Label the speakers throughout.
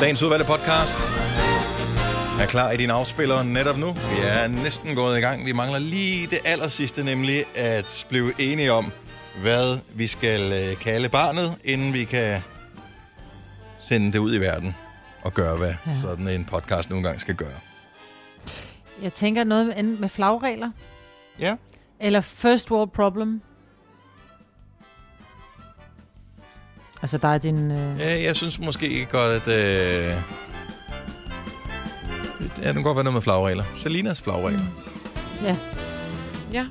Speaker 1: Dagens udvalgte podcast er klar i din afspiller netop nu. Vi er næsten gået i gang. Vi mangler lige det aller sidste, nemlig at blive enige om, hvad vi skal øh, kalde barnet, inden vi kan sende det ud i verden og gøre, hvad ja. sådan en podcast nogle gange skal gøre.
Speaker 2: Jeg tænker noget med, enten med flagregler.
Speaker 1: Ja.
Speaker 2: Eller first world problem. Altså der er din... Øh...
Speaker 1: Ja, jeg synes måske godt, at... Øh... Ja, det kan godt være noget med flagregler. Selinas flagregler. Mm.
Speaker 2: Ja.
Speaker 3: Ja.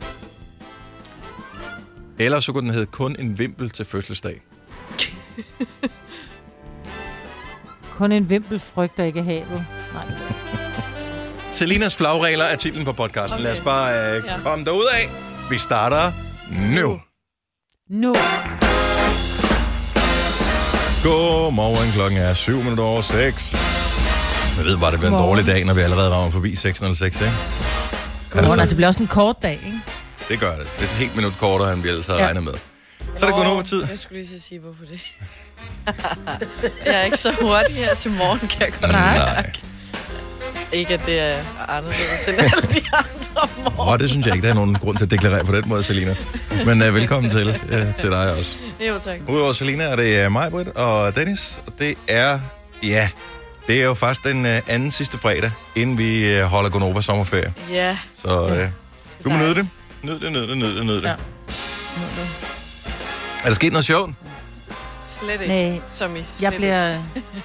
Speaker 1: Eller så kunne den hedde kun en vimpel til fødselsdag.
Speaker 2: Kun en vimpel frygter ikke havet. Nej.
Speaker 1: Selinas flagregler er titlen på podcasten. Okay. Lad os bare øh,
Speaker 3: Ja.
Speaker 1: komme derud af. Vi starter nu.
Speaker 2: Nu.
Speaker 1: Godmorgen, klokken er 7 minutter over 6. Jeg ved bare, det bliver en
Speaker 2: Godmorgen.
Speaker 1: dårlig dag, når vi allerede rammer forbi 606, ikke?
Speaker 2: Altså. Nå, det bliver også en kort dag, ikke?
Speaker 1: det gør det. Det er et helt minut kortere, end vi ellers havde ja.
Speaker 2: Ja.
Speaker 1: regnet med. Så er det gået over tid.
Speaker 3: Jeg skulle lige så sige, hvorfor det. jeg er ikke så hurtig her til morgen, kan jeg godt
Speaker 2: Nej.
Speaker 1: Nej.
Speaker 3: Ikke, at det er anderledes end alle de andre morgen.
Speaker 1: Åh, det synes jeg ikke, der er nogen grund til at deklarere på den måde, Selina. Men uh, velkommen til, uh, til dig også.
Speaker 3: Jo, tak.
Speaker 1: Udover Selina er det uh, mig, Britt, og Dennis. Og det er, ja, det er jo faktisk den uh, anden sidste fredag, inden vi uh, holder Gonova sommerferie.
Speaker 3: Ja.
Speaker 1: Så uh, du må nyde det. Nyd det, nyd det, nyd det, nyd det. Ja.
Speaker 2: Ja.
Speaker 1: Er der sket noget sjovt?
Speaker 3: Slet ikke.
Speaker 2: Nej.
Speaker 3: Som i slet
Speaker 2: Jeg bliver,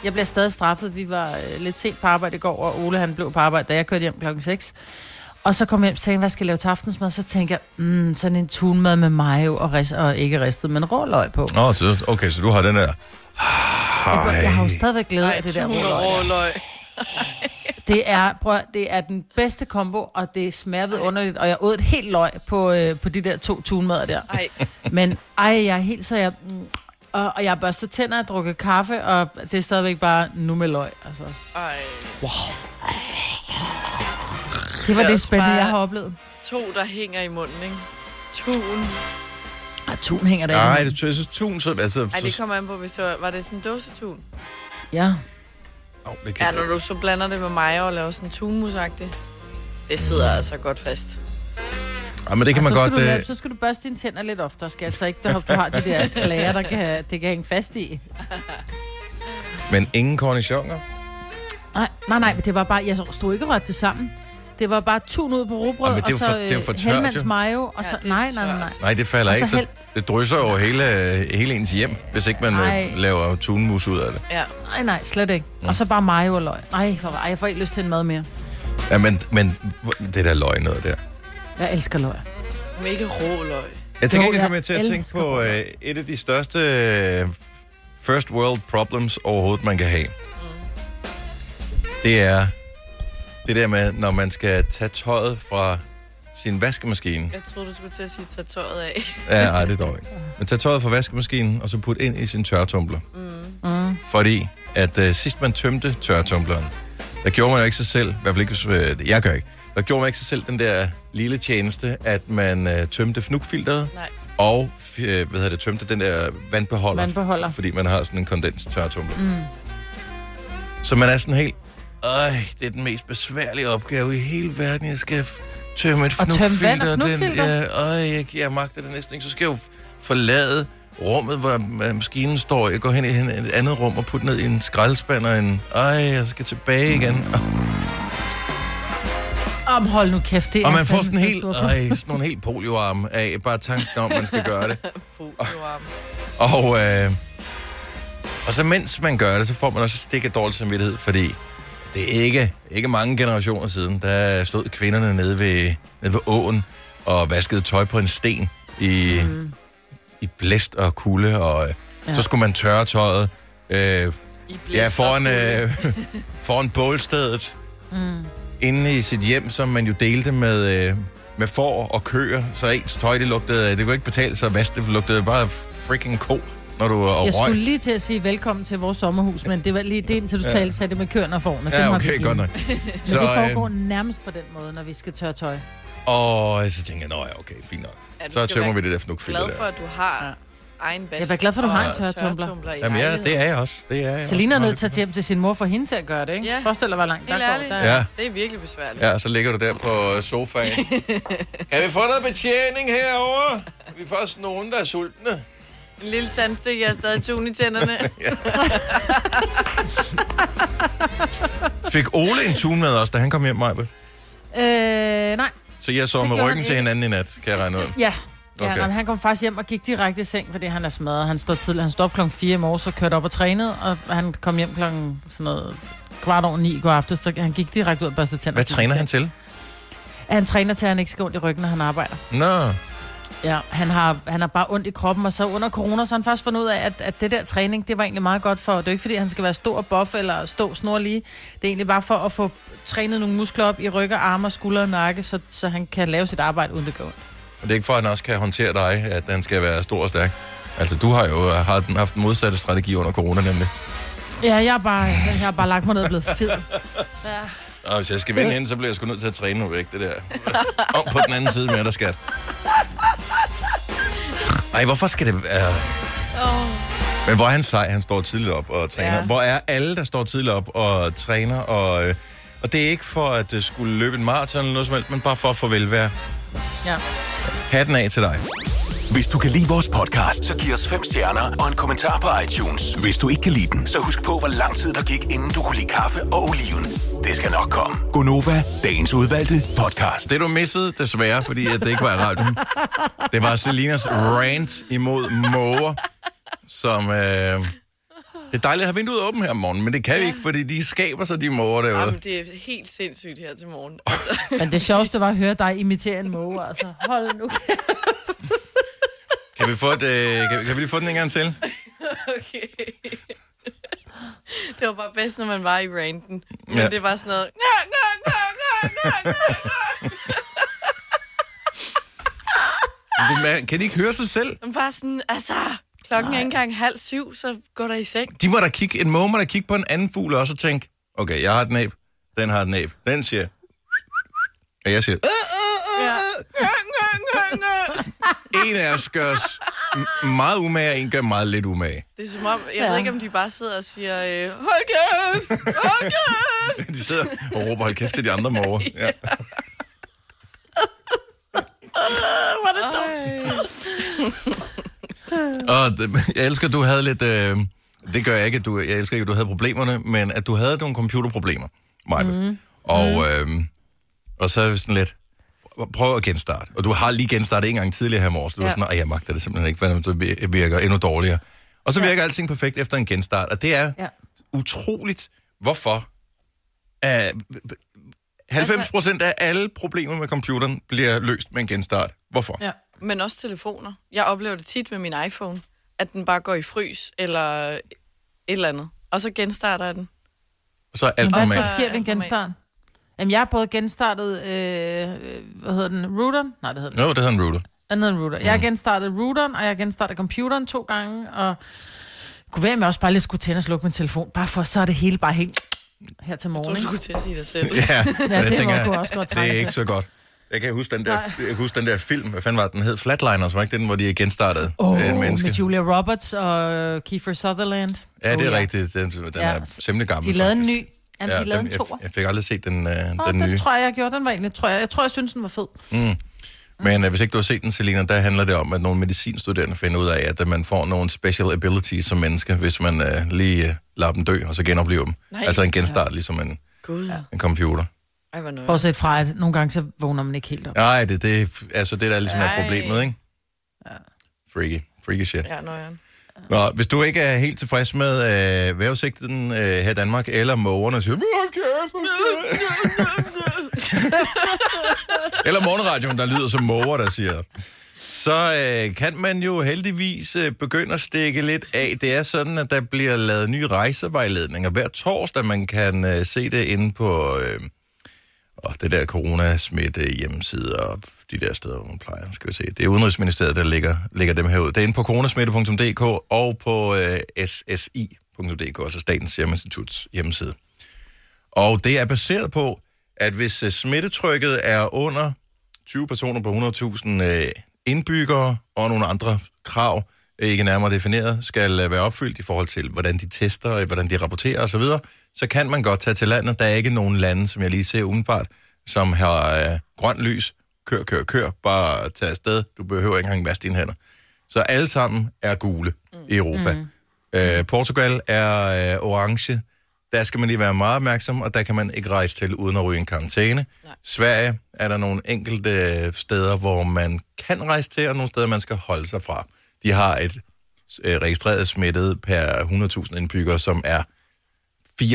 Speaker 2: jeg bliver stadig straffet. Vi var øh, lidt sent på arbejde i går, og Ole han blev på arbejde, da jeg kørte hjem klokken 6. Og så kom jeg hjem og tænkte, hvad skal jeg lave til aftensmad? Så tænker jeg, mm, sådan en tunmad med mayo og, rist, og ikke ristet, men rå løg på.
Speaker 1: Nå, så- okay, så du har den der.
Speaker 2: Ej. Jeg har jo stadigvæk glæde
Speaker 3: Nej,
Speaker 2: af det der rå løg.
Speaker 3: råløg.
Speaker 2: Det er, prøv, at- det er den bedste kombo, og det smager ved underligt. Og jeg åd et helt løg på, øh, på de der to tunmader der.
Speaker 3: Ej,
Speaker 2: Men ej, jeg er helt så jeg... Mm, og, og jeg har børstet tænder og drukket kaffe, og det er stadigvæk bare nu med løg. Altså.
Speaker 3: ej.
Speaker 2: Det var
Speaker 3: Det er
Speaker 2: det
Speaker 3: også
Speaker 2: spændende,
Speaker 3: bare-
Speaker 2: jeg har oplevet.
Speaker 3: To, der hænger i munden, ikke? Tun.
Speaker 2: Og ah, tun hænger der.
Speaker 1: Nej, det jeg synes tun, så... Altså,
Speaker 3: Ej, det
Speaker 1: så
Speaker 3: kommer an på, hvis det var, var det sådan en dåsetun?
Speaker 2: Ja.
Speaker 1: Åh, det kan
Speaker 3: Ja,
Speaker 1: jeg
Speaker 3: når
Speaker 1: ikke.
Speaker 3: du så blander det med mig og laver sådan en tunmusagtig. Det sidder altså godt fast.
Speaker 1: Ej, men det kan man
Speaker 2: så, skal
Speaker 1: godt...
Speaker 2: du, lave-
Speaker 1: øh,
Speaker 2: så skal du børste dine tænder lidt oftere, skal altså ikke, du har de der klager, der kan, det kan hænge fast i.
Speaker 1: Men ingen kornichoner?
Speaker 2: Nej, nej, nej, men det var bare, jeg stod ikke og rørte det sammen. Det var bare tun ud på rugbrød,
Speaker 1: Jamen, det er
Speaker 2: og
Speaker 1: jo
Speaker 2: så
Speaker 1: for- det er jo for tørt,
Speaker 2: helmands
Speaker 1: jo.
Speaker 2: mayo, og så,
Speaker 3: Ja, det er
Speaker 2: nej, nej, nej, nej.
Speaker 1: Nej, det falder
Speaker 2: Og så
Speaker 1: ikke. Så
Speaker 2: hæld-
Speaker 1: det drysser over hele, hele ens hjem, hvis ikke man Ej.
Speaker 2: Ej.
Speaker 1: laver tunmus ud af det.
Speaker 3: Ja.
Speaker 2: Nej, nej, slet ikke. Og så bare mayo og løg. Nej, for, ej, jeg får ikke lyst til en mad mere.
Speaker 1: Ja, men, men det der løg noget der.
Speaker 2: Jeg elsker løg.
Speaker 3: Men ikke råløg.
Speaker 1: Jeg tænker,
Speaker 2: Jo,
Speaker 1: det
Speaker 2: jeg
Speaker 1: kommer jeg til at tænke
Speaker 2: elsker
Speaker 1: på øh, et af de største øh, first world problems overhovedet, man kan have. Det er det der med, når man skal tage tøjet fra sin vaskemaskine.
Speaker 3: Jeg troede, du skulle til at sige, tag tøjet af.
Speaker 1: Ja, nej, det er dog ikke. Men tag tøjet fra vaskemaskinen, og så put ind i sin tørretumbler. Mm. Mm. Fordi, at uh, sidst man tømte tørretumbleren, der gjorde man jo ikke sig selv, i hvert fald ikke, hvis, øh, jeg gør ikke, der gjorde man ikke sig selv den der lille tjeneste, at man uh, tømte fnugfilteret,
Speaker 3: Nej.
Speaker 1: og f- øh, hvad hedder det, tømte den der vandbeholder,
Speaker 2: Vandbeholder.
Speaker 1: fordi man har sådan en kondens tørretumbler. Mm. Så man er sådan helt, øj, det er den mest besværlige opgave i hele verden, jeg skal f- tømme et
Speaker 2: Og tømme vand og
Speaker 1: fnugfilter. Den,
Speaker 2: fnugfilter?
Speaker 1: ja, øj, jeg, jeg magter det næsten ikke, så skal jeg jo forlade rummet, hvor øh, maskinen står. Jeg går hen i hen- et andet rum og putter ned i en skraldespand og en... Ej, jeg skal tilbage igen.
Speaker 2: Om hold nu kæft, det
Speaker 1: Og
Speaker 2: er
Speaker 1: man får
Speaker 2: fandme
Speaker 1: sådan, helt,
Speaker 2: stor-
Speaker 1: ej, sådan nogle helt polioarme af bare tanken om, man skal gøre det.
Speaker 3: Puh, du arm.
Speaker 1: Og, øh, og så mens man gør det, så får man også stikket dårlig samvittighed, fordi det er ikke, ikke mange generationer siden, der stod kvinderne nede ved, nede ved åen og vaskede tøj på en sten i, mm. i blæst og kulde, og øh, ja. så skulle man tørre tøjet øh,
Speaker 3: I
Speaker 1: ja,
Speaker 3: blæser
Speaker 1: foran,
Speaker 3: på
Speaker 1: øh, foran bålstedet mm. inde i sit hjem, som man jo delte med, øh, med får og køer, så ens tøj, det lugtede, øh, det kunne ikke betale sig at vaske, det lugtede bare af freaking ko, når du og
Speaker 2: Jeg
Speaker 1: røg.
Speaker 2: skulle lige til at sige velkommen til vores sommerhus, men det var lige det, indtil du ja. talte sagde det med køerne og forne.
Speaker 1: Ja, okay, godt nok.
Speaker 2: Så,
Speaker 1: Så,
Speaker 2: men det
Speaker 1: øh,
Speaker 2: foregår øh... nærmest på den måde, når vi skal tørre tøj.
Speaker 1: og så tænkte jeg, nå ja, okay, fint nok.
Speaker 3: Ja, du
Speaker 1: Så
Speaker 3: skal
Speaker 1: tømmer
Speaker 3: være
Speaker 1: vi det der fnugfilter
Speaker 3: glad for,
Speaker 1: der.
Speaker 3: at du har egen vask.
Speaker 2: Jeg er glad for, at du har en
Speaker 3: og
Speaker 2: tørretumbler.
Speaker 3: tørretumbler i
Speaker 1: Jamen ja,
Speaker 3: lejligheden.
Speaker 1: det er jeg også. Det er jeg
Speaker 2: Selina er
Speaker 1: også.
Speaker 2: nødt til at tage hjem til sin mor for hende til at gøre det, ikke?
Speaker 3: Ja.
Speaker 2: Forestil dig, hvor langt der
Speaker 3: Helt
Speaker 2: går.
Speaker 3: ærligt.
Speaker 2: Der.
Speaker 1: Ja.
Speaker 3: Det er virkelig besværligt.
Speaker 1: Ja, så ligger du der på øh, sofaen. kan vi få noget betjening herovre? Vi får også nogen, der er sultne.
Speaker 3: En lille tandstik, jeg har stadig tun i tænderne.
Speaker 1: Fik Ole en tune med os, da han kom hjem, Majbel?
Speaker 2: Øh, nej,
Speaker 1: Så jeg så
Speaker 2: Det
Speaker 1: med
Speaker 2: gjorde han
Speaker 1: ryggen til
Speaker 2: ikke.
Speaker 1: hinanden i nat, kan jeg regne ud.
Speaker 2: ja. Ja,
Speaker 1: Okay.
Speaker 2: okay. han kom faktisk hjem og gik direkte i seng, fordi han er smadret. Han stod tidligt. Han stod op klokken 4 i morges og kørte op og trænede, og han kom hjem klokken sådan noget kvart over ni i går aftes, så han gik direkte ud og børste tænder.
Speaker 1: Hvad træner han til?
Speaker 2: Han træner til, at han ikke skal ondt i ryggen, når han arbejder.
Speaker 1: Nå,
Speaker 2: Ja, han har, han har bare ondt i kroppen, og så under corona, så har han faktisk fundet ud af, at, at det der træning, det var egentlig meget godt for, det er jo ikke fordi, han skal være stor og buff eller stå snor lige. Det er egentlig bare for at få trænet nogle muskler op i ryg og arme og skuldre og nakke, så, så han kan lave sit arbejde uden det går ondt.
Speaker 1: men det er ikke for, at han også kan håndtere dig, at han skal være stor og stærk. Altså, du har jo øh, har den- haft den modsatte strategi under corona, nemlig.
Speaker 2: Ja, jeg har bare, jeg har bare lagt mig ned og blevet fed.
Speaker 1: Og hvis jeg skal vende hende, så bliver jeg sgu nødt til at træne nu væk, det der. Om på den anden side med dig, skat. Ej, hvorfor skal det være...
Speaker 3: Åh.
Speaker 1: Men hvor er han sej, han står tidligt op og træner. Ja.
Speaker 3: Ja.
Speaker 1: Hvor er alle, der står tidligt op og træner, og, øh, og det er ikke for at øh, skulle løbe en maraton eller noget som helst, men bare for at få velvære.
Speaker 2: Ja.
Speaker 1: Hatten af til dig.
Speaker 4: Hvis du kan lide vores podcast, så giv os fem stjerner og en kommentar på iTunes. Hvis du ikke kan lide den, så husk på, hvor lang tid der gik, inden du kunne lide kaffe og oliven. Det skal nok komme. Gonova, dagens udvalgte podcast.
Speaker 1: Det du missede, desværre, fordi at det ikke var i radioen, det var Selinas rant imod måger, som... Øh, det er dejligt at have vinduet åbent her om morgenen, men det kan vi ikke, fordi de skaber sig de måger derude.
Speaker 3: Jamen, det er helt sindssygt her til morgen. Altså,
Speaker 2: Men det sjoveste var at høre dig imitere en måge, altså. Hold nu.
Speaker 1: Kan vi, få et, øh, kan, kan vi lige få den en gang til?
Speaker 3: okay. Det var bare bedst, når man var i ranten. Men
Speaker 1: Ja.
Speaker 3: ja. det var sådan noget... Nå, nå, nå, nå, nå, nå.
Speaker 1: Det, man, kan de ikke høre sig selv?
Speaker 3: Men bare sådan, altså... Klokken er ikke engang halv syv, så går der i seng.
Speaker 1: De må da kigge, en måge må da kigge på en anden fugl også og tænke, okay, jeg har et næb, den har et næb, den siger... Og jeg siger... "Øh, øh, øh."
Speaker 3: Ja. Nå, nå, nå, nå.
Speaker 1: En af os gør os m- meget umage, og en gør meget lidt umage.
Speaker 3: Det er som om, jeg ja. ved ikke, om de bare sidder og siger, øh, hold kæft, hold kæft.
Speaker 1: De sidder og råber, hold kæft til de andre måger. Ja.
Speaker 3: Ej.
Speaker 1: Og det, jeg elsker, at du havde lidt... Øh, det gør jeg ikke, at du, jeg elsker ikke, at du havde problemerne, men at du havde nogle computerproblemer, Maja. Mm. Og, øh, og så er det sådan lidt, prøv at genstarte. Og du har lige genstartet en gang tidligere her i morges. Du ja. var
Speaker 2: Ja.
Speaker 1: sådan, at jeg magter det simpelthen ikke, for det virker endnu dårligere. Og så virker alting perfekt efter en genstart, og det er ja.
Speaker 2: Ja.
Speaker 1: utroligt, hvorfor uh, 90 procent af alle problemer med computeren bliver løst med en genstart. Hvorfor?
Speaker 2: Ja.
Speaker 3: Men også telefoner. Jeg oplever det tit med min iPhone, at den bare går i frys eller et eller andet. Og så genstarter jeg den.
Speaker 1: Og så er alt
Speaker 2: Hvad
Speaker 1: normalt.
Speaker 2: så sker ved en genstart? Jamen, jeg har både genstartet, øh, øh, hvad hedder den, routeren? Nej, det hedder den.
Speaker 1: Jo, det hedder en router.
Speaker 2: andet end router. Jeg har genstartet routeren, og jeg har genstartet computeren to gange, og det kunne være, at jeg også bare lige skulle tænde og slukke min telefon, bare for så er det hele bare helt her til morgen.
Speaker 3: Du
Speaker 2: Ikke?
Speaker 3: skulle til at sige dig selv.
Speaker 1: Ja,
Speaker 2: Ja,
Speaker 1: men
Speaker 2: det
Speaker 1: det
Speaker 2: må
Speaker 1: tænker
Speaker 2: du
Speaker 1: jeg,
Speaker 2: også godt
Speaker 1: det er
Speaker 2: trænge
Speaker 1: ikke
Speaker 2: til.
Speaker 1: så godt. Jeg kan huske den der,
Speaker 2: Nej.
Speaker 1: jeg kan huske den der film, hvad fanden var den hed? Flatliners, var ikke det den, hvor de genstartede oh, en
Speaker 2: Oh,
Speaker 1: menneske?
Speaker 2: med Julia Roberts og Kiefer Sutherland.
Speaker 1: Ja, det er
Speaker 2: Oh,
Speaker 1: rigtigt. Den, den
Speaker 2: Ja,
Speaker 1: er simpelthen gammel.
Speaker 2: De lavede en
Speaker 1: faktisk.
Speaker 2: ny. Jamen, ja, de lavede
Speaker 1: den-
Speaker 2: en toer.
Speaker 1: jeg, jeg fik aldrig set den, øh, den,
Speaker 2: Åh, den,
Speaker 1: nye. Mm.
Speaker 2: tror jeg, jeg gjorde. Den var egentlig, tror jeg, jeg tror, jeg synes, den var fed. Mm.
Speaker 1: Men øh, hvis ikke du har set den, Selina, der handler det om, at nogle medicinstuderende finder ud af, at øh, man får nogle special abilities som menneske, hvis man øh, lige øh, lader dem dø, og så genoplever dem. Nej.
Speaker 3: Nej.
Speaker 1: Altså en genstart, ligesom en,
Speaker 3: Gud.
Speaker 1: en computer.
Speaker 3: Ej, hvor nøje.
Speaker 2: Bortset fra, at nogle gange så vågner man ikke helt op.
Speaker 1: Nej, det, det, er- altså det der ligesom er
Speaker 3: Ej.
Speaker 1: problemet, ikke? Freaky. Freaky shit.
Speaker 3: Ja, nøjeren.
Speaker 1: Nå, hvis du ikke er helt tilfreds med øh, vejrudsigten øh, her i Danmark, eller mågerne siger, "Hold kæft, hold kæft." eller morgenradioen, der lyder som måger, der siger, så øh, kan man jo heldigvis øh, begynde at stikke lidt af. Det er sådan, at der bliver lavet nye rejsevejledninger hver torsdag. Man kan øh, se det inde på øh, og det der coronasmitte hjemmeside og de der steder, hvor man plejer, skal vi se. Det er Udenrigsministeriet, der ligger, ligger dem herud. Det er inde på coronasmitte.dk og på øh, ssi.dk, altså Statens Serum Instituts hjemmeside. Og det er baseret på, at hvis øh, smittetrykket er under 20 personer på 100.000 øh, indbyggere og nogle andre krav, ikke nærmere defineret, skal øh, være opfyldt i forhold til, hvordan de tester, og hvordan de rapporterer osv., så kan man godt tage til landet. Der er ikke nogen lande, som jeg lige ser umiddelbart, som har øh, grønt lys. Kør, kør, kør. Bare tag afsted. Du behøver ikke engang vaske dine hænder. Så alle sammen er gule mm. i Europa. Mm. Øh, Portugal er øh, orange. Der skal man lige være meget opmærksom, og der kan man ikke rejse til uden at ryge en karantæne. Nej. Sverige er der nogle enkelte øh, steder, hvor man kan rejse til, og nogle steder, man skal holde sig fra. De har et øh, registreret smittet per 100.000 indbyggere, som er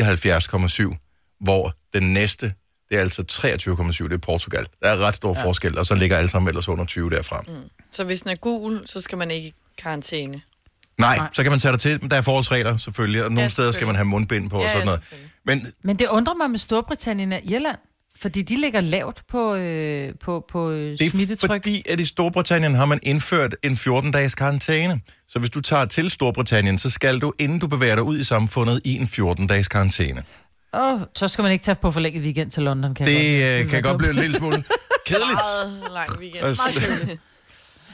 Speaker 1: 74,7, hvor den næste, det er altså 23,7, det er Portugal. Der er ret stor ja. forskel, og så ligger alle sammen ellers under 20 derfra. Mm.
Speaker 3: Så hvis den er gul, så skal man ikke i karantæne.
Speaker 1: Nej, Nej, så kan man tage dig til, men der er forholdsregler selvfølgelig, og nogle ja,
Speaker 3: Ja,
Speaker 1: steder skal
Speaker 3: selvfølgelig.
Speaker 1: man have mundbind på ja, og
Speaker 3: Ja,
Speaker 1: sådan
Speaker 3: ja,
Speaker 1: noget. Men
Speaker 2: Men det undrer mig med Storbritannien og Irland, fordi de ligger lavt på, øh, på, på øh,
Speaker 1: det er
Speaker 2: smittetryk.
Speaker 1: fordi, at i Storbritannien har man indført en 14-dages karantæne. Så hvis du tager til Storbritannien, så skal du, inden du bevæger dig ud i samfundet, i en 14-dages karantæne.
Speaker 2: Åh, så skal man ikke tage på forlænget weekend til London, kan jeg godt-
Speaker 1: Det øh,
Speaker 2: være
Speaker 1: kan godt
Speaker 2: dumt.
Speaker 1: blive en lille smule kedeligt.
Speaker 3: Meget lang weekend.
Speaker 1: Altså-
Speaker 3: Meget kedeligt.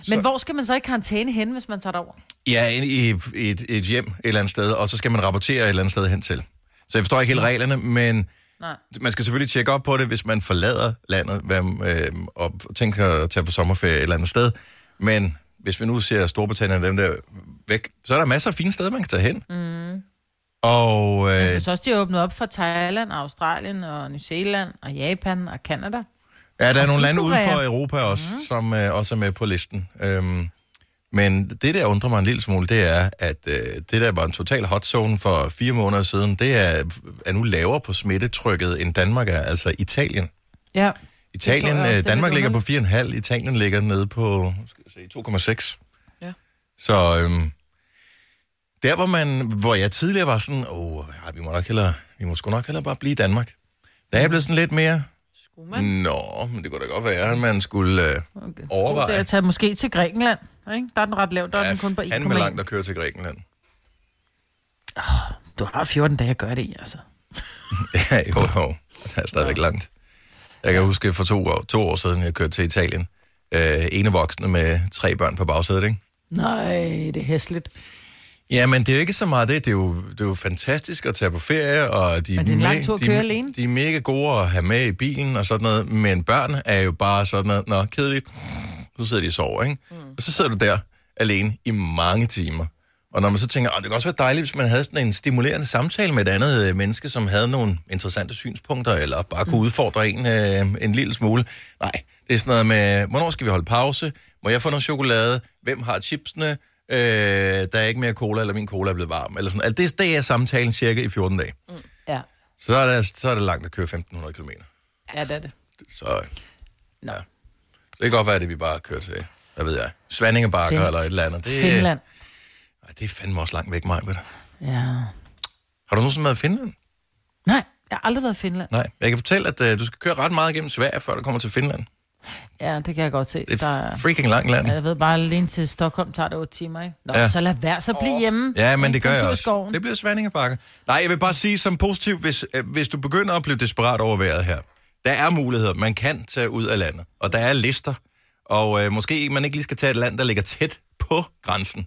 Speaker 2: Men hvor skal man så i karantæne hen, hvis man tager derover?
Speaker 1: Ja, ind i et, et hjem et eller andet sted, og så skal man rapportere et eller andet sted hen til. Så jeg forstår ikke
Speaker 2: Mm.
Speaker 1: helt reglerne, men Nej.
Speaker 2: Nej.
Speaker 1: man skal selvfølgelig tjekke op på det, hvis man forlader landet hvad, øh, og tænker at tage på sommerferie et eller andet sted. Men hvis vi nu ser Storbritannien og dem der væk, så er der masser af fine steder, man kan tage hen. Mm. Og
Speaker 2: Jeg
Speaker 1: øh,
Speaker 2: synes også, de har åbnet op for Thailand, og Australien, og New Zealand, og Japan, og Kanada.
Speaker 1: ja, der er nogle
Speaker 2: og
Speaker 1: lande uden for
Speaker 2: Sydkorea.
Speaker 1: Europa også, mm. som øh, også er med på listen. Øhm, men det, der undrer mig en lille smule, det er, at øh, det, der var en total hot zone for fire måneder siden, det er, er nu lavere på smittetrykket, end Danmark er, altså Italien.
Speaker 2: Ja.
Speaker 1: Italien,
Speaker 2: Det så jeg også. Det er
Speaker 1: øh,
Speaker 2: lidt
Speaker 1: Danmark ligger på
Speaker 2: underligt.
Speaker 1: 4,5, Italien ligger nede på nu skal jeg se, 2,6.
Speaker 3: Ja.
Speaker 1: Så øhm, der, hvor, man, hvor jeg tidligere var sådan, åh, oh, vi må nok hellere, vi må sgu nok hellere bare blive i Danmark. Der er jeg blevet sådan lidt mere,
Speaker 3: Skulle man?
Speaker 1: nå, men det kunne da godt være, at man skulle øh, okay.
Speaker 2: Det er
Speaker 1: overveje.
Speaker 2: at tage måske til Grækenland. Ikke? Der er den ret lav, der ja, er den kun på
Speaker 1: han med langt
Speaker 2: 1,1.
Speaker 1: at køre til Grækenland.
Speaker 2: Du har 14 dage at gøre det i, altså.
Speaker 1: Ja, jo, jo. Der er stadigvæk langt. Jeg kan huske for to år, to år siden, jeg kørte til Italien. Øh, ene voksne med tre børn på bagsædet, ikke?
Speaker 2: Nej, øh, det er hæsligt.
Speaker 1: Ja, men det er jo ikke så meget det. Det er jo, det er jo fantastisk at tage på ferie, og de
Speaker 2: Men det er en lang tur at
Speaker 1: de,
Speaker 2: køre alene.
Speaker 1: de er mega gode at have med i bilen og sådan noget, men børn er jo bare sådan noget, nå, kedeligt, så sidder de og sover, ikke? Mm. Og så sidder du der alene i mange timer. Og når man så tænker, "Åh, det kan også være dejligt, hvis man havde sådan en stimulerende samtale med et andet øh, menneske, som havde nogle interessante synspunkter, eller bare
Speaker 2: Mm.
Speaker 1: kunne udfordre en øh, en lille smule. Nej, det er sådan noget med, hvornår skal vi holde pause? Må jeg få noget chokolade? Hvem har chipsene? Øh, der er ikke mere cola, eller min cola er blevet varm. Eller sådan. Altså, det, det er samtalen cirka i 14 dage.
Speaker 2: Ja,
Speaker 1: Så er, det, så er det langt at køre 1.500 km.
Speaker 2: ja det er det.
Speaker 1: Så ja. det kan godt være, at det vi bare kører til, hvad ved jeg, Svanningebakker
Speaker 2: Fin-
Speaker 1: eller et eller andet. Det,
Speaker 2: Finland.
Speaker 1: Ej, det er fandme også langt væk, mig. Ved
Speaker 2: Ja.
Speaker 1: Har du nogensinde været i Finland?
Speaker 2: Nej, jeg har aldrig været i Finland.
Speaker 1: Nej. Jeg kan fortælle, at øh, du skal køre ret meget gennem Sverige, før du kommer til Finland.
Speaker 2: Ja, det kan jeg godt se.
Speaker 1: Det
Speaker 2: Der
Speaker 1: er et
Speaker 2: er,
Speaker 1: freaking langt land.
Speaker 2: Ja, jeg ved bare, alene til Stockholm tager det 8 timer, ikke? Nå,
Speaker 1: Ja.
Speaker 2: ja. så lad være, så bliv hjemme.
Speaker 1: Ja,
Speaker 2: Ikke?
Speaker 1: men det gør
Speaker 2: Kom
Speaker 1: jeg
Speaker 2: tur i
Speaker 1: også.
Speaker 2: skoven.
Speaker 1: Det bliver Svanningebakker. Nej, jeg vil bare sige som positiv, hvis, øh, hvis du begynder at blive desperat over vejret her, der er muligheder. Man kan tage ud af landet, og der er lister. Og øh, måske man ikke lige skal tage et land, der ligger tæt på grænsen.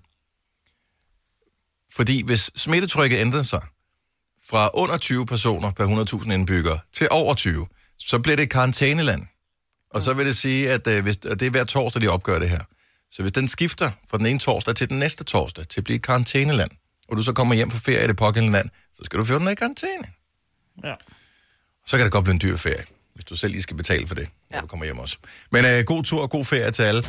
Speaker 1: Fordi hvis smittetrykket ændrer sig fra under 20 personer per 100.000 indbyggere til over 20, så bliver det et karantæneland. Og så vil det sige, at øh, hvis, og det er hver torsdag, de opgør det her. Så hvis den skifter fra den ene torsdag til den næste torsdag til at blive et karantæneland, og du så kommer hjem på ferie i det pågældende land, så skal du 14 dage i karantæne.
Speaker 2: Ja.
Speaker 1: Så kan det godt blive en dyr ferie, hvis du selv lige skal betale for det, når ja. du kommer hjem også. Men øh, god tur og god ferie til alle.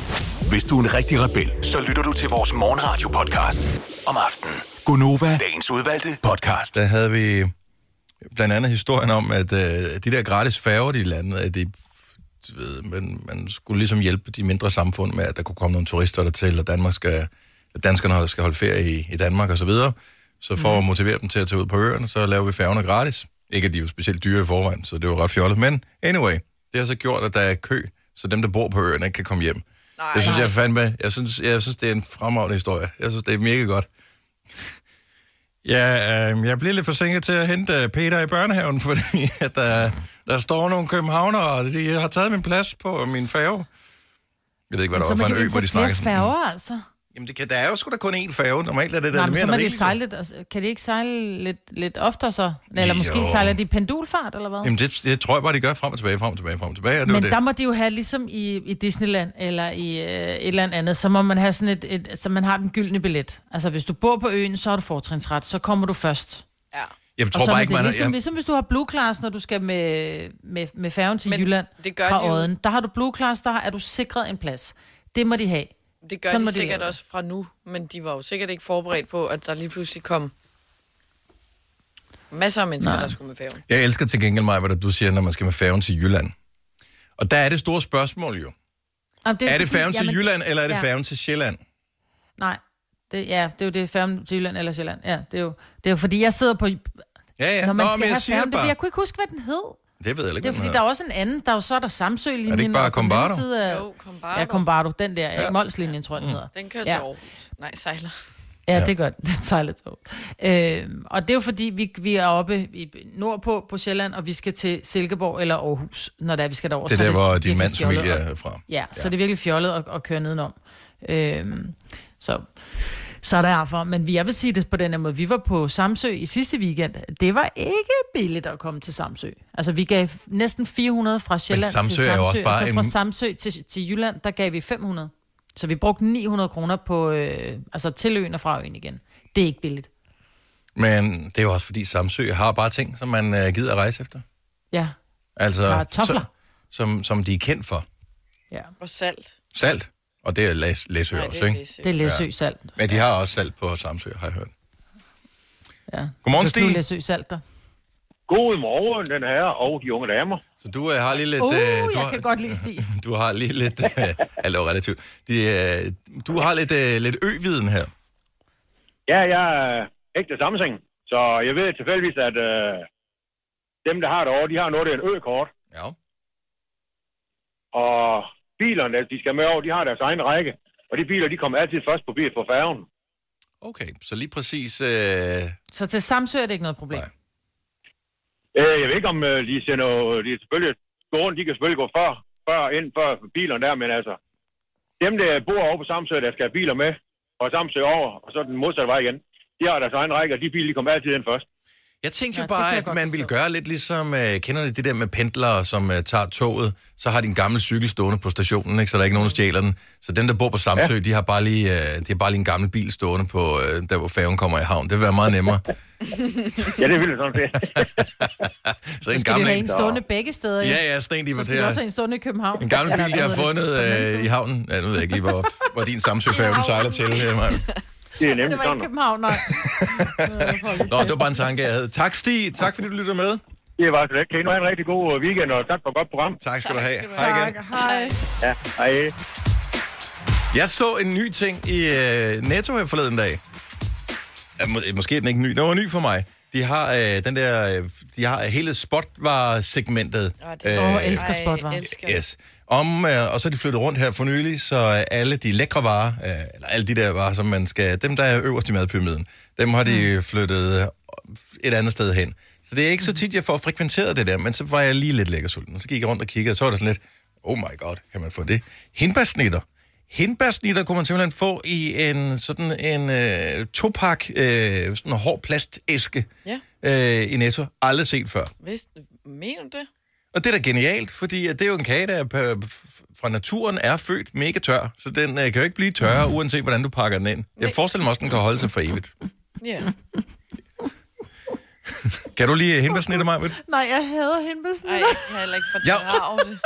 Speaker 4: Hvis du er en rigtig rebel, så lytter du til vores morgenradio-podcast om aftenen. Gunova, dagens udvalgte podcast.
Speaker 1: Der havde vi blandt andet historien om, at øh, de der gratis færger, de landede, at de, du ved, man, man skulle ligesom hjælpe de mindre samfund med, at der kunne komme nogle turister dertil, og Danmark skal, at danskerne skal holde ferie i, i Danmark osv. Så, videre. så for mm. at motivere dem til at tage ud på øerne, så laver vi færgerne gratis. Ikke at de er jo specielt dyre i forvejen, så det var ret fjollet. Men anyway, det har så gjort, at der er kø, så dem, der bor på øerne, ikke kan komme hjem. Nej, det synes jeg fandme, jeg synes, jeg synes, det er en fremragende historie. Jeg synes, det er mega godt. Ja, øh, jeg bliver lidt forsinket til at hente øh, Peter i børnehaven, fordi at der, der står nogle københavnere, og de øh, har taget øh, min plads på min færge. Jeg ved ikke, hvad der
Speaker 2: Så
Speaker 1: var
Speaker 2: man
Speaker 1: for en
Speaker 2: kan
Speaker 1: ø, hvor de
Speaker 2: indtage flere
Speaker 1: snakker sådan.
Speaker 2: færger, altså.
Speaker 1: Jamen, det kan, der er jo sgu da kun én færge. Normalt er det der
Speaker 2: Nej,
Speaker 1: Nej,
Speaker 2: men
Speaker 1: mere
Speaker 2: så
Speaker 1: end
Speaker 2: må de jo
Speaker 1: rigeligt.
Speaker 2: sejle lidt, og- kan de ikke sejle lidt, lidt oftere så? Eller
Speaker 1: Jo.
Speaker 2: måske sejler de i pendulfart, eller hvad?
Speaker 1: Jamen, det, det, tror jeg bare, de gør frem og tilbage, frem og tilbage, frem og tilbage. Og det
Speaker 2: Men
Speaker 1: var
Speaker 2: der
Speaker 1: det.
Speaker 2: må de jo have, ligesom i, i Disneyland eller i øh, et eller andet, så må man have sådan et, et, så man har den gyldne billet. Altså, hvis du bor på øen, så har du fortrinsret, så kommer du først.
Speaker 3: Ja.
Speaker 1: Jeg
Speaker 2: Og
Speaker 1: tror
Speaker 2: så
Speaker 1: bare
Speaker 2: er
Speaker 1: ikke,
Speaker 2: det.
Speaker 1: man...
Speaker 2: Ligesom,
Speaker 1: Jeg,
Speaker 2: ligesom hvis du har Blue Class, når du skal med, med, med færgen til
Speaker 3: Men
Speaker 2: Jylland
Speaker 3: det gør
Speaker 2: fra
Speaker 3: de jo.
Speaker 2: Odden. Der har du Blue Class, der har- er du sikret en plads. Det må de have.
Speaker 3: Det gør
Speaker 2: Sådan må
Speaker 3: Sådan de
Speaker 2: det
Speaker 3: sikkert
Speaker 2: være.
Speaker 3: også fra nu, men de var jo sikkert ikke forberedt på, at der lige pludselig kom masser af mennesker, Nej. der skulle med færgen.
Speaker 1: jeg elsker til gengæld mig, hvad det du siger, når man skal med færgen til Jylland. Og der er det store spørgsmål jo.
Speaker 2: Jamen,
Speaker 1: Er det
Speaker 2: fordi-
Speaker 1: færgen til
Speaker 2: jamen-
Speaker 1: Jylland, eller er det
Speaker 2: ja.
Speaker 1: færgen til Sjælland?
Speaker 2: Nej, det, ja, det er jo det, færgen til Jylland eller Sjælland. Ja, det er jo, det er jo fordi, jeg sidder på...
Speaker 1: Ja, ja.
Speaker 2: Når man
Speaker 1: Nå,
Speaker 2: skal
Speaker 1: men
Speaker 2: have
Speaker 1: jeg siger
Speaker 2: færgen, det, er fordi,
Speaker 1: bare...
Speaker 2: jeg kunne ikke huske, hvad den hed.
Speaker 1: Det ved jeg
Speaker 2: Det
Speaker 1: ikke,
Speaker 2: er fordi,
Speaker 1: hvad
Speaker 2: der
Speaker 1: den
Speaker 2: er også en anden. Der er jo så er der Samsø-linjen.
Speaker 1: Er det ikke bare
Speaker 2: og på den anden
Speaker 1: Combardo?
Speaker 2: side af-
Speaker 3: Jo, Combardo.
Speaker 2: Ja, Combardo. Den der. Ja. Molslinjen, tror jeg,
Speaker 1: Mm.
Speaker 2: den hedder.
Speaker 3: Den kører
Speaker 2: Mm. ja.
Speaker 3: til Aarhus. Nej, sejler.
Speaker 2: Ja, det er godt. Den sejler til Aarhus. Øhm, og det er jo fordi, vi, vi er oppe i nordpå på Sjælland, og vi skal til Silkeborg eller Aarhus, når det er, vi skal derover.
Speaker 1: Det er
Speaker 2: Så
Speaker 1: der, hvor din
Speaker 2: virkelig
Speaker 1: mands
Speaker 2: fjollet
Speaker 1: familie
Speaker 2: at-
Speaker 1: er fra.
Speaker 2: Ja, så det er virkelig fjollet at, at køre nedenom. Øhm, så, så er der derfor. Men jeg vil sige det på den her måde. Vi var på Samsø i sidste weekend. Det var ikke billigt at komme til Samsø. Altså, vi gav næsten 400 fra Sjælland
Speaker 1: Samsø
Speaker 2: til
Speaker 1: er jo
Speaker 2: Samsø.
Speaker 1: også bare
Speaker 2: og så fra
Speaker 1: en-
Speaker 2: Samsø til, til Jylland, der gav vi 500. Så vi brugte 900 kroner på, øh, altså til øen og fra øen igen. Det er ikke billigt.
Speaker 1: Men det er jo også fordi Samsø har bare ting, som man øh, gider at rejse efter.
Speaker 2: Ja. Bare
Speaker 1: Altså,
Speaker 2: tofler.
Speaker 1: som, som de er kendt for.
Speaker 2: ja.
Speaker 3: Og salt.
Speaker 1: Salt. Og det er læs, Læsø
Speaker 3: Nej, det
Speaker 1: også,
Speaker 3: er
Speaker 1: ikke?
Speaker 3: Læsø.
Speaker 2: Det er Læsø ja. salt.
Speaker 1: Men de har også salt på Samsø, har jeg hørt.
Speaker 2: Ja.
Speaker 1: Godmorgen,
Speaker 2: Det er
Speaker 1: Stig.
Speaker 2: Læsø salt der.
Speaker 5: God morgen, den her og de unge damer.
Speaker 1: Så du øh, har lige lidt...
Speaker 2: Uh,
Speaker 1: øh, du,
Speaker 2: jeg
Speaker 1: har,
Speaker 2: kan godt lide Stig.
Speaker 1: du har lige lidt... Øh, altså, relativt. De, øh, du har lidt, øh, lidt ø-viden her.
Speaker 5: Ja, jeg er ægte sammensæng, så jeg ved tilfældigvis, at øh, dem, der har det over, de har noget af en ø-kort.
Speaker 1: Ja.
Speaker 5: Og bilerne, altså, de skal med over, de har deres egen række. Og de biler, de kommer altid først på bil på færgen.
Speaker 1: Okay, så lige præcis... Øh,
Speaker 2: Så til Samsø er det ikke noget problem.
Speaker 1: Nej.
Speaker 5: Øh, jeg ved ikke, om øh, de sender... De er selvfølgelig... Gården, de kan selvfølgelig gå før, før ind før bilerne der, men altså... Dem, der bor over på Samsø, der skal have biler med, og Samsø over, og så den modsatte vej igen, de har deres egen række, og de biler, de kommer altid ind først.
Speaker 1: Jeg tænkte
Speaker 2: Ja,
Speaker 1: jo
Speaker 2: det kan
Speaker 1: bare,
Speaker 2: jeg
Speaker 1: at
Speaker 2: godt
Speaker 1: man ville
Speaker 2: forstå.
Speaker 1: gøre lidt ligesom, øh, kender du det der med pendlere, som øh, tager toget, så har de en gammel cykel stående på stationen, ikke, så der er ikke nogen, der stjæler den. Så dem, der bor på Samsø, ja. de, har bare lige, øh, de har bare lige en gammel bil stående på, øh, der hvor færgen kommer i havn. Det vil være meget nemmere.
Speaker 5: Ja, det vil jeg sådan set.
Speaker 1: Så en
Speaker 2: Skal vi
Speaker 1: gammel
Speaker 2: have en
Speaker 1: en.
Speaker 2: stående begge steder?
Speaker 1: Ja, ja, sådan en, de
Speaker 2: Så
Speaker 1: var
Speaker 2: skal vi også
Speaker 1: der.
Speaker 2: have en stående i København.
Speaker 1: En gammel
Speaker 2: Eller
Speaker 1: bil, de har
Speaker 2: hvad hedder
Speaker 1: fundet øh, i havnen. Ja, nu ved jeg ikke lige, hvor, hvor din Samsø-færgen sejler til. Øh, Maja.
Speaker 5: Det er
Speaker 2: Det Det
Speaker 5: nemlig
Speaker 2: var ikke
Speaker 5: sådan.
Speaker 2: København, nej.
Speaker 1: Nå, det var bare en tanke, jeg havde. Tak, Stig. Tak, fordi du lytter med.
Speaker 5: Det var så let. Kan I nu have en rigtig god øh, weekend, og tak for et godt program.
Speaker 1: Tak skal du have.
Speaker 3: skal du
Speaker 1: Hej igen.
Speaker 2: Tak, hej.
Speaker 5: Ja, hej.
Speaker 1: Jeg så en ny ting i øh, Netto her forleden dag. Ja, må, øh, måske er den ikke ny. Den var ny for mig. De har øh, den der, øh, de har hele spotvaresegmentet. Øh,
Speaker 3: Ah, det-
Speaker 2: Åh, jeg elsker
Speaker 3: Ej,
Speaker 2: spotvarer.
Speaker 3: elsker.
Speaker 1: Yes. Om, øh, og så er de flyttet rundt her for nylig, så øh, alle de lækre varer, øh, eller alle de der varer, som man skal, dem der er øverst i madpyramiden, dem har
Speaker 2: Mm.
Speaker 1: de flyttet øh, et andet sted hen. Så det er ikke så tit, jeg får frekventeret det der, men så var jeg lige lidt lækker sulten. Så gik jeg rundt og kiggede, og så var der sådan lidt, oh my god, kan man få det? Hindbærsnitter. Hindbærsnitter kunne man simpelthen få i en sådan en øh, topak, øh, sådan en hård plastæske
Speaker 3: Ja.
Speaker 1: øh, i Netto. Aldrig set før.
Speaker 3: Hvis, mener du det?
Speaker 1: Og det er da genialt, fordi at det er jo en kage, der er p- f- fra naturen er født mega tør, så den øh, kan jo ikke blive tørre, uanset hvordan du pakker den ind. Jeg forestiller mig også, den kan holde sig for evigt.
Speaker 3: Ja.
Speaker 1: Kan du lige hindbærsnitte mig?
Speaker 2: Nej, jeg hader hende med
Speaker 3: Ej,
Speaker 2: sådan
Speaker 3: jeg kan heller ikke fordrage det.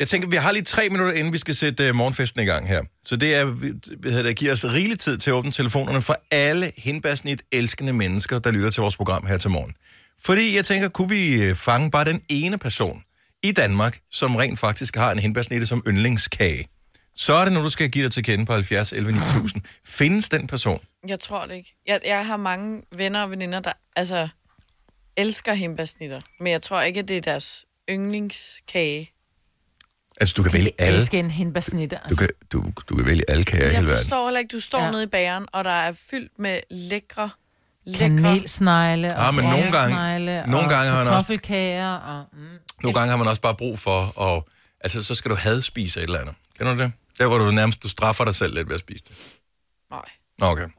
Speaker 1: Jeg tænker, vi har lige tre minutter, inden vi skal sætte øh, morgenfesten i gang her. Så det er, vi- hvad hedder det, giver os rigelig tid til at åbne telefonerne for alle hindbærsnit elskende mennesker, der lytter til vores program her til morgen. Fordi jeg tænker, kunne vi øh, fange bare den ene person i Danmark, som rent faktisk har en hindbærsnitte som yndlingskage? Så er det nu, du skal give dig til kende på 70 11 9000. Findes den person?
Speaker 3: Jeg tror det ikke. Jeg, jeg har mange venner og veninder, der altså, elsker hembasnitter, men jeg tror ikke, at det er deres yndlingskage.
Speaker 1: Altså, du kan vælge
Speaker 2: Jeg
Speaker 1: alle.
Speaker 2: elsker en hindbærsnitte.
Speaker 1: Du
Speaker 2: Altså.
Speaker 1: kan, du, du kan vælge alle kager i
Speaker 3: Jeg
Speaker 1: hele verden.
Speaker 3: forstår heller ikke, du står
Speaker 2: Ja.
Speaker 3: ja. nede i bageren, og der er fyldt med lækre, lækre...
Speaker 2: Kanelsnegle og
Speaker 1: Ah, men nogle gange-
Speaker 2: brødsnegle
Speaker 1: nogle
Speaker 2: og
Speaker 1: gange har han også-
Speaker 2: kartoffelkager og... Mm.
Speaker 1: Nogle gange har man også bare brug for, og altså, så skal du hadspise et eller andet. Kender du det? Der hvor du nærmest du straffer dig selv lidt ved at spise det.
Speaker 3: Nej.
Speaker 1: Nå, okay. Det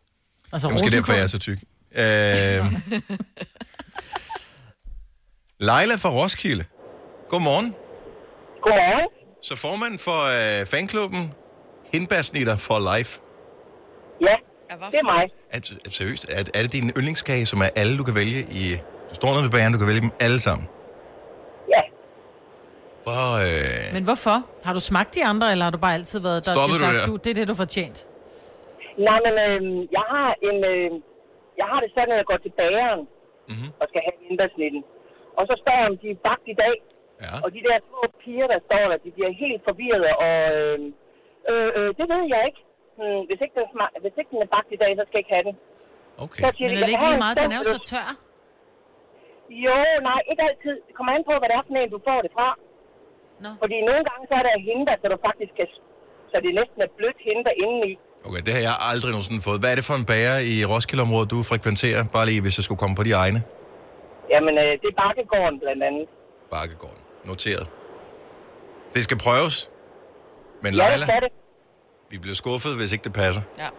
Speaker 2: Altså,
Speaker 1: er måske derfor,
Speaker 2: rosenkål.
Speaker 1: jeg er så tyk. Øh... Leila fra Roskilde. Godmorgen.
Speaker 6: Godmorgen.
Speaker 1: Så formand for øh, fanklubben Hindbærsnitter for Life.
Speaker 6: Ja,
Speaker 3: Ja, hvorfor?
Speaker 6: det er mig.
Speaker 1: Er, er- seriøst, er, er det din yndlingskage, som er alle, du kan vælge i... Du står nede ved bageren, du kan vælge dem alle sammen.
Speaker 6: Ja.
Speaker 1: Hvor, øh,
Speaker 2: Men hvorfor? Har du smagt de andre, eller har du bare altid været der
Speaker 1: Stoppede
Speaker 2: til
Speaker 1: du
Speaker 2: sagt,
Speaker 1: der?
Speaker 2: du, det er det, du fortjent?
Speaker 6: Nej, men øh, jeg har en... Øh, jeg har det sådan, at jeg går til bageren
Speaker 1: Mhm.
Speaker 6: mm-hmm. og skal have vintersnitten. Og så spørger jeg, om de er bagt i dag.
Speaker 1: ja.
Speaker 6: Og de der små piger, der står der, de bliver helt forvirrede. Og øh, øh, øh, det ved jeg ikke. Hmm, hvis, ikke den smag, hvis ikke den er bagt i dag, så skal jeg ikke have den. Så
Speaker 1: Okay.
Speaker 6: siger
Speaker 2: Men
Speaker 6: de,
Speaker 2: er det
Speaker 6: "Jeg
Speaker 2: ikke
Speaker 6: har
Speaker 2: lige
Speaker 6: en
Speaker 2: meget? Den er jo så
Speaker 6: stempløs."
Speaker 2: tør.
Speaker 6: Jo, nej, ikke altid. Det kommer an på, hvad det er for en, du får det fra.
Speaker 2: Nå.
Speaker 6: Fordi nogle gange, så er der hinder, så du faktisk kan... Så det næsten er blødt hinder indeni.
Speaker 1: okay, det har jeg aldrig nogensinde fået. Hvad er det for en bager i Roskildeområdet, du frekventerer? Bare lige, hvis jeg skulle komme på de egne.
Speaker 6: Jamen, øh, det er bakkegården blandt andet.
Speaker 1: Bakkegården. Noteret. Det skal prøves. Men
Speaker 6: Ja, det
Speaker 1: Leila,
Speaker 6: skal det.
Speaker 1: vi bliver skuffet, hvis ikke det passer.
Speaker 3: Ja.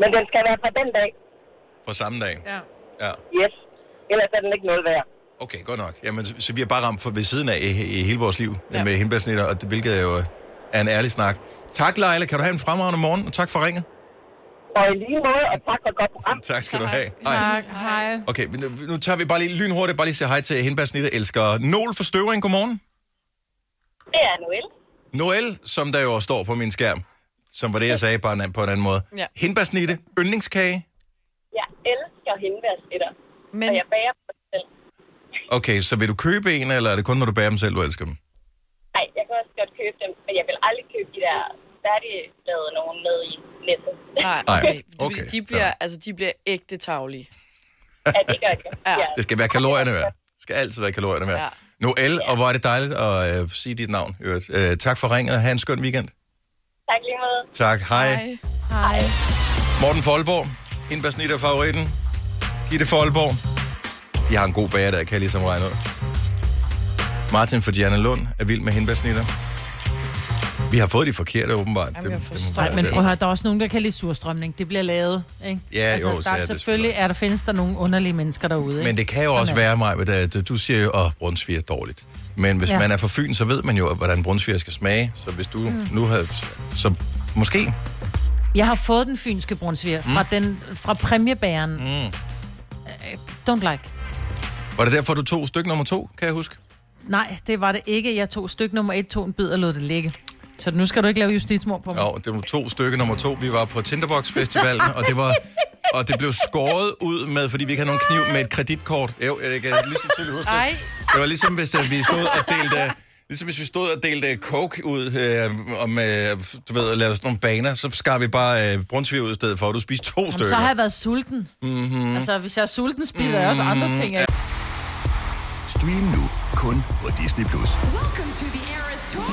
Speaker 6: Men den skal være fra den dag.
Speaker 1: Fra samme dag.
Speaker 2: Ja.
Speaker 1: Ja.
Speaker 6: Yes. Ellers er den ikke noget værd.
Speaker 1: Okay, godt nok. Jamen, så, så vi har bare ramt for ved siden af i, i hele vores liv ja.
Speaker 3: Ja.
Speaker 1: med hindbærsnitter, og det, hvilket jo øh, er en ærlig snak. Tak, Leila. Kan du have en fremragende morgen, og tak for ringet.
Speaker 6: Og i lige måde, og tak for et godt program.
Speaker 1: Tak skal du have. Hej.
Speaker 2: Tak, hej.
Speaker 1: Okay, men nu, nu tager vi bare lige lynhurtigt, bare lige sige hej til hindbærsnitter elsker Noel for Støvring. Godmorgen.
Speaker 6: Det er Noel.
Speaker 1: Noel, som der jo står på min skærm, som var det, jeg sagde bare en, anden- på en anden måde.
Speaker 3: Ja.
Speaker 1: Hindbærsnitte, yndlingskage.
Speaker 6: Jeg elsker hindbærsnitter,
Speaker 3: Men,
Speaker 6: bager på mig selv.
Speaker 1: Okay, så vil du købe en, eller er det kun, når du bærer dem selv, du elsker dem?
Speaker 6: Nej, jeg kan også godt købe dem, men jeg vil aldrig købe de der færdiglavede nogen med i nettet.
Speaker 3: nej,
Speaker 1: Nej,
Speaker 3: okay.
Speaker 1: okay,
Speaker 3: okay. De, bliver,
Speaker 1: fair.
Speaker 3: altså, de bliver ægte taglige.
Speaker 6: ja, det gør jeg.
Speaker 3: Ja.
Speaker 1: Det skal være kalorierne værd. Det skal altid være kalorierne værd. Ja.
Speaker 3: Ja.
Speaker 1: Noel, og hvor er det dejligt at øh, sige dit navn. i øvrigt. Øh, tak for ringet, og have en skøn weekend.
Speaker 6: Tak lige måde.
Speaker 1: Tak, hej. hej.
Speaker 3: Nej.
Speaker 2: Hej.
Speaker 1: Morten Folborg, hende var snit af favoritten. Gitte Folborg. Jeg har en god bager, der kan jeg ligesom regne ud. Martin fra Diana Lund er vild med hindbærsnitter. Vi har fået de forkerte, åbenbart.
Speaker 3: Jamen, jeg
Speaker 1: må
Speaker 3: forstår
Speaker 1: være
Speaker 2: Men
Speaker 1: det.
Speaker 2: prøv at høre, der er også nogen, der kan lide surstrømning. Det bliver lavet, ikke? Altså,
Speaker 1: Ja, jo, så
Speaker 2: der,
Speaker 1: er
Speaker 2: er
Speaker 1: det
Speaker 2: selvfølgelig
Speaker 1: selvfølgelig.
Speaker 2: er der findes der nogle underlige mennesker derude, ikke?
Speaker 1: Men det kan jo også
Speaker 2: Sådan
Speaker 1: være, mig, at øh, du siger jo, at brunsviger er dårligt. Men hvis ja.
Speaker 2: Ja.
Speaker 1: man er fra Fyn, så ved man jo, hvordan brunsviger skal smage. Så hvis du mm. nu havde... Så måske.
Speaker 2: Jeg har fået den fynske brunsviger
Speaker 1: Mm.
Speaker 2: fra, den, fra præmiebæren. Mm. Don't like.
Speaker 1: Var det derfor, du tog stykke nummer to, kan jeg huske?
Speaker 2: Nej, det var det ikke. Jeg tog stykke nummer et, tog en bid og lod det ligge. Så nu skal du ikke lave justitsmord på mig.
Speaker 1: Jo, det var to stykke nummer to. Vi var på Tinderbox Festivalen, og det var... Og det blev skåret ud med, fordi vi ikke havde nogen kniv med et kreditkort. Jo, jeg kan lige så tydeligt huske det.
Speaker 3: Ej.
Speaker 1: Det var ligesom, hvis øh, vi stod og delte... Ligesom hvis vi stod og delte coke ud, øh, om, øh, du ved, at lave sådan nogle baner, så skar vi bare øh, brunsvig ud i stedet for, og du spiste to
Speaker 2: Jamen,
Speaker 1: stykker. Mhm. Mm.
Speaker 2: så har jeg været sulten. Mm-hmm. Altså, hvis jeg er sulten, spiser mm-hmm. jeg også andre ting. Ja.
Speaker 7: Stream nu kun på Disney+. Plus.
Speaker 8: Welcome to the Eras Tour.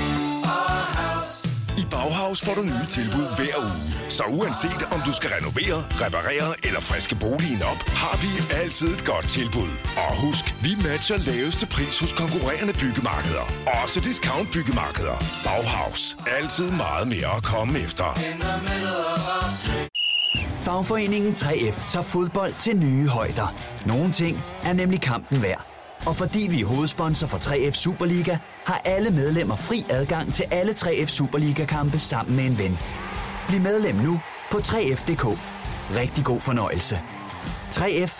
Speaker 9: I Bauhaus får du nye tilbud hver uge. Så uanset om du skal renovere, reparere eller friske boligen op, har vi altid et godt tilbud. Og husk, vi matcher laveste pris hos konkurrerende byggemarkeder. Også discount byggemarkeder. Bauhaus. Altid meget mere at komme efter.
Speaker 10: Fagforeningen 3F tager fodbold til nye højder. Nogle ting er nemlig kampen værd. Og fordi vi er hovedsponsor for 3F Superliga, har alle medlemmer fri adgang til alle 3F Superliga-kampe sammen med en ven. Bliv medlem nu på 3F.dk. Rigtig god fornøjelse. 3F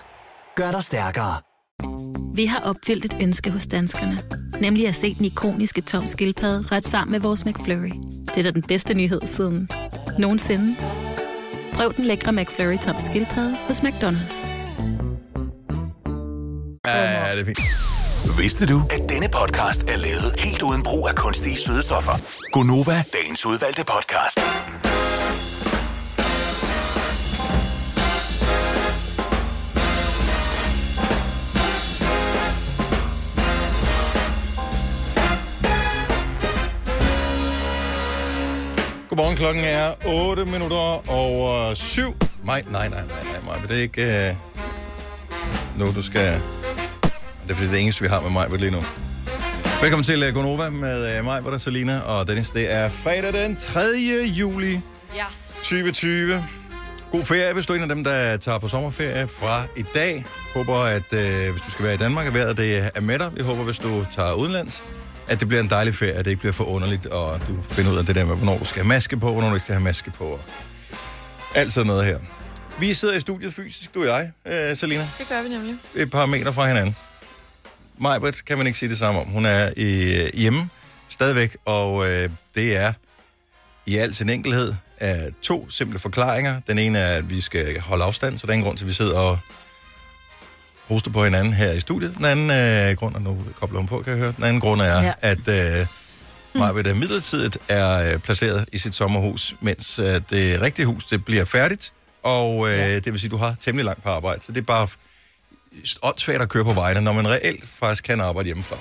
Speaker 10: gør dig stærkere.
Speaker 11: Vi har opfyldt et ønske hos danskerne. Nemlig at se den ikoniske tom skildpadde ret sammen med vores McFlurry. Det er da den bedste nyhed siden nogensinde. Prøv den lækre McFlurry tom skildpadde hos McDonald's.
Speaker 1: Ja, det er fint.
Speaker 7: Vidste du, at denne podcast er lavet helt uden brug af kunstige sødestoffer? Gonova, dagens udvalgte podcast.
Speaker 1: Godmorgen, klokken er 8 minutter over 7. Nej, nej, nej, nej, nej, Maja, det er ikke øh, nu, du skal... Det er fordi det er det eneste, vi har med mig lige nu. Velkommen til øh, Gonova med øh, mig, hvor der Selina og Dennis. Det er fredag den 3. juli
Speaker 3: Yes.
Speaker 1: 2020. God ferie, hvis du er en af dem, der tager på sommerferie fra i dag. Håber, at øh, hvis du skal være i Danmark, at vejret det er med dig. Vi håber, hvis du tager udenlands, at det bliver en dejlig ferie, at det ikke bliver for underligt, og du finder ud af det der med, hvornår du skal have maske på, hvornår du ikke skal have maske på, og alt sådan noget her. Vi sidder i studiet fysisk, du og jeg, øh, Selina,
Speaker 3: Det gør vi nemlig.
Speaker 1: et par meter fra hinanden. Majbert kan man ikke sige det samme om. Hun er i, øh, hjemme stadigvæk, og øh, det er i al sin enkelhed af to simple forklaringer. Den ene er, at vi skal holde afstand, så der er ingen grund til, at vi sidder og hoster på hinanden her i studiet. Den anden øh, grund, og nu kobler hun på, kan jeg høre, den anden grund er,
Speaker 2: Ja.
Speaker 1: ja. at øh, Majbert er midlertidigt er øh, placeret i sit sommerhus, mens øh, det rigtige hus det bliver færdigt, og øh, ja. det vil sige, at du har temmelig langt på arbejde, så det er bare f- åndssvagt at køre på vejene, når man reelt faktisk kan arbejde hjemmefra.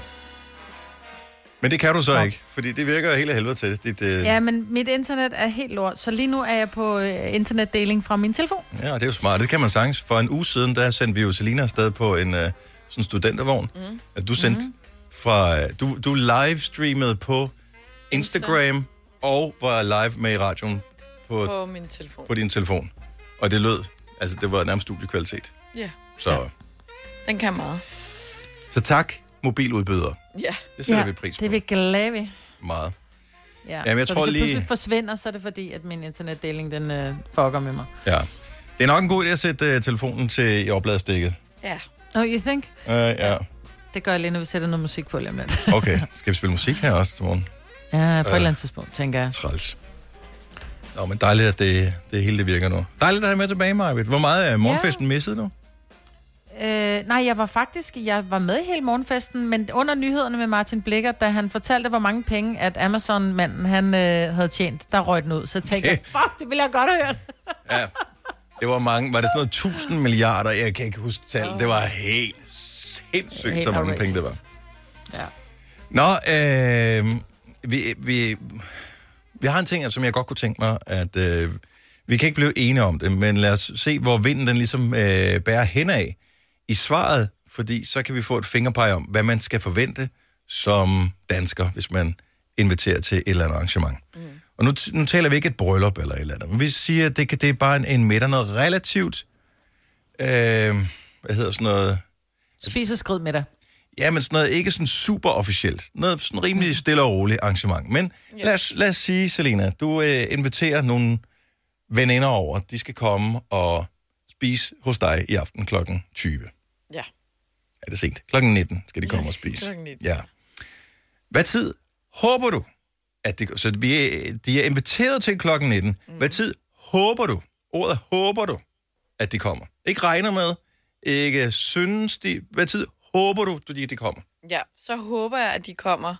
Speaker 1: Men det kan du så ja. ikke, fordi det virker af hele helvede til dit... Øh,
Speaker 2: Ja, men mit internet er helt lort, så lige nu er jeg på øh, internetdeling fra min telefon.
Speaker 1: Ja, det er jo smart. Det kan man sagtens. For en uge siden, der sendte vi jo Selina afsted på en øh, sådan studentervogn. Mm. At du sendte mm. fra... øh, Du, du livestreamede på Instagram Insta. og var live med i radioen på, på.
Speaker 3: På min telefon.
Speaker 1: på din telefon. Og det lød... Altså, det var nærmest studiekvalitet.
Speaker 3: Ja,
Speaker 1: Så, ja.
Speaker 3: den kan meget.
Speaker 1: så tak, mobiludbyder.
Speaker 3: Ja.
Speaker 1: Det sætter ja, vi pris på
Speaker 2: Det er vi glade ved.
Speaker 1: meget.
Speaker 2: Ja.
Speaker 1: Jamen, jeg
Speaker 2: så
Speaker 1: tror
Speaker 2: hvis
Speaker 1: lige-
Speaker 2: pludselig forsvinder, så er det fordi, at min internetdeling, den øh, fucker med mig.
Speaker 1: Ja. Det er nok en god idé at sætte øh, telefonen til i opladstikket.
Speaker 3: Ja.
Speaker 2: Oh, you think?
Speaker 1: Uh, ja,
Speaker 2: Det gør jeg lige, når vi sætter noget musik på lige om lidt.
Speaker 1: okay. Skal vi spille musik her også til morgen?
Speaker 2: Ja, på et eller andet tidspunkt, tænker jeg.
Speaker 1: Øh, Træls. Nå, men dejligt, at det, det hele det virker nu. Dejligt at have med tilbage, Marvitt. Hvor meget er morgenfesten ja. misset nu?
Speaker 2: Øh, nej, jeg var faktisk jeg var med i hele morgenfesten, men under nyhederne med Martin Blikker, da han fortalte, hvor mange penge, at Amazon-manden han, øh, havde tjent, der røg den ud. Så tænkte jeg, fuck, det ville jeg godt have hørt.
Speaker 1: Det var mange. Var det sådan noget 1000 milliarder? Jeg kan ikke huske tallet. Det var helt sindssygt,
Speaker 2: Helt
Speaker 1: så mange
Speaker 2: outrageous.
Speaker 1: penge det var.
Speaker 2: Ja.
Speaker 1: Nå, øh, vi, vi, vi har en ting, som jeg godt kunne tænke mig, at øh, vi kan ikke blive enige om det, men lad os se, hvor vinden den ligesom øh, bærer henad i svaret, fordi så kan vi få et fingerpege om, hvad man skal forvente som dansker, hvis man inviterer til et eller andet arrangement. Mm. Og nu, t- nu taler vi ikke et bryllup eller et eller andet, men vi siger, at det, kan, det er bare en, en middag, noget relativt, øh, hvad hedder sådan noget,
Speaker 2: Spis og skrid med dig.
Speaker 1: Ja, men sådan noget ikke sådan super officielt. Noget sådan rimelig stille og roligt arrangement. Men ja. lad, os, lad os sige, Selena, du øh, inviterer nogle veninder over. De skal komme og spise hos dig i aften klokken 20.
Speaker 3: Ja.
Speaker 1: Er det sent? Klokken 19 skal de komme og spise.
Speaker 3: klokken 19.
Speaker 1: Ja. Hvad tid håber du, at det, så vi er, de er inviteret til klokken 19. Mm. Hvad tid håber du, ordet håber du, at de kommer? Ikke regner med, ikke synes de, hvad tid håber du, at de- de kommer?
Speaker 3: Ja, så håber jeg, at de kommer.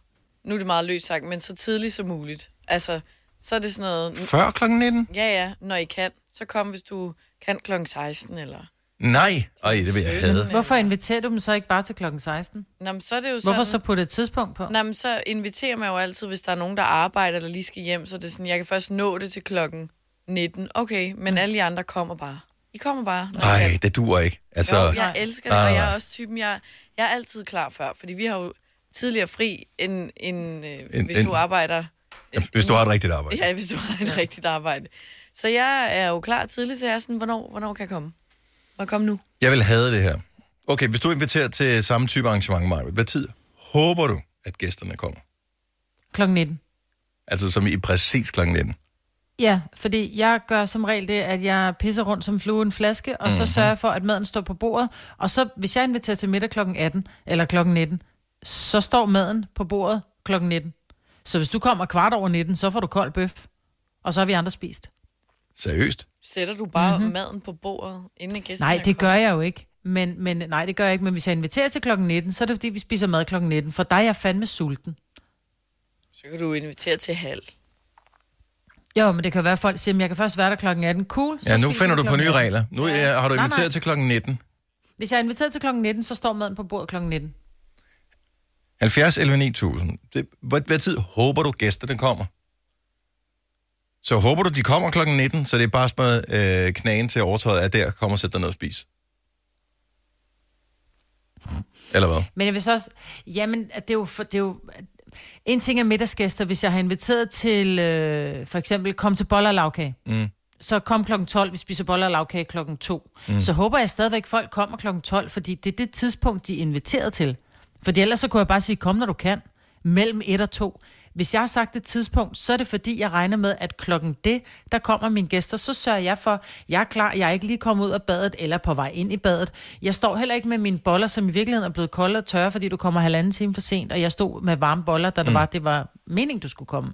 Speaker 3: Nu er det meget løst sagt, men så tidligt som muligt. Altså, så er det sådan noget...
Speaker 1: Før klokken 19?
Speaker 3: Ja, ja, når I kan. Så kom, hvis du kan kl. 16, eller...
Speaker 1: Nej. Ej, det vil jeg have.
Speaker 2: Hvorfor inviterer du dem så ikke bare til klokken 16?
Speaker 3: Nå, men så er det jo sådan...
Speaker 2: Hvorfor så putte et tidspunkt på?
Speaker 3: Nå, men så inviterer man jo altid, hvis der er nogen, der arbejder eller lige skal hjem, så er det sådan, jeg kan først nå det til klokken 19. Okay,
Speaker 2: Mm.
Speaker 3: men alle de andre kommer bare. I kommer bare. når I kan.
Speaker 1: Nej, det duer ikke. Altså, ah.
Speaker 3: Jo, jeg elsker det,
Speaker 1: Nej,
Speaker 3: og
Speaker 1: nej,
Speaker 3: jeg er
Speaker 1: nej.
Speaker 3: også typen, jeg, jeg er altid klar før, fordi vi har jo tidligere fri, end, end, øh,
Speaker 1: End-
Speaker 3: hvis
Speaker 1: end-
Speaker 3: du arbejder.
Speaker 1: hvis du har et rigtigt arbejde.
Speaker 3: Ja, hvis du har et rigtigt arbejde. Så jeg er jo klar tidligt, så jeg er sådan, hvornår, hvornår kan jeg komme? Må jeg komme nu?
Speaker 1: Jeg vil have det her. Okay, hvis du inviterer til samme type arrangement, Maja, hvad tid håber du, at gæsterne kommer?
Speaker 2: Klokken 19.
Speaker 1: Altså som i præcis klokken 19.
Speaker 2: Ja, fordi jeg gør som regel det, at jeg pisser rundt som flue i en flaske, og
Speaker 1: Mhm.
Speaker 2: mm-hmm. så sørger jeg for, at maden står på bordet. Og så, hvis jeg inviterer til middag klokken 18 eller klokken 19, så står maden på bordet klokken 19. Så hvis du kommer kvart over 19, så får du kold bøf. Og så har vi andre spist. Mhm.
Speaker 1: Seriøst?
Speaker 3: Sætter du bare mm-hmm. maden på bordet, inden gæsten
Speaker 2: Nej, det gør jeg jo ikke. Men, men, nej, det gør jeg ikke. Men hvis jeg inviterer til klokken 19, så er det fordi, vi spiser mad klokken 19. For der er jeg fandme sulten.
Speaker 3: Så kan du invitere til halv.
Speaker 2: Jo, men det kan være, at folk siger, at jeg kan først være der klokken 18. Cool. så
Speaker 1: Ja, nu
Speaker 2: spiser
Speaker 1: finder
Speaker 2: vi
Speaker 1: du på
Speaker 2: klokken
Speaker 1: nye
Speaker 2: 18.
Speaker 1: regler. Nu ja. har du
Speaker 2: Nej,
Speaker 1: inviteret
Speaker 2: nej.
Speaker 1: til klokken 19.
Speaker 2: Hvis jeg er inviteret til klokken 19, så står maden på bordet klokken 19.
Speaker 1: 70 11 9000. Det, hvad, hvad tid håber du, gæsterne kommer? Så håber du, de kommer klokken 19, så det er bare sådan noget øh, knagen til overtøjet er der, kom og sæt dig ned og spis. Eller hvad?
Speaker 2: Men jeg vil så også... Jamen, at det er jo... For, det er jo en ting er middagsgæster, hvis jeg har inviteret til, øh, for eksempel, kom til boller og lavkage.
Speaker 1: Mm.
Speaker 2: Så kom klokken 12, vi spiser boller og lavkage klokken 2.
Speaker 1: Mm.
Speaker 2: Mm. Så håber jeg stadigvæk, folk kommer klokken 12, fordi det er det tidspunkt, de er inviteret til. Fordi ellers så kunne jeg bare sige, kom når du kan, mellem 1 og 2. Hvis jeg har sagt et tidspunkt, så er det fordi, jeg regner med, at klokken det, der kommer mine gæster, så sørger jeg for, jeg er klar, jeg er ikke lige kommet ud af badet eller på vej ind i badet. Jeg står heller ikke med mine boller, som i virkeligheden er blevet kolde og tørre, fordi du kommer halvanden time for sent, og jeg stod med varme boller, da det,
Speaker 1: Mm.
Speaker 2: var, det var meningen, du skulle komme.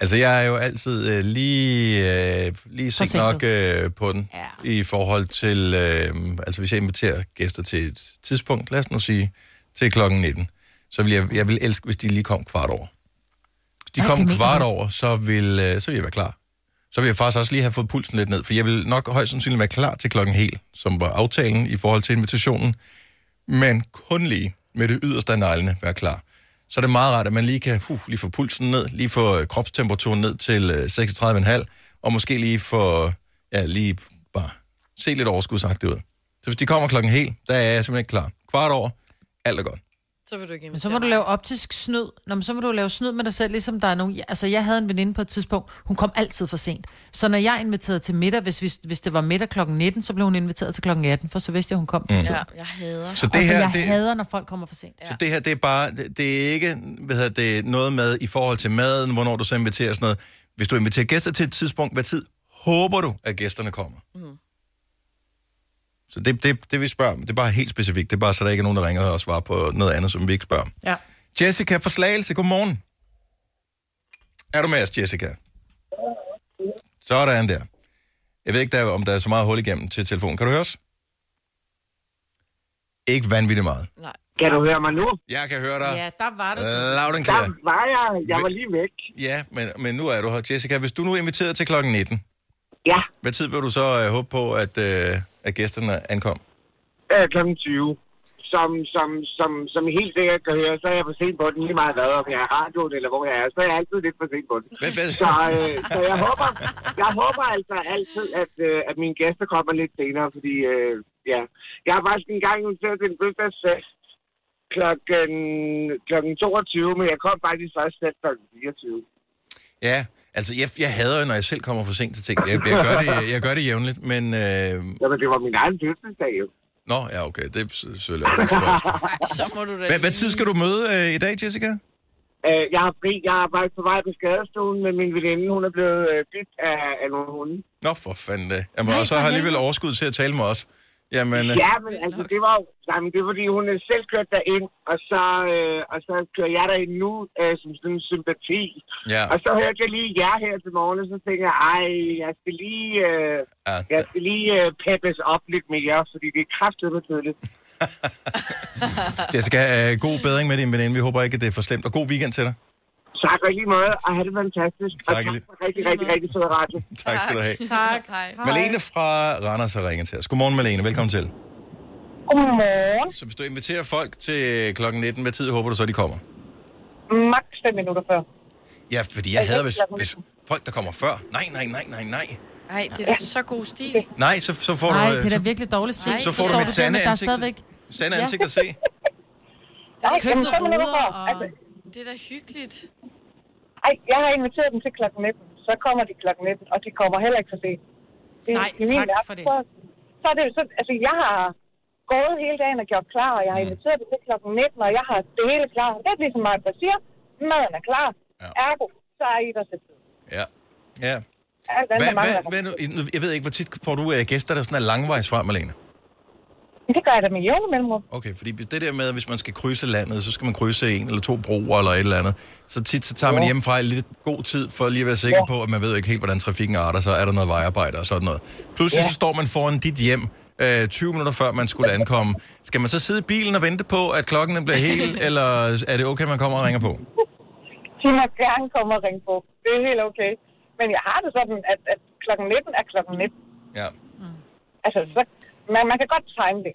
Speaker 1: Altså, jeg er jo altid øh, lige, øh, lige sent
Speaker 2: Forsinket.
Speaker 1: nok øh, på den, ja. i forhold til, øh, altså hvis jeg inviterer gæster til et tidspunkt, lad os nu sige, til klokken 19, så vil jeg, jeg vil elske, hvis de lige kom kvart over. Hvis de
Speaker 12: Ej,
Speaker 1: kom
Speaker 12: det mener
Speaker 1: kvart
Speaker 12: du?
Speaker 1: over, så vil, øh, så vil jeg være klar. Så vil jeg faktisk også lige have fået pulsen lidt ned, for jeg vil nok højst sandsynligt være klar til klokken hel, som var aftalen i forhold til invitationen, men kun lige med det yderste af neglene være klar så er det meget rart, at man lige kan huh, lige få pulsen ned, lige få øh, kropstemperaturen ned til øh, 36,5, og måske lige få, ja, lige bare se lidt overskudsagtigt ud. Så hvis de kommer klokken helt, der er jeg simpelthen ikke klar. Kvart over, alt er godt.
Speaker 3: Så vil du ikke
Speaker 2: Men så må du lave optisk snyd. Nå, men så må du lave snyd med dig selv, ligesom der er nogen... Altså, jeg havde en veninde på et tidspunkt, hun kom altid for sent. Så når jeg inviterede til middag, hvis, hvis, hvis det var middag kl. 19, så blev hun inviteret til kl. 18, for så vidste jeg, hun kom til
Speaker 1: Mm.
Speaker 2: mm. tid.
Speaker 1: Ja,
Speaker 3: jeg hader.
Speaker 1: Så det her,
Speaker 2: jeg
Speaker 1: det-
Speaker 2: hader, når folk kommer for sent.
Speaker 1: Så det her, det er bare, det, det er ikke hvad hedder det, noget med i forhold til maden, hvornår du så inviterer og sådan noget. Hvis du inviterer gæster til et tidspunkt, hvad tid håber du, at gæsterne kommer? Mm.
Speaker 2: Mhm.
Speaker 1: Så det, det, det vi spørger om, det er bare helt specifikt. Det er bare, så der ikke er nogen, der ringer og svarer på noget andet, som vi ikke spørger om.
Speaker 2: Ja.
Speaker 1: Jessica fra Slagelse, godmorgen. Er du med os, Jessica? Sådan der. Jeg ved ikke, der, er- om der er så meget hul igennem til telefonen. Kan du høre os? Ikke vanvittigt meget.
Speaker 13: Kan du høre mig nu?
Speaker 1: Jeg kan høre dig.
Speaker 2: Ja, der var det.
Speaker 1: Loud and
Speaker 13: Der
Speaker 1: clear.
Speaker 13: var jeg. Jeg var lige væk.
Speaker 1: Ja, men, men nu er du her. Jessica, hvis du nu er inviteret til klokken 19,
Speaker 13: Ja.
Speaker 1: hvad tid vil du så øh, håbe på, at, øh, at gæsterne ankom?
Speaker 13: Øh, klokken 20. Som, som, som, som I helt sikkert kan høre, så er jeg for sent på den lige meget hvad, om jeg er i radioen eller hvor jeg er, så er jeg altid lidt for sent på den. Så, øh, så jeg, håber, jeg håber altså altid, at, øh, at mine gæster kommer lidt senere, fordi øh, ja. jeg har faktisk en gang inviteret til en fødselsdagsfest klokken, klokken 22, men jeg kom faktisk først selv klokken 24.
Speaker 1: Ja, altså jeg, jeg hader jo, når jeg selv kommer for sent til ting. Jeg, jeg, gør, det, jeg gør det jævnligt, men... Øh... Jamen,
Speaker 13: det var min egen fødselsdag jo.
Speaker 1: Nå, ja, okay. Det er s- selvfølgelig også
Speaker 3: Så må du da...
Speaker 1: Hvad, hvad tid skal du møde øh, i dag, Jessica?
Speaker 13: Øh, jeg har fri. Jeg er faktisk på vej på skadestuen, men min veninde, hun er blevet øh, bidt af, af nogle hunde.
Speaker 1: Nå, for fanden da. Jamen, og så har jeg alligevel overskud til at tale med os. Jamen, øh,
Speaker 13: Ja, men altså, det var, jamen, det var fordi, hun er selv kørt derind, og så, øh, og så kører jeg derind nu øh, som sådan en sympati.
Speaker 1: Ja.
Speaker 13: Og så hørte jeg lige jer her til morgen, og så tænkte jeg, ej, jeg skal lige, øh, jeg skal lige øh, peppes op lidt mere, fordi det er kraftedeme tydeligt.
Speaker 1: Jessica, øh, god bedring med din veninde. Vi håber ikke, at det er for slemt. Og god weekend til dig.
Speaker 13: Tak og i lige måde, og have det fantastisk. Og
Speaker 1: Tak i
Speaker 13: tak
Speaker 1: lige-
Speaker 13: for rigtig, rigtig, rigtig sød radio.
Speaker 1: Tak skal du have.
Speaker 2: Tak.
Speaker 3: Hej.
Speaker 1: Malene fra Randers har ringet til os. Godmorgen, Malene. Velkommen til.
Speaker 14: Godmorgen.
Speaker 1: Så hvis du inviterer folk til klokken 19, hvad tid håber du så, de kommer?
Speaker 14: Max 5 minutter før.
Speaker 1: Ja, fordi jeg
Speaker 14: Ja,
Speaker 1: hader,
Speaker 14: ja,
Speaker 1: hvis,
Speaker 14: klokken
Speaker 1: hvis folk, der kommer før. Nej, nej, nej, nej, nej.
Speaker 3: Nej, det er da så god stil.
Speaker 1: Nej, så, så får
Speaker 2: Nej,
Speaker 1: du... øh,
Speaker 2: det er da
Speaker 1: så-
Speaker 2: virkelig dårligt stil.
Speaker 1: Så får
Speaker 2: Forstår
Speaker 1: du
Speaker 2: det
Speaker 1: mit
Speaker 2: der
Speaker 1: sande
Speaker 2: med, der er
Speaker 1: ansigt,
Speaker 2: stadigvæk-
Speaker 1: sande
Speaker 2: Ja.
Speaker 1: ansigt at se.
Speaker 3: Der er
Speaker 14: Ej,
Speaker 3: kysset
Speaker 14: fem minutter
Speaker 3: ruder,
Speaker 14: før.
Speaker 3: og...
Speaker 14: Altså-
Speaker 3: Det er da hyggeligt.
Speaker 14: Ej, jeg har inviteret dem til klokken 19. Så kommer de klokken 19, og de kommer heller ikke for sent. Det,
Speaker 2: Nej,
Speaker 14: i min
Speaker 2: tak
Speaker 14: verden,
Speaker 2: for det.
Speaker 14: Så, så er det jo så, altså, jeg har gået hele dagen og gjort klar, og jeg har
Speaker 1: Mm.
Speaker 14: inviteret dem til klokken 19, og jeg har det hele klar. Det er ligesom mig, der siger, maden er klar. Ja. Ergo, så er I der til tid.
Speaker 1: Ja. Ja.
Speaker 14: Alt andet
Speaker 1: Hvad,
Speaker 14: mangler
Speaker 1: hvad, hvad, nu- jeg ved ikke, hvor tit får du øh, gæster, der sådan er langvejs fra, Malene?
Speaker 14: Men det gør jeg da med jævne mellemrum.
Speaker 1: Okay, fordi det der med, at hvis man skal krydse landet, så skal man krydse en eller to broer eller et eller andet. Så tit så tager man
Speaker 14: Ja.
Speaker 1: hjemmefra i lidt god tid for lige at være sikker på, at man ved jo ikke helt, hvordan trafikken arter sig. Er der noget vejarbejde og sådan noget. Pludselig
Speaker 14: Ja.
Speaker 1: så står man foran dit hjem øh, 20 minutter før man skulle ankomme. Skal man så sidde i bilen og vente på, at klokken den bliver hel, eller er det okay, at man kommer og ringer på?
Speaker 14: De må gerne komme og ringe på. Det er helt okay. Men jeg har det sådan, at, at klokken Mm. 19 er klokken 19.
Speaker 1: Ja.
Speaker 14: Altså, så, man, man kan godt time det.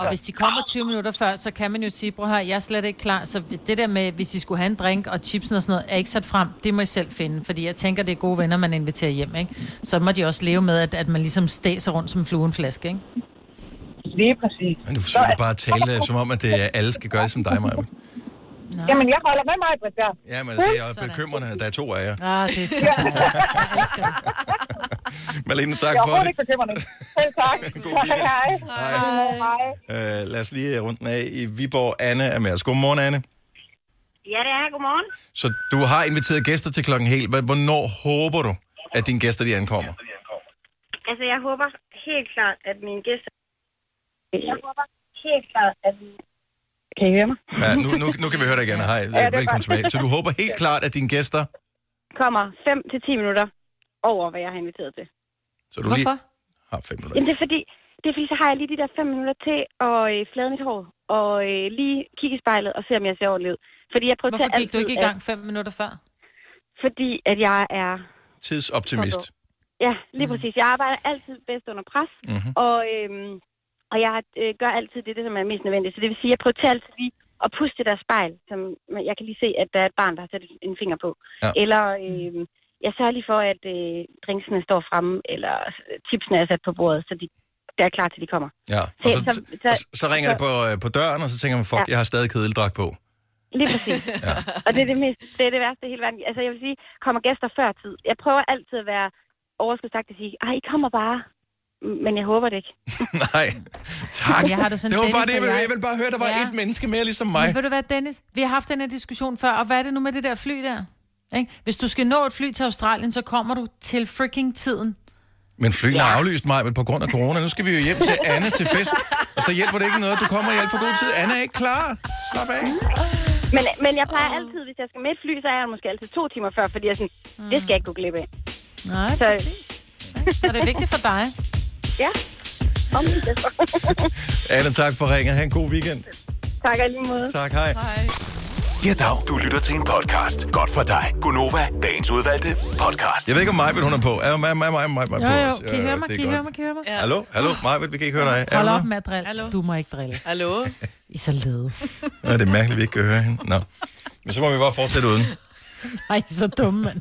Speaker 2: Og hvis de kommer 20 minutter før, så kan man jo sige, prøv her, jeg er slet ikke klar. Så det der med, hvis I skulle have en drink og chipsen og sådan noget, er ikke sat frem. Det må I selv finde, fordi jeg tænker, det er gode venner, man inviterer hjem, ikke? Så må de også leve med, at, at man ligesom stæser rundt som en flue i en flaske, ikke?
Speaker 14: Lige præcis.
Speaker 1: Men du forsøger bare at tale, øh, som om, at det er, alle skal gøre det som dig, Maja.
Speaker 14: Jamen, jeg holder med mig, Britt, der.
Speaker 1: Ja, men det er jo bekymrende, at der er to af jer.
Speaker 2: Ah, det er så
Speaker 1: Malene,
Speaker 14: Jeg
Speaker 1: tak
Speaker 14: er
Speaker 1: for
Speaker 14: overhovedet
Speaker 1: det.
Speaker 14: ikke bekymrende. Selv tak.
Speaker 1: God weekend.
Speaker 14: Hej.
Speaker 1: Hej.
Speaker 14: Hej.
Speaker 1: Øh, lad os lige runde den af i Viborg. Anne er med os. Godmorgen, Anne.
Speaker 15: Ja, det er. Godmorgen.
Speaker 1: Så du har inviteret gæster til klokken helt. Hva- Hvornår håber du, at dine gæster de ankommer?
Speaker 15: Altså, jeg håber helt klart, at mine gæster... Jeg håber helt klart, at mine... Kan I høre mig?
Speaker 1: Ja, nu, nu, nu kan vi høre dig igen. Hej,
Speaker 15: det er
Speaker 1: velkommen
Speaker 15: godt.
Speaker 1: tilbage. Så du håber helt klart, at dine gæster...
Speaker 15: Kommer 5 til 10 minutter over, hvad jeg har inviteret til.
Speaker 1: Så du Hvorfor? Lige har fem minutter.
Speaker 15: Jamen, det er fordi, det er fordi, så har jeg lige de der 5 minutter til at øh, flade mit hår og øh, lige kigge i spejlet og se, om jeg ser ordentligt ud. Fordi jeg prøver
Speaker 2: Hvorfor gik du ikke i gang fem minutter før?
Speaker 15: Fordi at jeg er...
Speaker 1: Tidsoptimist.
Speaker 15: Ja, lige
Speaker 1: Mm.
Speaker 15: præcis. Jeg arbejder altid bedst under pres,
Speaker 1: Mhm.
Speaker 15: og, øhm, og jeg øh, gør altid det, det, som er mest nødvendigt. Så det vil sige, at jeg prioriterer altid lige at puste det der spejl, som man- jeg kan lige se, at der er et barn, der har sat en finger på.
Speaker 1: Ja. Mhm.
Speaker 15: Eller øhm, jeg sørger lige for, at øh, drinksene står fremme, eller øh, chipsene er sat på bordet, så de der er klar til, de kommer.
Speaker 1: Ja, og så, så, så ringer det på, øh, på døren, og så tænker man, fuck,
Speaker 15: Ja.
Speaker 1: jeg har stadig kedeldragt på.
Speaker 15: Lige præcis. ja. Og det er det, mest, det er det værste i hele verden. Altså, jeg vil sige, kommer gæster før tid. Jeg prøver altid at være overskudsagt og sige, ej, I kommer bare. Men jeg håber det ikke.
Speaker 1: Nej, tak.
Speaker 2: Jeg har det sådan,
Speaker 1: det
Speaker 2: Dennis
Speaker 1: var bare det, jeg
Speaker 2: og
Speaker 1: ville,
Speaker 2: jeg-
Speaker 1: jeg ville bare høre, der var
Speaker 2: Ja.
Speaker 1: ja. et menneske mere ligesom
Speaker 2: Men
Speaker 1: mig.
Speaker 2: ved du hvad, Dennis? Vi har haft den her diskussion før, og hvad er det nu med det der fly der? Ikke? Hvis du skal nå et fly til Australien, så kommer du til freaking tiden.
Speaker 1: Men flyene er aflyst mig, men på grund af corona. Nu skal vi jo hjem til Anne til fest, og så hjælper det ikke noget. Du kommer i alt for god tid. Anne er ikke klar. Slap af.
Speaker 15: Men, men jeg plejer
Speaker 2: Ah.
Speaker 15: altid, hvis jeg skal med et fly, så er jeg måske altid to timer før, fordi jeg er sådan, det skal jeg ikke gå glip af.
Speaker 2: Mm. Nej,
Speaker 15: så,
Speaker 2: præcis. Så det er vigtigt for dig.
Speaker 15: Ja. Om det.
Speaker 1: Anne, tak for ringen. Ha' en god weekend.
Speaker 15: tak og i lige måde.
Speaker 1: Tak, hej.
Speaker 4: Ja, dag. Du lytter til en podcast. Godt for dig. Gunova, dagens udvalgte podcast.
Speaker 1: Jeg ved ikke, om Majbet, hun er på. Er mig, mig, mig, mig, mig
Speaker 2: Jo,
Speaker 1: på?
Speaker 2: jo,
Speaker 1: os?
Speaker 2: kan I høre mig,
Speaker 1: det er
Speaker 2: kan I
Speaker 1: godt.
Speaker 2: høre mig, kan I høre mig?
Speaker 1: Hallo, hallo, Majbet, vi kan ikke høre dig. Er
Speaker 2: Hold
Speaker 1: du
Speaker 2: op
Speaker 1: der?
Speaker 2: med at drille. Hallo. Du må ikke drille.
Speaker 3: Hallo?
Speaker 2: I er så lede.
Speaker 1: Nå, det er mærkeligt, vi ikke kan høre hende. Nå. Men så må vi bare fortsætte uden.
Speaker 2: Nej, I er så dumme, mand.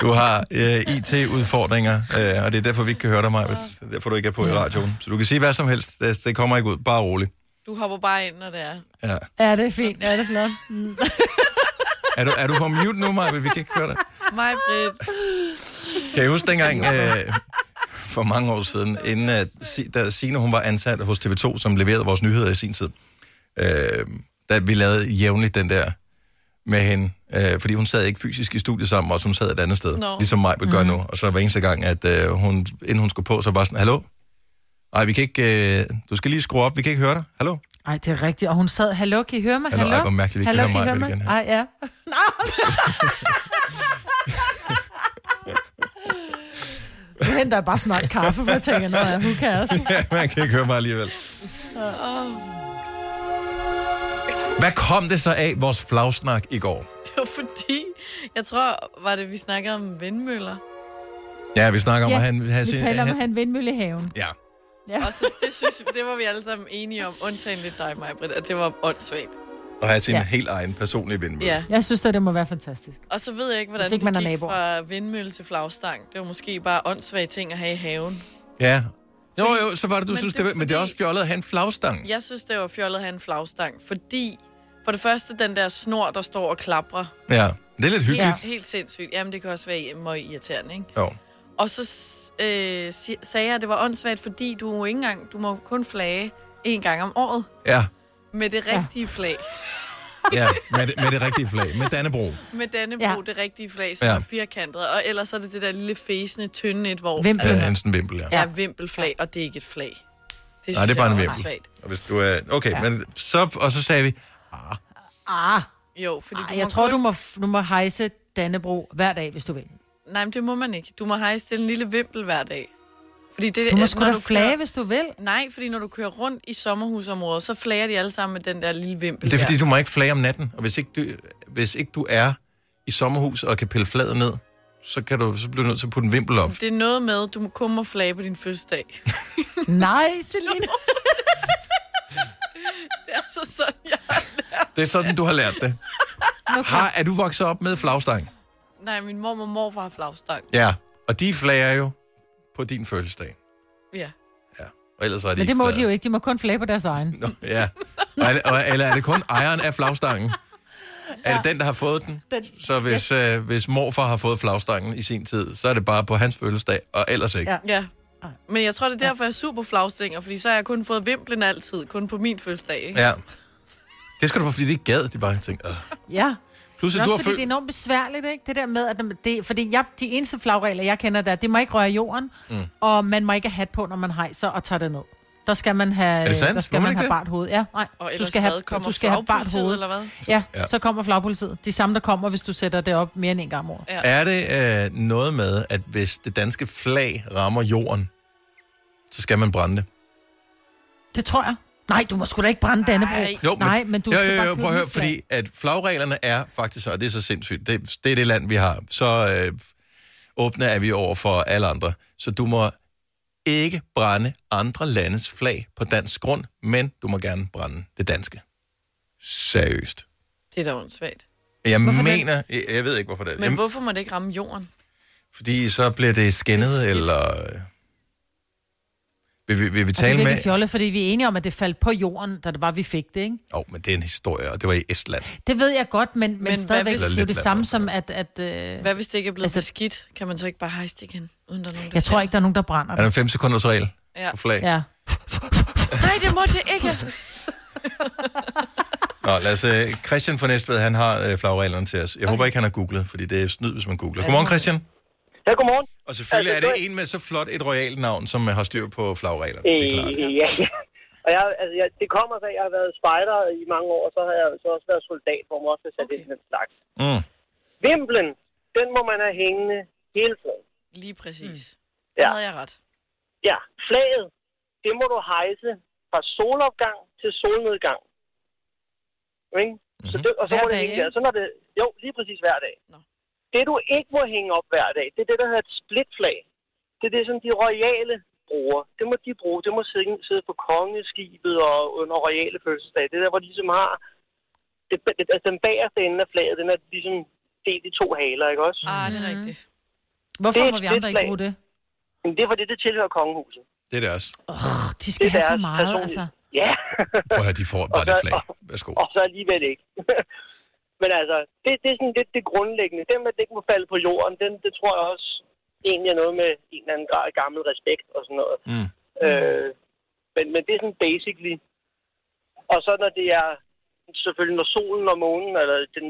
Speaker 1: Du har øh, IT-udfordringer, øh, og det er derfor, vi ikke kan høre dig, Majbet. Det er Derfor du ikke er på i radioen. Så du kan sige hvad som helst. Det, det kommer ikke ud. Bare roligt.
Speaker 3: Du hopper bare ind, når det er.
Speaker 1: Ja.
Speaker 2: Ja, det er fint. Ja, det er flot. Mm.
Speaker 1: Er, du, er du på mute nu, Majbet? Vi kan ikke høre dig.
Speaker 3: Mig, Britt.
Speaker 1: Kan I huske dengang øh, for mange år siden, inden at, Si- da Signe hun var ansat hos TV2, som leverede vores nyheder i sin tid, øh, da vi lavede jævnligt den der med hende, øh, fordi hun sad ikke fysisk i studiet sammen med os, hun sad et andet sted,
Speaker 7: Nå.
Speaker 1: no. ligesom mig vil gøre
Speaker 2: Mhm.
Speaker 1: nu. Og så hver eneste gang, at øh, hun, inden hun skulle på, så var sådan, hallo? Nej, vi kan ikke, øh, du skal lige skrue op, vi kan ikke høre dig. Hallo?
Speaker 2: Ej, det er rigtigt. Og hun sad, hallo, kan I høre mig?
Speaker 1: Hallo,
Speaker 2: Hallo,
Speaker 1: ej, hvor mærkeligt, vi ikke
Speaker 2: hallo,
Speaker 1: kan høre mig igen her.
Speaker 2: Ej, ja. Nu henter jeg bare snart kaffe, for jeg tænker, nå ja, hun kan også.
Speaker 1: Man kan ikke høre mig alligevel. Hvad kom det så af vores flagsnak i går?
Speaker 3: Det var fordi, jeg tror, var det, vi snakkede om vindmøller.
Speaker 1: Ja, vi snakker om,
Speaker 2: ja,
Speaker 1: at han...
Speaker 2: vi taler om at have en vindmølle i haven.
Speaker 1: Ja.
Speaker 2: Ja.
Speaker 3: Og så, det, synes, det var vi alle sammen enige om, undtagen lidt dig, mig, Britt, at det var åndssvagt.
Speaker 1: Og have sin ja.
Speaker 2: Ja.
Speaker 1: helt egen personlige vindmølle.
Speaker 3: Ja.
Speaker 2: Jeg synes, at det må være fantastisk.
Speaker 3: Og så ved jeg ikke,
Speaker 2: Hvis
Speaker 3: hvordan
Speaker 2: ikke
Speaker 3: ikke
Speaker 2: man
Speaker 3: man
Speaker 2: er
Speaker 3: det gik
Speaker 2: naboer.
Speaker 3: fra vindmølle til flagstang. Det var måske bare åndssvage ting at have i haven.
Speaker 1: Ja. Jo, jo, så var det, du
Speaker 3: Men
Speaker 1: synes,
Speaker 3: det
Speaker 1: det,
Speaker 3: er
Speaker 1: var- men det er også fjollet at have en flagstang.
Speaker 3: Jeg synes, det var fjollet at have en flagstang, fordi for det første den der snor, der står og klapper.
Speaker 1: Ja. Det er lidt hyggeligt.
Speaker 3: Helt, helt sindssygt. Jamen, det kan også være meget irriterende, ikke?
Speaker 1: Jo.
Speaker 3: Og så s- øh, si- sagde jeg, at det var åndssvagt, fordi du jo ikke engang, du må kun flage en gang om året
Speaker 1: Ja,
Speaker 3: med det rigtige flag.
Speaker 1: ja med, det, med det rigtige flag. Med Dannebro.
Speaker 3: Med Dannebro, ja. det rigtige flag, som
Speaker 1: Ja.
Speaker 3: ja. er firkantet. Og ellers er det det der lille fæsende, tynde et, hvor...
Speaker 1: Vimpel. Ja, Hansen vimpel, ja.
Speaker 3: Ja, vimpelflag, og det er ikke et flag. Det
Speaker 1: Nej, det
Speaker 3: synes
Speaker 1: er bare
Speaker 3: jeg
Speaker 1: en vimpel.
Speaker 3: åndssvagt.
Speaker 1: Og hvis du er... Okay,
Speaker 3: Ja.
Speaker 1: ja. men så, og så sagde vi,
Speaker 2: Ah,
Speaker 3: Jo, fordi du
Speaker 2: jeg
Speaker 3: må
Speaker 2: tror,
Speaker 3: kun...
Speaker 2: du må, du må hejse Dannebro hver dag, hvis du vil.
Speaker 3: Nej, men det må man ikke. Du må hejse den lille vimpel hver dag. Fordi det,
Speaker 2: Du må
Speaker 3: at
Speaker 2: sgu
Speaker 3: når
Speaker 2: da flage,
Speaker 3: kører-
Speaker 2: hvis du vil.
Speaker 3: Nej, fordi når du kører rundt i sommerhusområder, så flager de alle sammen med den der lille vimpel.
Speaker 1: det er fordi,
Speaker 3: der.
Speaker 1: du må ikke flage om natten. Og hvis ikke du, hvis ikke du er i sommerhus og kan pille flaget ned, så, kan du, så bliver du nødt til at putte en vimpel op.
Speaker 3: Det er noget med, at du kun må flage på din fødselsdag.
Speaker 2: Nej, Selina.
Speaker 3: Det er altså sådan, jeg...
Speaker 1: Det er sådan, du har lært det.
Speaker 3: Okay.
Speaker 1: Har, er du vokset op med flagstang?
Speaker 3: Nej, min mor og morfar har flagstang.
Speaker 1: Ja. Og de flager jo på din fødselsdag.
Speaker 3: Ja.
Speaker 1: Og ellers er de
Speaker 2: Men det
Speaker 1: ikke
Speaker 2: må
Speaker 1: flaget.
Speaker 2: de jo ikke. De må kun flage på deres egen. Nå.
Speaker 1: Ja. Og, er det- og, eller er det kun ejeren af flagstangen? Er det den, der har fået den?
Speaker 2: Den-
Speaker 1: Så hvis, øh, hvis morfar har fået flagstangen i sin tid, så er det bare på hans fødselsdag, og ellers ikke.
Speaker 3: Ja. ja. Men jeg tror, det er derfor, jeg er super flagstænger, fordi så har jeg kun fået vimplen altid, kun på min fødselsdag, ikke?
Speaker 1: Ja. Det skal du bare, fordi det ikke gad, de bare tænker. "Åh."
Speaker 2: Ja.
Speaker 1: Plus,
Speaker 2: Men
Speaker 1: at du
Speaker 2: også
Speaker 1: har
Speaker 2: fordi
Speaker 1: følt...
Speaker 2: det er enormt besværligt, ikke? Det der med, at det, fordi jeg, de eneste flagregler, jeg kender, der, det må ikke røre jorden,
Speaker 1: Mm.
Speaker 2: mm. og man må ikke have hat på, når man hejser og tager det ned. Der skal man have,
Speaker 1: Er det sandt?
Speaker 2: Der skal
Speaker 1: Må man
Speaker 2: man,
Speaker 1: ikke
Speaker 2: have
Speaker 1: det?
Speaker 2: bart hoved. Ja, nej.
Speaker 3: Og
Speaker 2: du
Speaker 3: ellers
Speaker 2: skal
Speaker 3: hvad?
Speaker 2: have,
Speaker 3: Kommer
Speaker 2: du skal have bart
Speaker 3: flagpolitiet,
Speaker 2: hoved.
Speaker 3: eller hvad?
Speaker 2: Ja,
Speaker 1: Ja.
Speaker 2: ja, så kommer flagpolitiet. De samme, der kommer, hvis du sætter det op mere end en gang om året.
Speaker 3: Ja.
Speaker 1: Er det øh, noget med, at hvis det danske flag rammer jorden, så skal man brænde det?
Speaker 2: Det tror jeg. Nej, du må sgu da ikke brænde Dannebro. nej, men du
Speaker 1: jo,
Speaker 2: skal
Speaker 1: jo,
Speaker 2: bare
Speaker 1: jo,
Speaker 2: købe
Speaker 1: prøv at høre,
Speaker 2: nyt flag.
Speaker 1: fordi at flagreglerne er faktisk, og det er så sindssygt, det, det er det land, vi har, så øh, åbne er vi over for alle andre. Så du må ikke brænde andre landes flag på dansk grund, men du må gerne brænde det danske. Seriøst.
Speaker 3: Det er da åndssvagt.
Speaker 1: Jeg
Speaker 3: Hvorfor
Speaker 1: hvorfor
Speaker 3: det?
Speaker 1: mener, jeg, jeg ved ikke, hvorfor det er.
Speaker 3: Men
Speaker 1: Jamen,
Speaker 3: hvorfor må det ikke ramme jorden?
Speaker 1: Fordi så bliver det skændet, eller... øh, Vil vi, vil vi
Speaker 2: Og det er
Speaker 1: tale med...
Speaker 2: virkelig fjollet, fordi vi er enige om, at det faldt på jorden, da det var, vi fik det, ikke?
Speaker 1: Jo, oh, men det er en historie, og det var i Estland.
Speaker 2: Det ved jeg godt, men, men,
Speaker 3: hvad
Speaker 2: men stadigvæk
Speaker 3: hvis-
Speaker 2: det er jo det samme som, at... at øh,
Speaker 3: Hvad hvis det ikke er blevet altså, beskidt? Kan man så ikke bare hejse det igen, uden der er nogen, der
Speaker 2: jeg tror
Speaker 3: ser?
Speaker 2: ikke, der er nogen, der brænder
Speaker 1: Er der en 5 sekunders regel
Speaker 3: Ja.
Speaker 1: på flag?
Speaker 2: Ja.
Speaker 3: Nej, det må det ikke!
Speaker 1: Nå, lad os, øh, Christian fra Næstved, han har øh, flagreglerne til os. Jeg okay. håber ikke, han har googlet, fordi det er snyd, hvis man googler. Godmorgen, Christian.
Speaker 16: Ja, godmorgen.
Speaker 1: Og selvfølgelig
Speaker 16: Altså,
Speaker 1: er det en med så flot et royalt navn, som øh, har styr på flagreglerne.
Speaker 16: Øh, ja, ja. Og jeg, altså, jeg, det kommer af, at jeg har været spejder i mange år, og så har jeg så også været soldat, hvor man også har sat okay. den slags.
Speaker 1: Mm.
Speaker 16: Vimplen, den må man have hængende hele tiden.
Speaker 3: Lige præcis.
Speaker 16: Mm. Ja.
Speaker 3: havde jeg ret.
Speaker 16: Ja, flaget, det må du hejse fra solopgang til solnedgang. Ikke? Så
Speaker 1: Mhm.
Speaker 16: det, og så
Speaker 3: Hver
Speaker 16: må det
Speaker 3: dag,
Speaker 16: hænge
Speaker 3: ikke?
Speaker 16: der. Så når det, jo, lige præcis hver dag.
Speaker 3: Nå.
Speaker 16: Det, du ikke må hænge op hver dag, det er det, der hedder et splitflag. Det er det, som de royale bruger. Det må de bruge. Det må sidde, sidde på kongeskibet og under royale fødselsdag. Det er der, hvor de ligesom har... Det, det, altså, den bagerste ende af flaget, den er ligesom delt i to haler, ikke også?
Speaker 3: Ah, det er rigtigt.
Speaker 16: Det er
Speaker 2: Mhm. Hvorfor må
Speaker 16: et
Speaker 2: vi andre ikke
Speaker 16: flag.
Speaker 2: bruge det?
Speaker 16: Men det var det, det tilhører kongehuset.
Speaker 1: Det er det også.
Speaker 2: Oh, de skal have så meget, altså.
Speaker 16: Ja.
Speaker 1: Prøv at høre, de får bare det flag. Værsgo.
Speaker 16: Og så alligevel ikke. Men altså, det, det er sådan lidt det grundlæggende. Den med, at det ikke må falde på jorden, den, det tror jeg også egentlig er noget med en eller anden grad af gammel respekt og sådan noget.
Speaker 1: Mm.
Speaker 16: Øh, men, men det er sådan basically. Og så når det er selvfølgelig når solen og månen, eller den,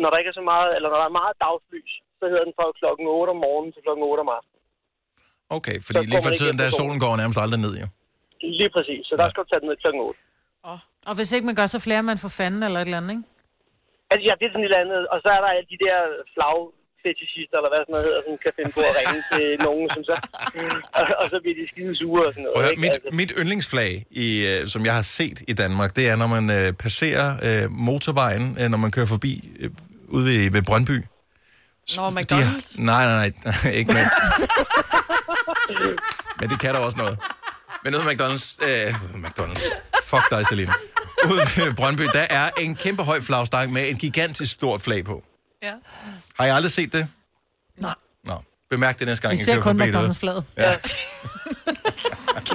Speaker 16: når der ikke er så meget, eller når der er meget dagslys, så hedder den fra klokken 8 om morgenen til klokken 8 om aftenen.
Speaker 1: Okay, fordi lige for
Speaker 16: kommer det
Speaker 1: tiden,
Speaker 16: ikke
Speaker 1: der
Speaker 16: efter
Speaker 1: solen går nærmest aldrig ned, jo.
Speaker 16: Lige præcis, så der skal du tage den ned klokken 8.
Speaker 2: Og hvis ikke man gør, så flere man for fanden eller et eller andet, ikke?
Speaker 16: Altså, ja, det er sådan et eller andet. Og så er der alle de der flagfetishister, eller hvad sådan noget hedder, som kan finde på at ringe til nogen, som så... Og, og så bliver de skide sure og sådan noget.
Speaker 1: Prøv at høre,
Speaker 16: ikke? Altså,
Speaker 1: mit, mit yndlingsflag, i, øh, som jeg har set i Danmark, det er, når man øh, passerer øh, motorvejen, øh, når man kører forbi øh, ude ved, ved Brøndby.
Speaker 3: Nå,
Speaker 1: De har-
Speaker 3: McDonald's.
Speaker 1: Nej, nej, nej, ikke med. Men det kan der også noget. Men ude ved McDonald's, øh, McDonald's, fuck dig, Selina. Ude ved Brøndby, der er en kæmpe høj flagstang med en gigantisk stort flag på.
Speaker 3: Ja.
Speaker 1: Har I aldrig set det?
Speaker 2: Nej.
Speaker 1: Nå, bemærk det næste gang,
Speaker 2: Vi
Speaker 1: I
Speaker 2: ser
Speaker 1: kører
Speaker 2: kun
Speaker 1: forbi det.
Speaker 2: McDonald's-flaget.
Speaker 1: Ja.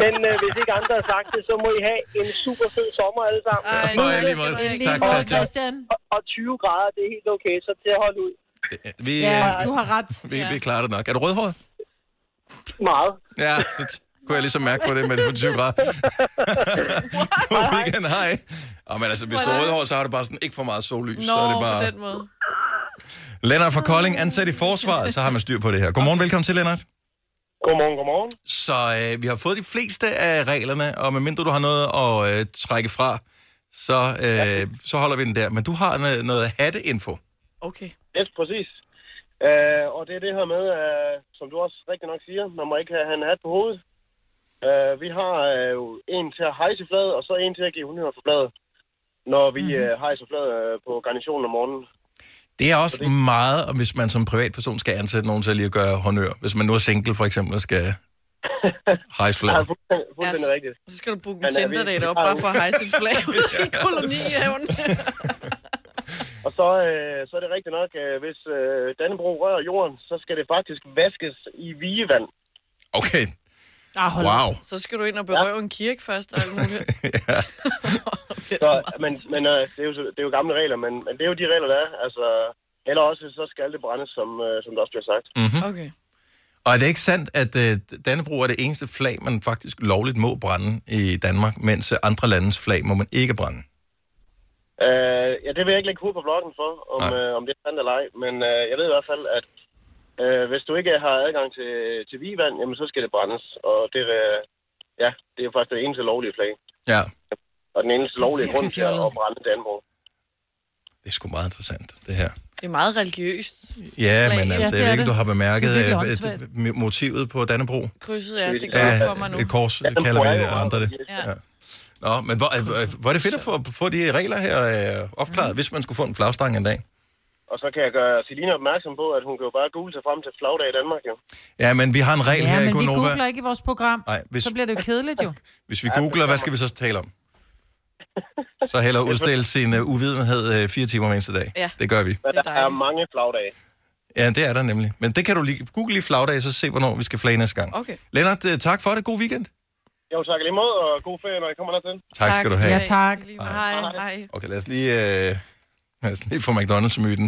Speaker 16: Men øh, hvis ikke andre har sagt det, så må I have en super fed sommer alle sammen.
Speaker 1: Ej, Nå, ja, lige måde. Tak, Christian.
Speaker 16: Og, og 20 grader, det er helt okay, så til at holde ud.
Speaker 1: Vi, øh, Vi, vi klarer det nok. Er du rødhåret?
Speaker 16: Meget.
Speaker 1: Ja, det t- kunne jeg ligesom mærke på det med de 20 grader. God weekend, hej. Og men altså, hvis du er
Speaker 3: Hvordan?
Speaker 1: rødhåret, så har du bare sådan ikke for meget sollys.
Speaker 3: Nå,
Speaker 1: så er det
Speaker 3: på
Speaker 1: bare...
Speaker 3: den måde.
Speaker 1: Lennart fra Kolding, ansat i forsvaret, så har man styr på det her. Godmorgen, velkommen til, Lennart.
Speaker 16: Godmorgen, godmorgen.
Speaker 1: Så øh, vi har fået de fleste af reglerne, og medmindre du har noget at øh, trække fra, så, øh, så holder vi den der. Men du har noget, noget hatteinfo.
Speaker 3: Okay.
Speaker 17: Yes, præcis. Uh, og det er det her med, uh, som du også rigtig nok siger, man må ikke have en hat på hovedet. Uh, vi har uh, en til at hejse fladet, og så en til at give hundheder for fladet, når vi mm-hmm. uh, hejser fladet uh, på garnitionen om morgenen.
Speaker 1: Det er også meget, hvis man som privatperson skal ansætte nogen til at lige at gøre honør. Hvis man nu er single, for eksempel, og skal Hejs
Speaker 17: Ja,
Speaker 1: flaget.
Speaker 17: fuldstændig, fuldstændig
Speaker 3: Ja,
Speaker 17: rigtigt.
Speaker 3: Så skal du booke
Speaker 17: Men
Speaker 3: en
Speaker 17: er vi-
Speaker 3: Tinder-date op,
Speaker 17: har
Speaker 3: bare
Speaker 17: vi-
Speaker 3: for at hejse et flag ud i kolonihaven.
Speaker 17: Og så, øh, så er det rigtigt nok, øh, hvis øh, Dannebro rører jorden, så skal det faktisk vaskes i vigevand.
Speaker 1: Okay.
Speaker 2: Ah,
Speaker 17: hold Wow. op.
Speaker 3: Så skal du ind og berøve en kirke først og alt muligt.
Speaker 17: Så, men men øh, det, er jo, så- det er jo gamle regler, men, men det er jo de regler, der er. Altså, eller også, så skal det brændes, som, øh, som der også bliver sagt.
Speaker 1: Mm-hmm.
Speaker 3: Okay.
Speaker 1: Og er det ikke sandt, at øh, Dannebro er det eneste flag, man faktisk lovligt må brænde i Danmark, mens øh, andre landes flag må man ikke brænde?
Speaker 17: Øh, ja, det vil jeg ikke lægge hoved på bloggen for, om, øh, om det er sandt eller ej. Men øh, jeg ved i hvert fald, at øh, hvis du ikke har adgang til, til vigevand, jamen så skal det brændes. Og det, øh, ja, det er jo faktisk det eneste lovlige flag.
Speaker 1: Ja.
Speaker 17: Og den eneste lovlige grund til at brænde Danbro.
Speaker 1: Det er sgu meget interessant, det her.
Speaker 3: Det er meget religiøst.
Speaker 1: Ja,
Speaker 3: Flag,
Speaker 1: men
Speaker 3: ja.
Speaker 1: altså,
Speaker 3: Det
Speaker 1: jeg
Speaker 3: er
Speaker 1: ved ikke,
Speaker 3: det.
Speaker 1: om du har
Speaker 3: Det
Speaker 1: bemærket
Speaker 3: er virkelig
Speaker 1: øh,
Speaker 3: åndssvagt.
Speaker 1: øh, m- motivet på Dannebro?
Speaker 3: Krydset, ja, det går op for mig nu.
Speaker 1: et kors,
Speaker 3: Ja,
Speaker 1: ja,
Speaker 3: dem
Speaker 1: kalder
Speaker 3: bruger
Speaker 1: vi det,
Speaker 3: jeg jo
Speaker 1: andre det.
Speaker 3: meget.
Speaker 1: Ja.
Speaker 3: Ja.
Speaker 1: Nå, men hvor, øh, hvor er det fedt at få, få de regler her øh, opklaret,
Speaker 3: Mhm.
Speaker 1: hvis man skulle få en flagstang en dag.
Speaker 17: Og så kan jeg gøre Selina opmærksom på, at hun kan jo bare google sig frem til flagdag i Danmark, jo.
Speaker 1: Ja, men vi har en regel
Speaker 2: Ja,
Speaker 1: her i
Speaker 2: men vi
Speaker 1: Gonova.
Speaker 2: googler ikke i vores program.
Speaker 1: Nej, hvis-
Speaker 2: Så bliver det jo kedeligt jo.
Speaker 1: Hvis vi googler, hvad skal vi så tale om? Så hellere udstille sin uh, uvidenhed øh, fire timer hver eneste dag.
Speaker 17: Ja.
Speaker 1: Det gør vi.
Speaker 17: Men der er mange flagdage.
Speaker 1: Ja, det er der nemlig. Men det kan du lige google lige flagdag, så se, hvornår vi skal flage næste gang.
Speaker 17: Okay.
Speaker 1: Lennart, øh, tak for det. God weekend.
Speaker 17: Jo, tak i lige måde, og god ferie, når I kommer dertil.
Speaker 1: Tak skal du have.
Speaker 2: Ja, tak.
Speaker 3: Hej. Hej.
Speaker 1: Okay, lad os lige, øh, lad os lige få McDonald's-myten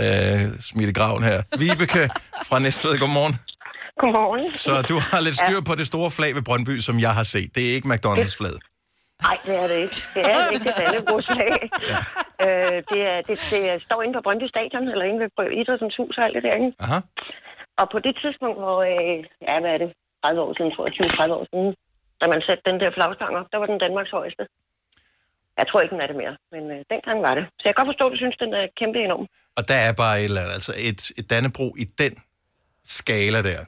Speaker 1: øh, smidt i graven her. Vibeke fra Næstved, godmorgen.
Speaker 18: Godmorgen.
Speaker 1: Så du har lidt styr på det store flag ved Brøndby, som jeg har set. Det er ikke McDonald's-flaget.
Speaker 18: Nej, det er det ikke. Det er ikke et Dannebroslag. Ja. Øh, det, er, det, det er- står inde på Brøndby Stadion, eller inde ved Brø- Idrættens Hus og alt det derinde.
Speaker 1: Aha.
Speaker 18: Og på det tidspunkt, hvor, øh, ja, hvad er det, 30 år siden, tror jeg, 20-30 år siden, da man satte den der flagstang op, der var den Danmarks højeste. Jeg tror ikke, den er det mere, men øh, dengang var det. Så jeg kan godt forstå, at du synes, den er kæmpe enorm.
Speaker 1: Og der er bare et eller andet, altså et, et Dannebro i den skala der.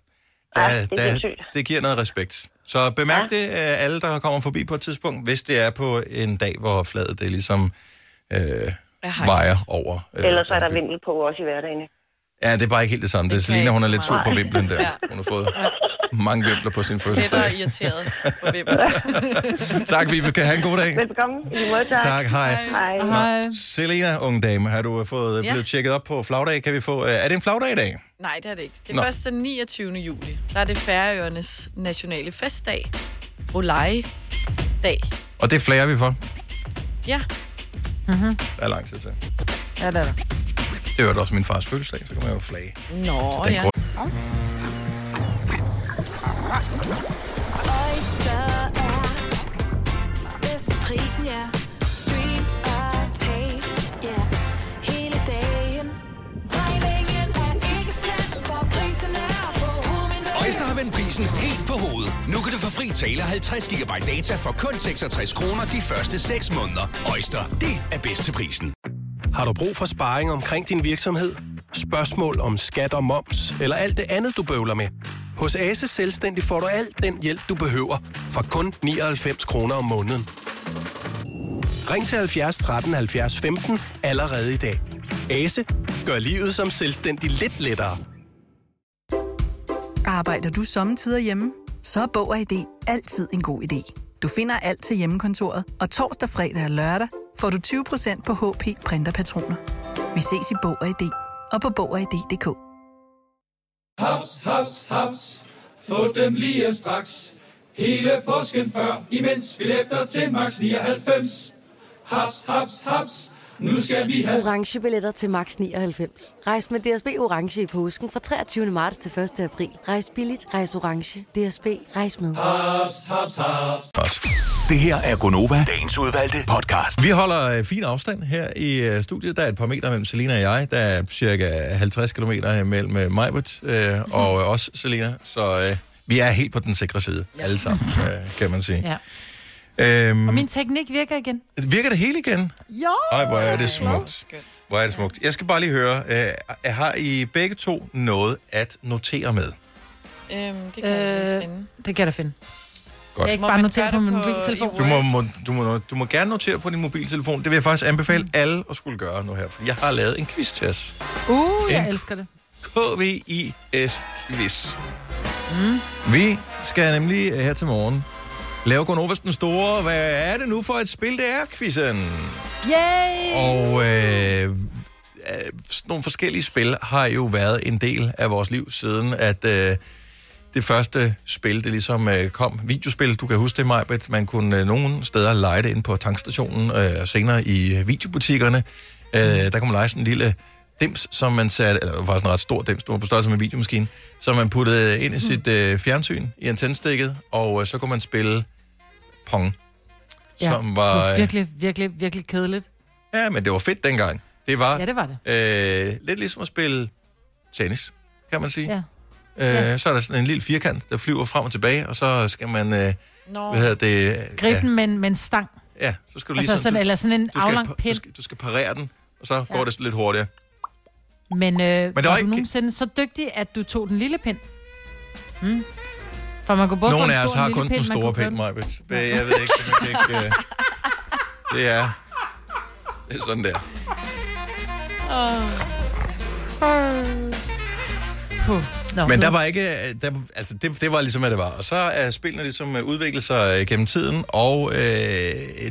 Speaker 1: Der,
Speaker 18: Ja, det er
Speaker 1: der,
Speaker 18: sindssygt.
Speaker 1: det giver noget respekt. Så bemærk ja. det, øh, alle der kommer forbi på et tidspunkt, hvis det er på en dag, hvor fladet det ligesom øh, vejer over. Øh,
Speaker 18: Ellers er der vindel på også i hverdagen. ikke?
Speaker 1: Ja, det er bare ikke helt det samme. Det, det Selina, hun er lidt sur på vimplen der.
Speaker 18: Ja.
Speaker 1: Hun har fået mange vimpler på sin
Speaker 3: Lidt og
Speaker 1: fødselsdag.
Speaker 3: irriteret på hvem.
Speaker 1: Tak, Vibeke. Ha' en god dag.
Speaker 18: Velbekomme. I lige måde, tak.
Speaker 1: Tak, hej.
Speaker 18: Hej.
Speaker 1: Nå, Selina, unge dame, har du øh, fået,
Speaker 3: Ja.
Speaker 1: ja. blevet tjekket op på flagdag? Kan vi få, øh, er det en flagdag i dag?
Speaker 3: Nej, det er det ikke. Det er
Speaker 1: Nå.
Speaker 3: først den 29. juli. Der er det Færøernes nationale festdag. Olej-dag.
Speaker 1: Og det flager vi for.
Speaker 3: Ja.
Speaker 2: Mm-hmm.
Speaker 1: Der er lang tid til.
Speaker 2: Ja, det er der.
Speaker 1: Det var også min fars fødselsdag, så kan man jo flage.
Speaker 3: Nå,
Speaker 1: den
Speaker 3: ja.
Speaker 1: grund-
Speaker 19: Oyster er bedst til prisen, ja. Stream og tag, ja. Hele dagen. Regningen er ikke slem, for prisen er på hovedet.
Speaker 4: Øjster har vendt prisen helt på hovedet. Nu kan du få fri tale 50 GB data for kun 66 kroner de første 6 måneder. Øjster, det er bedst til prisen.
Speaker 20: Har du brug for sparring omkring din virksomhed? Spørgsmål om skat og moms, eller alt det andet, du bøvler med? Hos Ase Selvstændig får du alt den hjælp, du behøver, for kun 99 kroner om måneden. Ring til 70 13 70 15 allerede i dag. Ase gør livet som selvstændig lidt lettere.
Speaker 21: Arbejder du sommetider hjemme? Så er Bog og ID altid en god idé. Du finder alt til hjemmekontoret, og torsdag, fredag og lørdag får du 20% på HP Printerpatroner. Vi ses i Bog og ID og på Bog og ID.dk.
Speaker 22: Haps, haps, haps. Få dem lige straks. Hele påsken før, imens vi læfter til max 99. Haps, haps, haps. Nu skal vi have...
Speaker 23: orange billetter til max 99. Rejs med DSB orange i påsken fra 23. marts til 1. april. Rejs billigt, rejs orange. DSB rejs med.
Speaker 22: Haps, haps, haps.
Speaker 4: Det her er Gonova, dagens udvalgte podcast.
Speaker 1: Vi holder øh, fin afstand her i øh, studiet. Der er et par meter mellem Selina og jeg. Der er cirka 50 km mellem øh, Majbert øh, og
Speaker 2: Mhm.
Speaker 1: øh, os, Selina. Så øh, vi er helt på den sikre side. Ja. Alle sammen, øh, kan man sige.
Speaker 2: Ja.
Speaker 1: Øhm,
Speaker 2: Og min teknik virker igen.
Speaker 1: Virker det hele igen?
Speaker 2: Jo!
Speaker 1: Ej, hvor er det smukt. Hvor er det smukt. Jeg skal bare lige høre, øh, har I begge to noget at notere med?
Speaker 3: Øhm, det kan jeg
Speaker 2: Øh,
Speaker 3: lige finde.
Speaker 2: det kan jeg da finde.
Speaker 1: Godt.
Speaker 2: Jeg ikke
Speaker 3: Må
Speaker 2: bare
Speaker 3: man
Speaker 2: notere
Speaker 3: gøre
Speaker 2: på
Speaker 3: det
Speaker 2: min
Speaker 3: på-
Speaker 2: mobiltelefon.
Speaker 1: Du må, må, du, må, du må gerne notere på din mobiltelefon. Det vil jeg faktisk
Speaker 2: Mm.
Speaker 1: anbefale alle at skulle gøre nu her, for jeg har lavet en quiz til os.
Speaker 2: Uh, jeg
Speaker 1: En-
Speaker 2: elsker det.
Speaker 1: KVIS quiz.
Speaker 2: Mm.
Speaker 1: Vi skal nemlig øh, her til morgen lave Gonovas den store, hvad er det nu for et spil, det er, quizzen?
Speaker 2: Yay!
Speaker 1: Og øh, øh, sådan nogle forskellige spil har jo været en del af vores liv, siden at øh, det første spil, det ligesom øh, kom, videospil, du kan huske det, Majbet, man kunne øh, nogle steder lege det inde på tankstationen, øh, og senere i øh, videobutikkerne, øh, der kunne man lege sådan en lille dims, som man satte, eller det var sådan en ret stor dims, den var på størrelse med en videomaskine, som man puttede ind i sit øh, fjernsyn i antændstikket, og øh, så kunne man spille pong, ja, som
Speaker 2: det
Speaker 1: var...
Speaker 2: er
Speaker 1: øh,
Speaker 2: virkelig, virkelig, virkelig kedeligt.
Speaker 1: Ja, men det var fedt dengang. Det var,
Speaker 2: Ja, det var det.
Speaker 1: Øh, lidt ligesom at spille tennis, kan man sige.
Speaker 2: Ja.
Speaker 1: Øh, Så er der sådan en lille firkant, der flyver frem og tilbage, og så skal man... Øh,
Speaker 2: Nå.
Speaker 1: Hvad hedder det?
Speaker 2: Grib
Speaker 1: ja,
Speaker 2: den med, en- med en stang.
Speaker 1: ja, så skal du lige
Speaker 2: Altså sådan, eller sådan en
Speaker 1: du skal,
Speaker 2: aflang
Speaker 1: pa-
Speaker 2: pind.
Speaker 1: Du skal, du skal parere den, og så går det lidt hurtigere.
Speaker 2: Men, øh,
Speaker 1: var
Speaker 2: Men var du
Speaker 1: ikke-
Speaker 2: nogensinde så dygtig, at du tog den lille pind? Mm. For man kunne både få
Speaker 1: Nogle
Speaker 2: en
Speaker 1: af os
Speaker 2: stor
Speaker 1: har
Speaker 2: og en
Speaker 1: kun
Speaker 2: lille
Speaker 1: den
Speaker 2: man
Speaker 1: store
Speaker 2: kunne
Speaker 1: pind,
Speaker 2: få den-
Speaker 1: Majbet. Det- Jeg ved ikke, det kan ikke... Øh, det er... Det er sådan der.
Speaker 3: Øh.
Speaker 2: Åh. Puh. Nå,
Speaker 1: Men
Speaker 2: nu-
Speaker 1: der var ikke, øh, der, altså det, det var ligesom, at det var. Og så er spillene ligesom øh, udviklet sig øh, gennem tiden, og øh,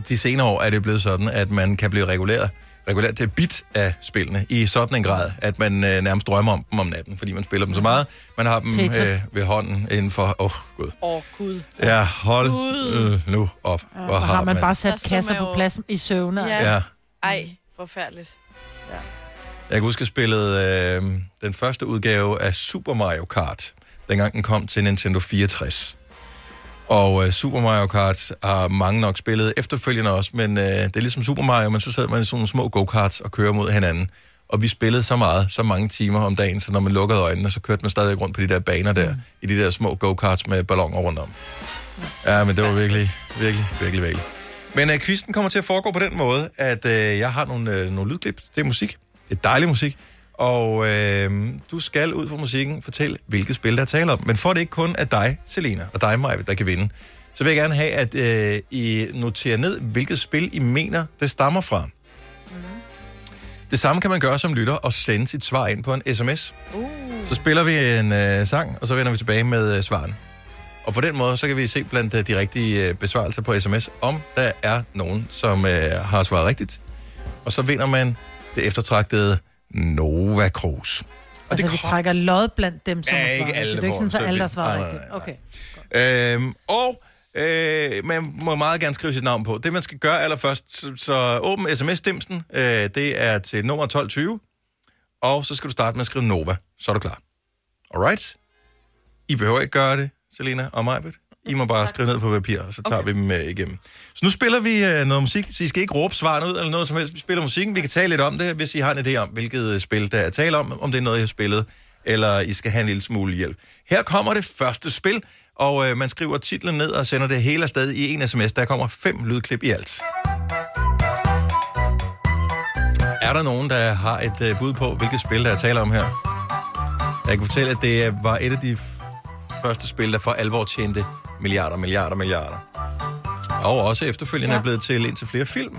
Speaker 1: de senere år er det blevet sådan, at man kan blive reguleret, reguleret til bit af spillene i sådan en grad, at man øh, nærmest drømmer om dem om natten, fordi man spiller
Speaker 2: Mm.
Speaker 1: dem så meget. Man har dem
Speaker 3: Tetris.
Speaker 1: øh, ved hånden inden for, åh oh, gud.
Speaker 3: Åh, Gud.
Speaker 1: Ja, hold
Speaker 3: Gud.
Speaker 1: øh, nu op.
Speaker 2: Ja, hvor har man bare
Speaker 3: Der
Speaker 2: sat
Speaker 3: så
Speaker 2: kasser
Speaker 3: man
Speaker 2: på
Speaker 3: jo-
Speaker 2: plads i søvne.
Speaker 3: Ja.
Speaker 2: altså.
Speaker 1: Ja.
Speaker 3: Ej, forfærdeligt. Ja.
Speaker 1: Jeg kan huske, jeg spillede øh, den første udgave af Super Mario Kart, dengang den kom til Nintendo 64. Og øh, Super Mario Kart har mange nok spillet efterfølgende også, men øh, det er ligesom Super Mario, men så sad man i sådan nogle små go-karts og kører mod hinanden. Og vi spillede så meget, så mange timer om dagen, så når man lukkede øjnene, så kørte man stadig rundt på de der baner der, mm. i de der små go-karts med balloner rundt om. Ja, men det var virkelig, virkelig, virkelig, virkelig. Men øh, quizzen kommer til at foregå på den måde, at øh, jeg har nogle, øh, nogle lydklip. Det er musik. Det er dejlig musik. Og øh, du skal ud fra musikken fortælle, hvilket spil der er tale om. Men for at det ikke kun er dig, Selena, og dig, Maja, der kan vinde, så vil jeg gerne have, at øh, I noterer ned, hvilket spil I mener, det stammer fra. Mm. Det samme kan man gøre som lytter og sende sit svar ind på en sms.
Speaker 19: Uh.
Speaker 1: Så spiller vi en øh, sang, og så vender vi tilbage med øh, svaren. Og på den måde, så kan vi se blandt øh, de rigtige øh, besvarelser på sms, om der er nogen, som øh, har svaret rigtigt. Og så vinder man det eftertragtede Nova Cruz. Og
Speaker 2: Altså, vi trækker lod blandt dem, som
Speaker 1: Ja,
Speaker 2: har svaret
Speaker 1: ikke
Speaker 2: rigtigt.
Speaker 1: alle,
Speaker 2: Det er jo ikke
Speaker 1: hvor-
Speaker 2: sådan, så
Speaker 1: så
Speaker 2: alle, der
Speaker 1: det- nej,
Speaker 2: svarer
Speaker 1: nej,
Speaker 2: rigtigt. Okay.
Speaker 1: Øhm, og øh, man må meget gerne skrive sit navn på. Det, man skal gøre allerførst, så, så åbn sms-stemsen. Øh, det er til nummer 1220. Og så skal du starte med at skrive Nova. Så er du klar. Alright? I behøver ikke gøre det, Selena og Majbet. I må bare skrive ned på papir, og så tager okay. vi dem øh, igennem. Så nu spiller vi øh, noget musik, så I skal ikke råbe svarene ud eller noget som helst. Vi spiller musikken, vi kan tale lidt om det, hvis I har en idé om, hvilket øh, spil der er tale om, om det er noget, I har spillet, eller I skal have en lille smule hjælp. Her kommer det første spil, og øh, man skriver titlen ned og sender det hele afsted i en sms. Der kommer fem lydklip i alt. Er der nogen, der har et øh, bud på, hvilket spil der er tale om her? Jeg kan fortælle, at det øh, var et af de f- første spil, der for alvor tjente milliarder, milliarder, milliarder. Og også efterfølgende ja. er blevet til indtil flere film.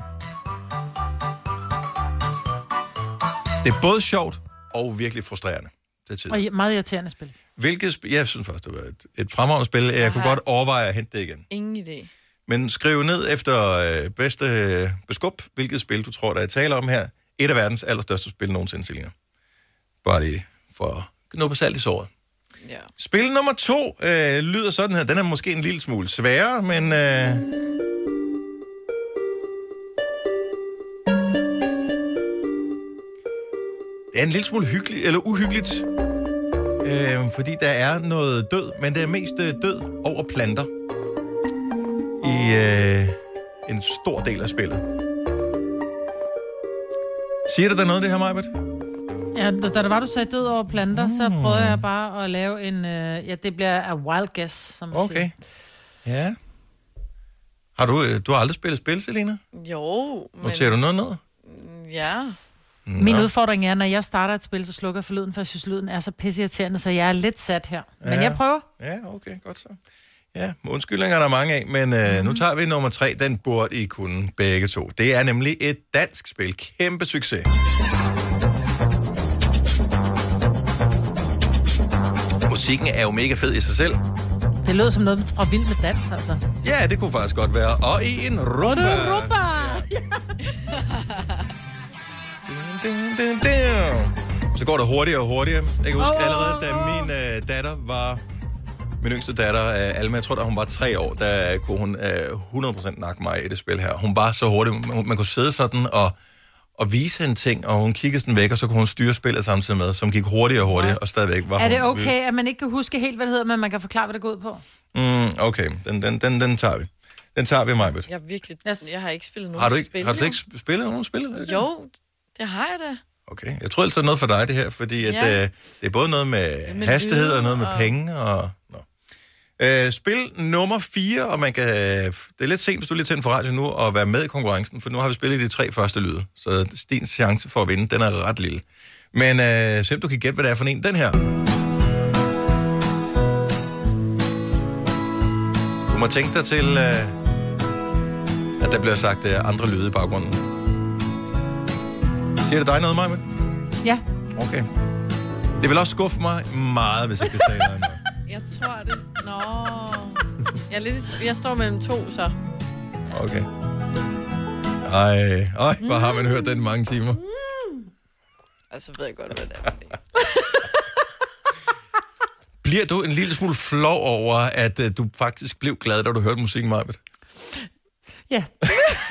Speaker 1: Det er både sjovt og virkelig frustrerende. Det tid.
Speaker 2: Og i- meget irriterende spil.
Speaker 1: Hvilket spil? Jeg synes faktisk, det var et, et fremragende spil. Jeg, jeg kunne godt overveje at hente det igen.
Speaker 3: Ingen idé.
Speaker 1: Men skriv ned efter øh, bedste øh, beskub, hvilket spil du tror, der er tale om her. Et af verdens allerstørste spil nogensinde, Selina. Bare lige for at knuppe salt i såret.
Speaker 3: Ja.
Speaker 1: Spil nummer to øh, lyder sådan her. Den er måske en lille smule sværere, men... Øh... Det er en lille smule hyggeligt, eller uhyggeligt. Øh, fordi der er noget død, men det er mest øh, død over planter. I øh, en stor del af spillet. Siger det dig noget, det her, Majbert?
Speaker 2: Ja, da, da det var, du sagde død over planter, mm. så
Speaker 1: Hmm.
Speaker 2: prøvede jeg bare at lave en... Øh, ja, det bliver a wild guess, som man
Speaker 1: Okay. Ja. Har du, øh, du har aldrig spillet spil, Selina?
Speaker 3: Jo, men...
Speaker 1: Noterer du noget ned?
Speaker 3: Ja.
Speaker 2: siger. Min udfordring er, når jeg starter et spil, så slukker jeg for lyden, for jeg synes, lyden er så pisseirriterende, så jeg er lidt sat her. Men
Speaker 1: Ja.
Speaker 2: jeg prøver.
Speaker 1: Ja, okay, godt så. Ja, undskyldninger er der mange af, men øh, nu tager vi nummer tre. Den burde I kunne begge to. Det er nemlig et dansk spil. Kæmpe succes. musikken er jo mega fed i sig selv.
Speaker 2: Det lød som noget fra Vild med Dans, altså.
Speaker 1: Ja, det kunne faktisk godt være. Og i en rumba.
Speaker 2: Rumba!
Speaker 1: Dun, dun, dun. Så går det hurtigere og hurtigere. Jeg kan huske
Speaker 2: Åh,
Speaker 1: allerede, da min øh, datter var... Min yngste datter, øh, Alma, jeg tror, da hun var tre år, der kunne hun øh, 100% nakke mig i det spil her. Hun var så hurtig. Man, man kunne sidde sådan og, og vise hende ting, og hun kiggede sådan væk, og så kunne hun styre spillet samtidig med, som gik hurtigere og hurtigere, og stadigvæk var
Speaker 2: Er det
Speaker 1: hun vild.
Speaker 2: okay, at man ikke kan huske helt, hvad det hedder, men man kan forklare, hvad det går ud på?
Speaker 1: Mm, okay, den, den, den, den tager vi. Den tager vi, Majbet.
Speaker 3: Jeg, er virkelig, yes. jeg har ikke spillet nogen
Speaker 1: Har du ikke,
Speaker 3: spil.
Speaker 1: har du ikke sp- spillet nogen spil? eller?
Speaker 3: Jo, det har jeg da.
Speaker 1: Okay. Jeg tror altså, det er noget for dig, det her, fordi at,
Speaker 3: Ja.
Speaker 1: ja. øh, det er både noget med,
Speaker 3: Med
Speaker 1: hastighed
Speaker 3: lyde
Speaker 1: og noget med
Speaker 3: og-
Speaker 1: penge. Og, nå. Øh, spil nummer 4, og man kan, det er lidt sent, hvis du lige tænder for radio nu, og være med i konkurrencen, for nu har vi spillet de tre første lyde, så Stens chance for at vinde, den er ret lille. Men øh, se om du kan gætte, hvad det er for en. Den her. Du må tænke dig til, øh, at der bliver sagt øh, andre lyde i baggrunden. Siger det dig noget, Maja?
Speaker 2: Ja.
Speaker 1: Okay. Det vil også skuffe mig meget, hvis ikke det sagde noget.
Speaker 3: Jeg tror det. Nå. Jeg, er lidt, i sv- jeg står mellem to, så.
Speaker 1: Okay. Ej, ej, hvor har man hørt den mange timer.
Speaker 3: Altså ved jeg godt, hvad det er.
Speaker 1: Bliver du en lille smule flov over, at øh, du faktisk blev glad, da du hørte musikken, Majbet?
Speaker 2: Ja.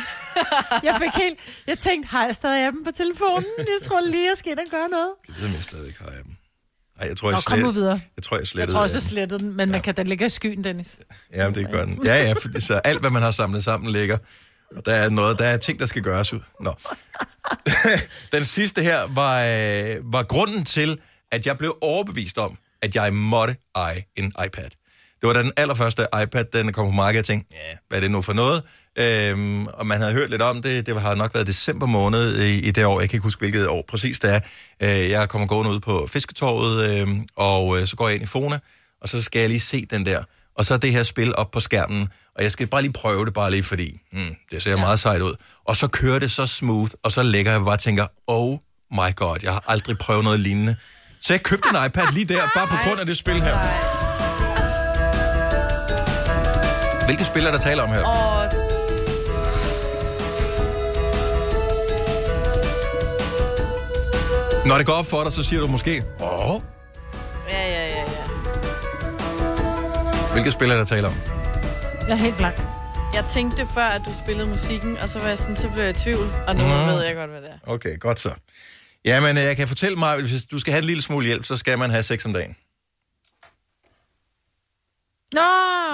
Speaker 2: jeg fik helt... Jeg tænkte, har jeg stadig appen på telefonen? Jeg tror lige, jeg skal ind og gøre noget.
Speaker 1: Jeg ved, om jeg stadigvæk har appen. Ej, jeg tror, jeg,
Speaker 2: Nå, kom nu videre.
Speaker 1: jeg tror, jeg
Speaker 2: Jeg
Speaker 1: slettede øh,
Speaker 2: tror også, jeg
Speaker 1: appen.
Speaker 2: slettede den, men man kan da ligge i skyen, Dennis.
Speaker 1: Ja, det gør den. Ja, ja, fordi så alt, hvad man har samlet sammen, ligger. Og der er noget, der er ting, der skal gøres ud. Nå. den sidste her var, øh, var grunden til, at jeg blev overbevist om, at jeg måtte eje en iPad. Det var da den allerførste iPad, den kom på markedet, jeg tænkte, ja, hvad er det nu for noget? Øhm, og man havde hørt lidt om det, det har nok været december måned i, i det år, jeg kan ikke huske, hvilket år præcis det er. Øh, jeg kommer gående ud på Fisketorvet, øh, og øh, så går jeg ind i Fona, og så skal jeg lige se den der. Og så er det her spil op på skærmen, og jeg skal bare lige prøve det, bare lige fordi, mm, det ser ja. meget sejt ud. Og så kører det så smooth, og så lægger jeg bare og tænker, oh my god, jeg har aldrig prøvet noget lignende. Så jeg købte en iPad lige der, bare på grund af det spil her. Hvilke spil er der tale om her?
Speaker 3: Og...
Speaker 1: Når det går op for dig, så siger du måske, åh,
Speaker 3: Ja, ja, ja, ja.
Speaker 1: hvilke spil er der tale om?
Speaker 2: Jeg er helt blank.
Speaker 3: Jeg tænkte før, at du spillede musikken, og så var jeg sådan, så blev jeg i tvivl, og nu
Speaker 1: Mhm.
Speaker 3: ved jeg godt, hvad det er.
Speaker 1: Okay, godt så. Jamen, øh, jeg kan fortælle mig, hvis du skal have en lille smule hjælp, så skal man have sex om dagen.
Speaker 2: Nå,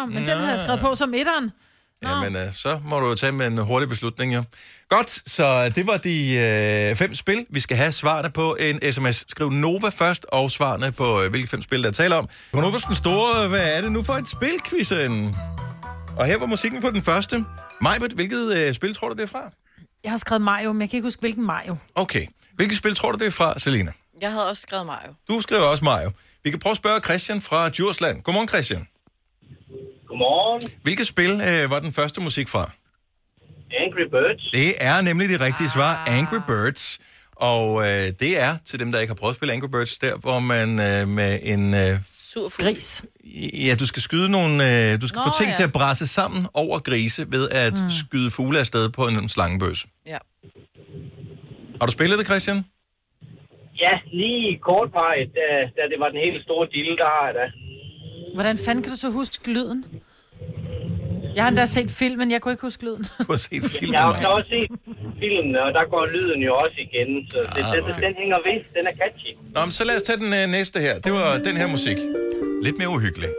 Speaker 2: men den havde jeg skrevet på som etteren.
Speaker 1: Jamen, øh, så må du jo tage med en hurtig beslutning, jo. Godt, så det var de øh, fem spil, vi skal have svarene på en sms. Skriv Nova først, og svarene på, øh, hvilke fem spil, der er tale om. Konovas den store, øh, hvad er det nu for et spil, quizzen? Og her var musikken på den første. Majbet, hvilket øh, spil tror du, det er fra?
Speaker 2: Jeg har skrevet Mario, men jeg kan ikke huske, hvilken Mario.
Speaker 1: Okay. Hvilket spil tror du, det er fra, Selina?
Speaker 3: Jeg havde også skrevet Mario.
Speaker 1: Du skriver også Mario. Vi kan prøve at spørge Christian fra Djursland. Godmorgen, Christian. Godmorgen. Hvilket spil øh, var den første musik fra?
Speaker 14: Angry Birds.
Speaker 1: Det er nemlig det rigtige ah. svar, Angry Birds. Og øh, det er, til dem, der ikke har prøvet at spille Angry Birds, der hvor man øh, med en... Øh,
Speaker 3: Sur Gris.
Speaker 1: ja, du skal skyde nogle... Øh, du skal
Speaker 3: Nå,
Speaker 1: Nå, få ting
Speaker 3: ja.
Speaker 1: ja. til at brasse sammen over grise ved at mm. skyde fugle afsted på en slangebøs.
Speaker 3: Ja.
Speaker 1: Har du spillet det, Christian?
Speaker 14: Ja, lige kort vej, da, da det var den helt store dille, der har jeg da.
Speaker 2: Hvordan fanden kan du så huske lyden? Jeg har endda set filmen, jeg kunne ikke huske lyden.
Speaker 1: Du har set filmen,
Speaker 14: Jeg har jo også set filmen, og der går lyden jo også igen. Så ah, det,
Speaker 1: Ah,
Speaker 14: den,
Speaker 1: okay.
Speaker 14: den hænger ved, den er catchy.
Speaker 1: Nå, men så lad os tage den øh, næste her. Det var den her musik. Lidt mere uhyggelig.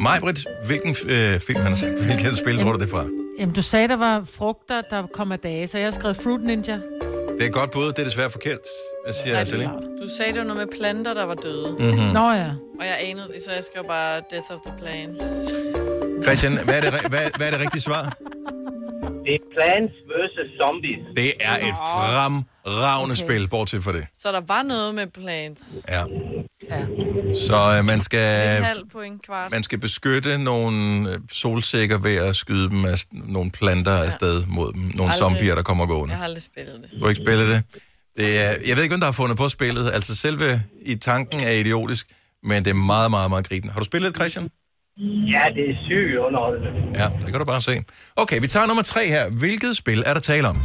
Speaker 1: Majbrit, hvilken øh, film, han har sagt, hvilket spil tror du, det er fra?
Speaker 2: Jamen, du sagde, der var frugter, der kom af dage, så jeg har skrevet Fruit Ninja.
Speaker 1: Det er godt bud, det er desværre forkert,
Speaker 3: Nej,
Speaker 1: siger
Speaker 3: det
Speaker 1: Nej,
Speaker 3: er
Speaker 1: Celine.
Speaker 3: Du sagde, det var noget med planter, der var døde.
Speaker 1: Mhm. Nå,
Speaker 2: ja.
Speaker 3: Og jeg anede det, så jeg skrev bare Death of the Plants.
Speaker 1: Christian, hvad er, det, re- hvad, hvad er det rigtige svar?
Speaker 14: Det er Plants vs. Zombies.
Speaker 1: Det er et fremragende okay. spil, bortset for det.
Speaker 3: Så der var noget med plants.
Speaker 1: Ja.
Speaker 3: Ja.
Speaker 1: Så øh, man
Speaker 3: En
Speaker 1: skal,
Speaker 3: halv på en kvart.
Speaker 1: man skal beskytte nogle øh, solsikker ved at skyde dem af, nogle planter afsted mod dem. Nogle
Speaker 3: Aldrig.
Speaker 1: zombier, der kommer gående.
Speaker 3: Jeg har aldrig spillet det.
Speaker 1: Du har ikke spillet det. det er, jeg ved ikke, hvem der har fundet på spillet. Altså selve i tanken er idiotisk, men det er meget, meget, meget gribende. Har du spillet det, Christian?
Speaker 6: Ja, det er sygt underholdende.
Speaker 1: Ja, der kan du bare se. Okay, vi tager nummer tre her. Hvilket spil er der tale om?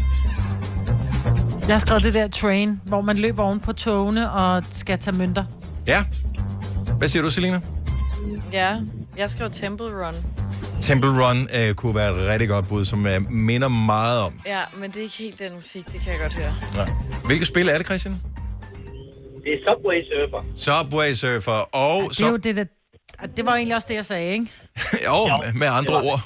Speaker 2: Jeg har skrevet det der train, hvor man løber oven på togene og skal tage mønter.
Speaker 1: Ja. Hvad siger du, Selina?
Speaker 3: Ja, jeg skrev Temple Run.
Speaker 1: Temple Run øh, kunne være et rigtig godt bud, som øh, minder meget om.
Speaker 3: Ja, men det er ikke helt den musik, det kan jeg godt høre.
Speaker 1: Ja. Hvilket spil er det, Christian?
Speaker 6: Det er Subway Surfer.
Speaker 1: Subway Surfer og...
Speaker 2: Det er jo det, der... Det var egentlig også det, jeg sagde, ikke?
Speaker 1: jo, med- med andre ord.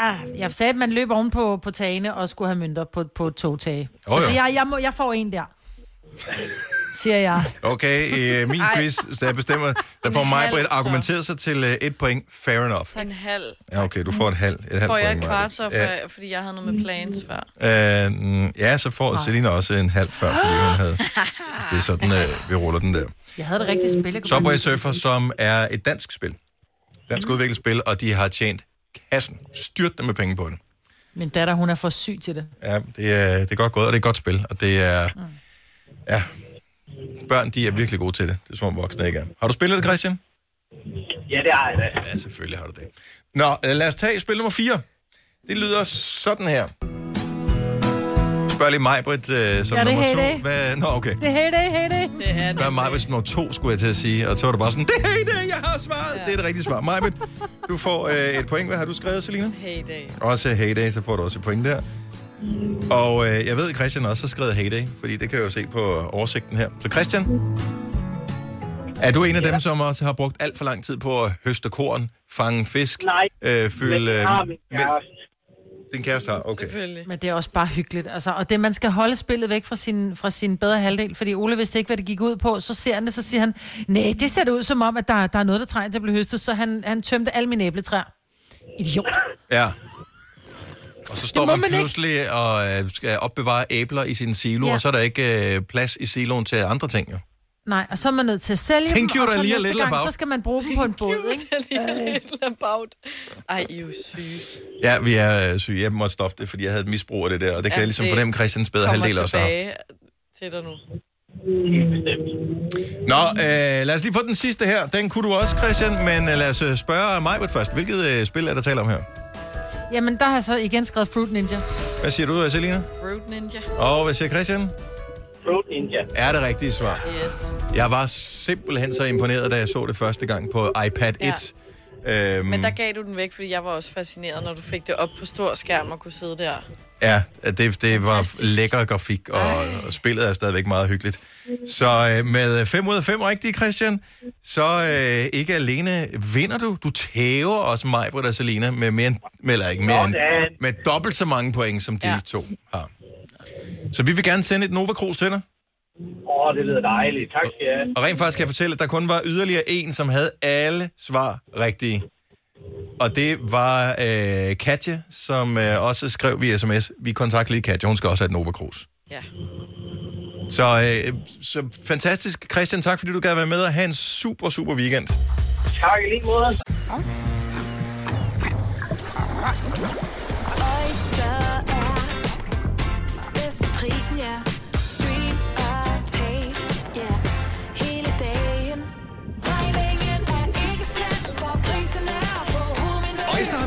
Speaker 2: Ja, jeg sagde, at man løb oven på, på tagene og skulle have mønter på, på togtage.
Speaker 1: Jo,
Speaker 2: Så
Speaker 1: jo.
Speaker 2: det, jeg, jeg, må, jeg får en der. Siger jeg.
Speaker 1: Okay, øh, min
Speaker 2: Ej.
Speaker 1: quiz, der bestemmer, der får
Speaker 2: Men
Speaker 1: mig
Speaker 2: altså.
Speaker 1: Britt argumenteret sig til øh, et point. Fair enough.
Speaker 3: En halv.
Speaker 1: Ja, okay, du får et halvt et halvt
Speaker 3: Får jeg
Speaker 1: point,
Speaker 3: et
Speaker 1: Maja.
Speaker 3: kvart, så,
Speaker 1: Ja.
Speaker 3: for, fordi jeg havde noget med plans før.
Speaker 1: Øh, mm, ja, så får
Speaker 3: Nej.
Speaker 1: Selina også en halv før, fordi hun havde... Det er sådan, øh, vi ruller den der.
Speaker 2: Jeg havde det rigtige spil. jeg kunne
Speaker 1: Subway
Speaker 2: bare-
Speaker 1: Surfer, som er et dansk spil. Dansk
Speaker 3: Mhm.
Speaker 1: udviklet spil, og de har tjent kassen. Styrt dem med penge på det.
Speaker 2: Min datter, hun er for syg til det.
Speaker 1: Ja, det er, det er godt gået, og det er et godt spil, og det er...
Speaker 3: Mm.
Speaker 1: Ja, børn, de er virkelig gode til det. Det er som om voksne ikke er. Har du spillet det, Christian?
Speaker 6: Ja, det har jeg da.
Speaker 1: Ja, selvfølgelig har du det. Nå, øh, lad os tage spil nummer 4. Det lyder sådan her. Spørg lige mig, Britt, øh, som
Speaker 2: Ja, det
Speaker 1: nummer
Speaker 2: er
Speaker 1: to.
Speaker 2: Hay-Day.
Speaker 1: Hvad? Nå, okay.
Speaker 2: Det er heyday, heyday. Det er
Speaker 1: Spørg mig, hvis nummer to, skulle jeg til at sige. Og så var du bare sådan, det er heyday, jeg har svaret. Ja. Det er det rigtige svar. Majbet, du får øh, et point. Hvad har du skrevet, Selina?
Speaker 3: Heyday.
Speaker 1: Også heyday, så får du også et point der. Og øh, jeg ved, at Christian også har skrevet heyday, fordi det kan jeg jo se på øh, oversigten her. Så Christian, er du en af dem, som også har brugt alt for lang tid på at høste korn, fange fisk,
Speaker 6: Nej,
Speaker 1: øh,
Speaker 6: men
Speaker 1: fylde...
Speaker 6: jeg
Speaker 1: Øh,
Speaker 6: har min
Speaker 1: men- din kæreste har, okay.
Speaker 2: Men det er også bare hyggeligt. Altså, og det, man skal holde spillet væk fra sin, fra sin bedre halvdel, fordi Ole vidste ikke, hvad det gik ud på. Så ser han det, så siger han, nej, det ser det ud som om, at der, der er noget, der trænger til at blive høstet. Så han, han tømte alle mine æbletræer. Idiot.
Speaker 1: Ja. Og så står
Speaker 2: Det må man
Speaker 1: man, man
Speaker 2: ikke.
Speaker 1: pludselig og øh, skal opbevare æbler i sin silo, ja.
Speaker 2: Ja.
Speaker 1: og så er der ikke øh, plads i siloen til andre ting, jo.
Speaker 2: Nej, og så er man nødt til at sælge
Speaker 1: Think
Speaker 2: dem,
Speaker 1: you
Speaker 2: og så
Speaker 1: da lige a
Speaker 2: næste
Speaker 1: little
Speaker 2: gang,
Speaker 1: about.
Speaker 2: så skal man bruge dem på en båd, ikke? Øh.
Speaker 3: Lige lidt about. Ej, I er jo syge.
Speaker 1: Ja, vi er øh, syge. Jeg måtte stoppe det, fordi jeg havde et misbrug af det der, og det kan
Speaker 3: Ja,
Speaker 1: jeg ligesom
Speaker 3: det
Speaker 1: fornemme, Christians bedre
Speaker 3: kommer
Speaker 1: halvdel også har haft.
Speaker 3: tilbage til dig nu.
Speaker 1: Nå, øh, lad os lige få den sidste her. Den kunne du også, Christian, men øh, lad os øh, spørge mig først. Hvilket øh, spil er der tale om her?
Speaker 2: Jamen, der har jeg så igen skrevet Fruit Ninja.
Speaker 1: Hvad siger du, øh, Selina?
Speaker 3: Fruit Ninja.
Speaker 1: Og hvad siger Christian?
Speaker 6: Fruit Ninja.
Speaker 1: Er det rigtige svar?
Speaker 3: Yes.
Speaker 1: Jeg var simpelthen så imponeret, da jeg så det første gang på iPad 1. Ja. Øhm,
Speaker 3: Men der gav du den væk, fordi jeg var også fascineret, når du fik det op på stor skærm og kunne sidde der.
Speaker 1: Ja, det, det var lækker grafik, og, og spillet er stadigvæk meget hyggeligt. Så øh, med 5 ud af 5 rigtige, Christian, så øh, ikke alene vinder du, du tæver også mig, Britt og Selina, med mere end, med, eller ikke, mere end,
Speaker 6: Sådan.
Speaker 1: med dobbelt så mange point, som de ja.
Speaker 6: Ja.
Speaker 1: to har. Så vi vil gerne sende et Nova Cruz til dig.
Speaker 6: Åh, det lyder dejligt. Tak skal jeg have.
Speaker 1: Og rent faktisk kan jeg fortælle, at der kun var yderligere en, som havde alle svar rigtige. Og det var øh, Katja, som øh, også skrev via sms. Vi kontakter lige Katja, hun skal også have et Nova Cruz.
Speaker 3: Ja.
Speaker 1: Så, øh, så fantastisk. Christian, tak fordi du gad være med og have en super, super weekend.
Speaker 6: Tak i lige måde.
Speaker 19: Oyster er bedst til prisen, ja. Stream og tag, ja. Hele dagen. Regningen er ikke slem, for prisen er på
Speaker 24: Øjster har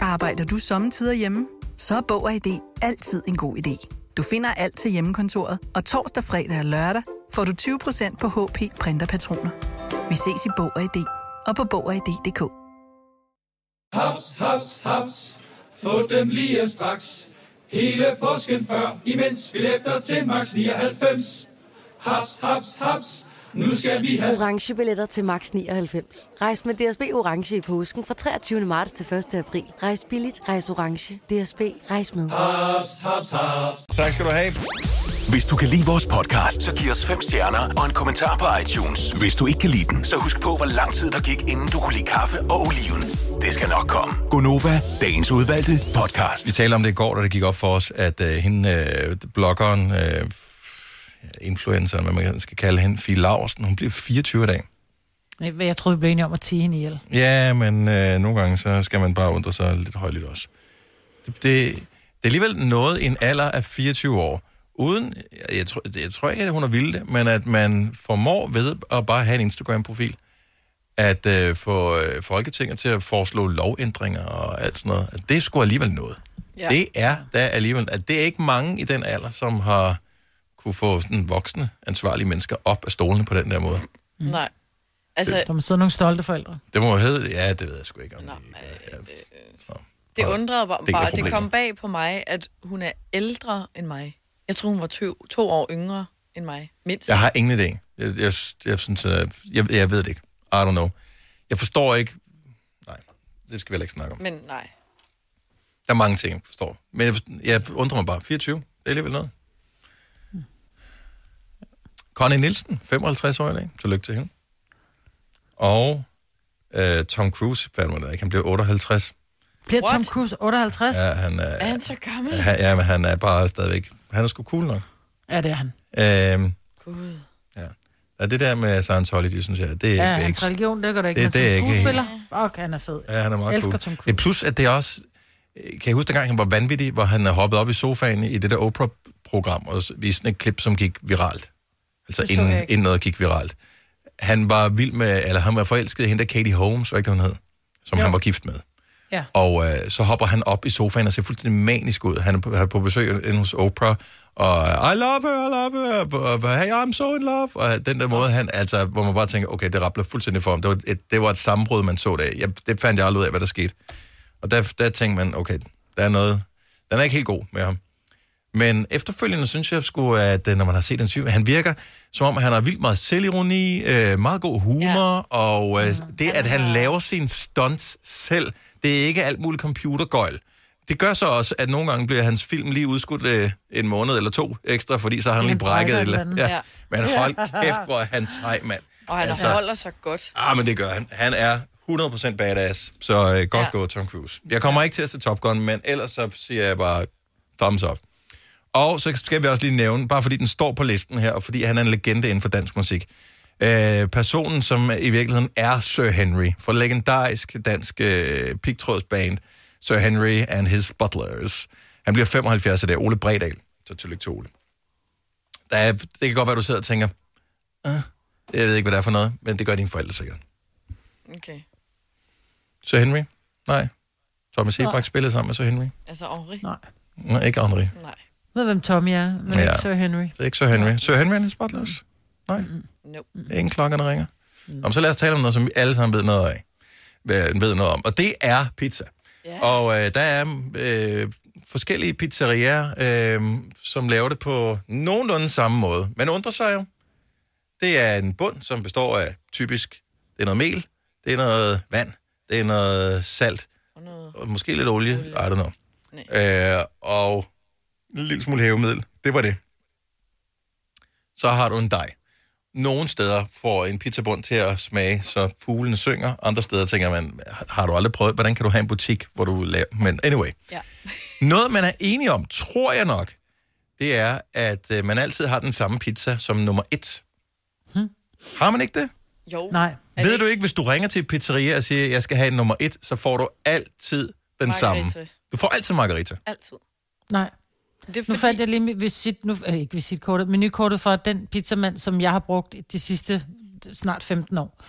Speaker 21: Arbejder du sommetider hjemme? Så er Bog og ID altid en god idé. Du finder alt til hjemmekontoret, og torsdag, fredag og lørdag får du 20% på HP printerpatroner. Vi ses i Bog og ID og på Bog og ID.dk.
Speaker 22: Haps, haps, haps. Få dem lige straks. Hele påsken før, imens billetter til max 99. Haps, haps, haps. Nu skal vi have...
Speaker 23: orange billetter til max 99. Rejs med DSB orange i påsken fra 23. marts til 1. april. Rejs billigt, rejs orange. DSB rejs med.
Speaker 22: Haps, haps, haps.
Speaker 1: Tak skal du have.
Speaker 4: Hvis du kan lide vores podcast, så giv os fem stjerner og en kommentar på iTunes. Hvis du ikke kan lide den, så husk på, hvor lang tid der gik, inden du kunne lide kaffe og oliven. Det skal nok komme.
Speaker 1: Gonova, dagens udvalgte podcast. Vi talte om det i går, da det gik op for os, at øh, hende, øh, bloggeren, øh, influenceren, hvad man skal kalde hende, Fie Laursen, hun bliver 24 i dag.
Speaker 2: Jeg jeg troede, vi blev enige om at tige hende ihjel.
Speaker 1: Ja, men øh, nogle gange, så skal man bare undre sig lidt højligt også. Det, det, det er alligevel noget i en alder af 24 år, uden, jeg, jeg, tror, jeg tror ikke, at hun har ville det, men at man formår ved at bare have en Instagram-profil, at øh, få øh, Folketinget til at foreslå lovændringer og alt sådan noget. At det er sgu alligevel noget.
Speaker 5: Ja.
Speaker 1: Ja. Det er da alligevel, at det er ikke mange i den alder, som har kunne få sådan voksne, ansvarlige mennesker op af stolene på den der måde.
Speaker 3: Mm. Nej. Altså,
Speaker 2: Der må sidde nogle stolte forældre.
Speaker 1: Det må jo hedde, ja, det ved jeg sgu ikke om.
Speaker 3: Nå, øh,
Speaker 1: Og
Speaker 3: det undrede mig
Speaker 1: del af
Speaker 3: bare, det
Speaker 1: problemet.
Speaker 3: kom bag på mig, at hun er ældre end mig. Jeg tror, hun var to, to år yngre end mig, mindst.
Speaker 1: Jeg har ingen idé. Jeg, jeg, jeg, synes, jeg, jeg, jeg ved det ikke. I don't know. Jeg forstår ikke... Nej, det skal vi heller ikke snakke om.
Speaker 3: Men nej.
Speaker 1: Der er mange ting, jeg ikke forstår. Men jeg, forst- jeg undrer mig bare. 24, det er alligevel noget. Connie Nielsen, 55 år i dag. Tillykke til hende. Og øh, Tom Cruise, fandme det ikke. Han bliver 58.
Speaker 2: Bliver
Speaker 3: What?
Speaker 2: Tom Cruise 58?
Speaker 1: Ja, han er,
Speaker 3: Er han så gammel?
Speaker 1: han, ja, men han er bare stadigvæk... Han er sgu cool nok.
Speaker 2: Ja, det er han.
Speaker 1: Øhm,
Speaker 3: Gud.
Speaker 1: og det der med Scientology, synes jeg, det er
Speaker 2: Ja,
Speaker 1: ikke...
Speaker 2: hans religion, det går da ikke.
Speaker 1: det-
Speaker 2: Det,
Speaker 1: det er
Speaker 2: det
Speaker 1: ikke
Speaker 2: er skuespiller. Fuck, han er fed.
Speaker 1: Ja, han er meget
Speaker 2: Elsker
Speaker 1: cool.
Speaker 2: Tom
Speaker 1: Ja, plus, at det er også... øh, Kan jeg huske dengang, han var vanvittig, hvor han hoppede op i sofaen i det der Oprah-program og viste et klip, som gik viralt. Altså
Speaker 2: Det så
Speaker 1: inden,
Speaker 2: jeg ikke.
Speaker 1: inden noget gik viralt. Han var vild med, eller han var forelsket i hende der Katie Holmes, var ikke det, hun hed? Som jo. han var gift med.
Speaker 2: Ja.
Speaker 1: Og øh, så hopper han op i sofaen og ser fuldstændig manisk ud. Han er på, han er på besøg inde hos Oprah, og I love her, I love her, og, og, hey, I'm so in love. Og den der måde, han, altså, hvor man bare tænker, okay, det rappler fuldstændig for ham. Det var et, det var et sammenbrud, man så det af. Jeg, det fandt jeg aldrig ud af, hvad der skete. Og der, der tænkte man, okay, der er noget, den er ikke helt god med ham. Men efterfølgende synes jeg sgu, at øh, når man har set den syge, han virker som om, han har vildt meget selvironi, øh, meget god humor, ja. og øh, det, at han laver sin stunts selv, det er ikke alt muligt computergøjl. Det gør så også, at nogle gange bliver hans film lige udskudt øh, en måned eller to ekstra, fordi så har han lige brækket.
Speaker 3: brækker
Speaker 1: Eller,
Speaker 3: den.
Speaker 1: ja.
Speaker 3: Ja.
Speaker 1: Men hold kæft, hvor er han sej, mand.
Speaker 3: Og han altså, holder sig godt.
Speaker 1: Ah, men det gør han. Han er 100% badass, så øh, godt ja.
Speaker 3: Ja.
Speaker 1: gået, Tom Cruise. Jeg kommer ikke til at se Top Gun, men ellers så siger jeg bare thumbs up. Og så skal vi også lige nævne, bare fordi den står på listen her, og fordi han er en legende inden for dansk musik. Øh, personen, som i virkeligheden er Sir Henry, fra legendarisk dansk øh, pigtrådsband, Sir Henry and His Butlers. Han bliver 75 i dag, Ole Bredal. Så tillykke til Ole. Der er, det kan godt være, du sidder og tænker, ah, jeg ved ikke, hvad det er for noget, men det gør dine forældre sikkert.
Speaker 3: Okay.
Speaker 1: Sir Henry? Nej. Thomas
Speaker 2: Nej.
Speaker 1: Sebak spillede sammen med Sir Henry.
Speaker 3: Altså, Henri.
Speaker 2: Nej.
Speaker 1: Nej, ikke Henry.
Speaker 3: Nej.
Speaker 2: Ved hvem Tommy er, men
Speaker 1: Ja.
Speaker 2: ja. ikke Sir Henry. Mm.
Speaker 1: Det er ikke Sir Henry. Sir Henry er en spotless. Nej.
Speaker 3: No.
Speaker 1: Det er ingen klokker, der Mm. ringer. Om, så lad os tale om noget, som vi alle sammen ved noget af. Hvad- Ved noget om. Og det er pizza.
Speaker 3: Ja.
Speaker 1: Og øh, der er øh, forskellige pizzerier, øh, som laver det på nogenlunde samme måde. Man undrer sig jo. Det er en bund, som består af typisk, det er noget mel, det er noget vand, det er noget salt, og måske lidt olie, I don't know. Øh, og en lille smule hævemiddel. Det var det. Så har du en dej. Nogle steder får en pizzabund til at smage, så fuglene synger. Andre steder tænker man, har du aldrig prøvet, hvordan kan du have en butik, hvor du laver... Men anyway.
Speaker 3: Ja.
Speaker 1: Noget, man er enig om, tror jeg nok, det er, at øh, man altid har den samme pizza som nummer et. Har man ikke det?
Speaker 3: Jo.
Speaker 2: Nej.
Speaker 1: Ved du ikke, hvis du ringer til et pizzeria og siger, jeg skal have en nummer et, så får du altid den
Speaker 2: Margarita.
Speaker 1: samme. Du får altid margarita.
Speaker 3: Altid.
Speaker 2: Nej.
Speaker 3: Det er
Speaker 2: Nu fandt jeg lige mit visit, nu, eh, ikke visitkortet, menukortet fra den pizzamand, som jeg har brugt de sidste snart 15 år.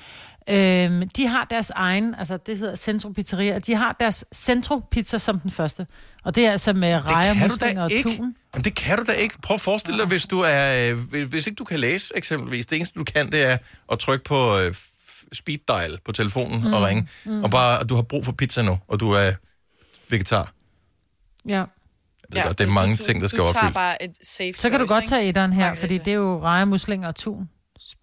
Speaker 2: Øhm, de har deres egen, altså det hedder Centro Pizzeria, og de har deres Centro Pizza som den første. Og det er altså med rejer,
Speaker 1: kan du da
Speaker 2: muslinger og
Speaker 1: ikke.
Speaker 2: tun.
Speaker 1: Jamen, det kan du da ikke. Prøv at forestille dig, hvis, du er, øh, hvis- hvis ikke du kan læse eksempelvis. Det eneste, du kan, det er at trykke på øh, f- speed dial på telefonen mm. og
Speaker 2: Mm,
Speaker 1: ringe. Mm.
Speaker 2: mm.
Speaker 1: Og bare, at du har brug for pizza nu, og du er vegetar.
Speaker 2: Ja.
Speaker 1: Jeg ved ja, godt, det er mange ting, der skal
Speaker 3: du tager
Speaker 1: opfyldes.
Speaker 3: Ah, bare et safe
Speaker 2: Så kan du
Speaker 3: choice,
Speaker 2: godt
Speaker 3: ikke?
Speaker 2: tage etteren her, fordi det er jo rejer, muslinger og tun.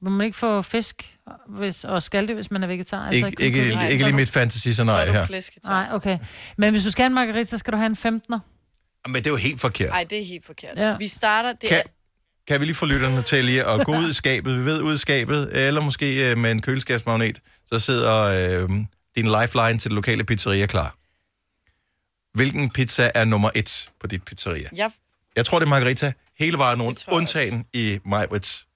Speaker 2: Må man ikke få fisk hvis, og skaldyr, hvis man er vegetar?
Speaker 1: Ikke,
Speaker 2: altså, kun
Speaker 1: ikke,
Speaker 2: kød?
Speaker 1: ikke, ikke lige mit fantasy-scenarie her.
Speaker 2: Nej, okay. Men hvis du skal have en margarita, så skal du have en 15'er.
Speaker 1: Men det er jo helt forkert.
Speaker 3: Ej, det er helt forkert.
Speaker 2: Ja.
Speaker 3: Ja. Vi starter, det
Speaker 1: Kan-
Speaker 3: er
Speaker 1: kan vi lige få lytterne til lige at gå ud i skabet. Vi ved ud i skabet, eller måske øh, med en køleskabsmagnet, så sidder øh, din lifeline til det lokale pizzeria klar. Hvilken pizza er nummer et på dit pizzeria?
Speaker 3: Jeg,
Speaker 1: Jeg tror, det er margarita hele vejen rundt, undtagen i Majbrits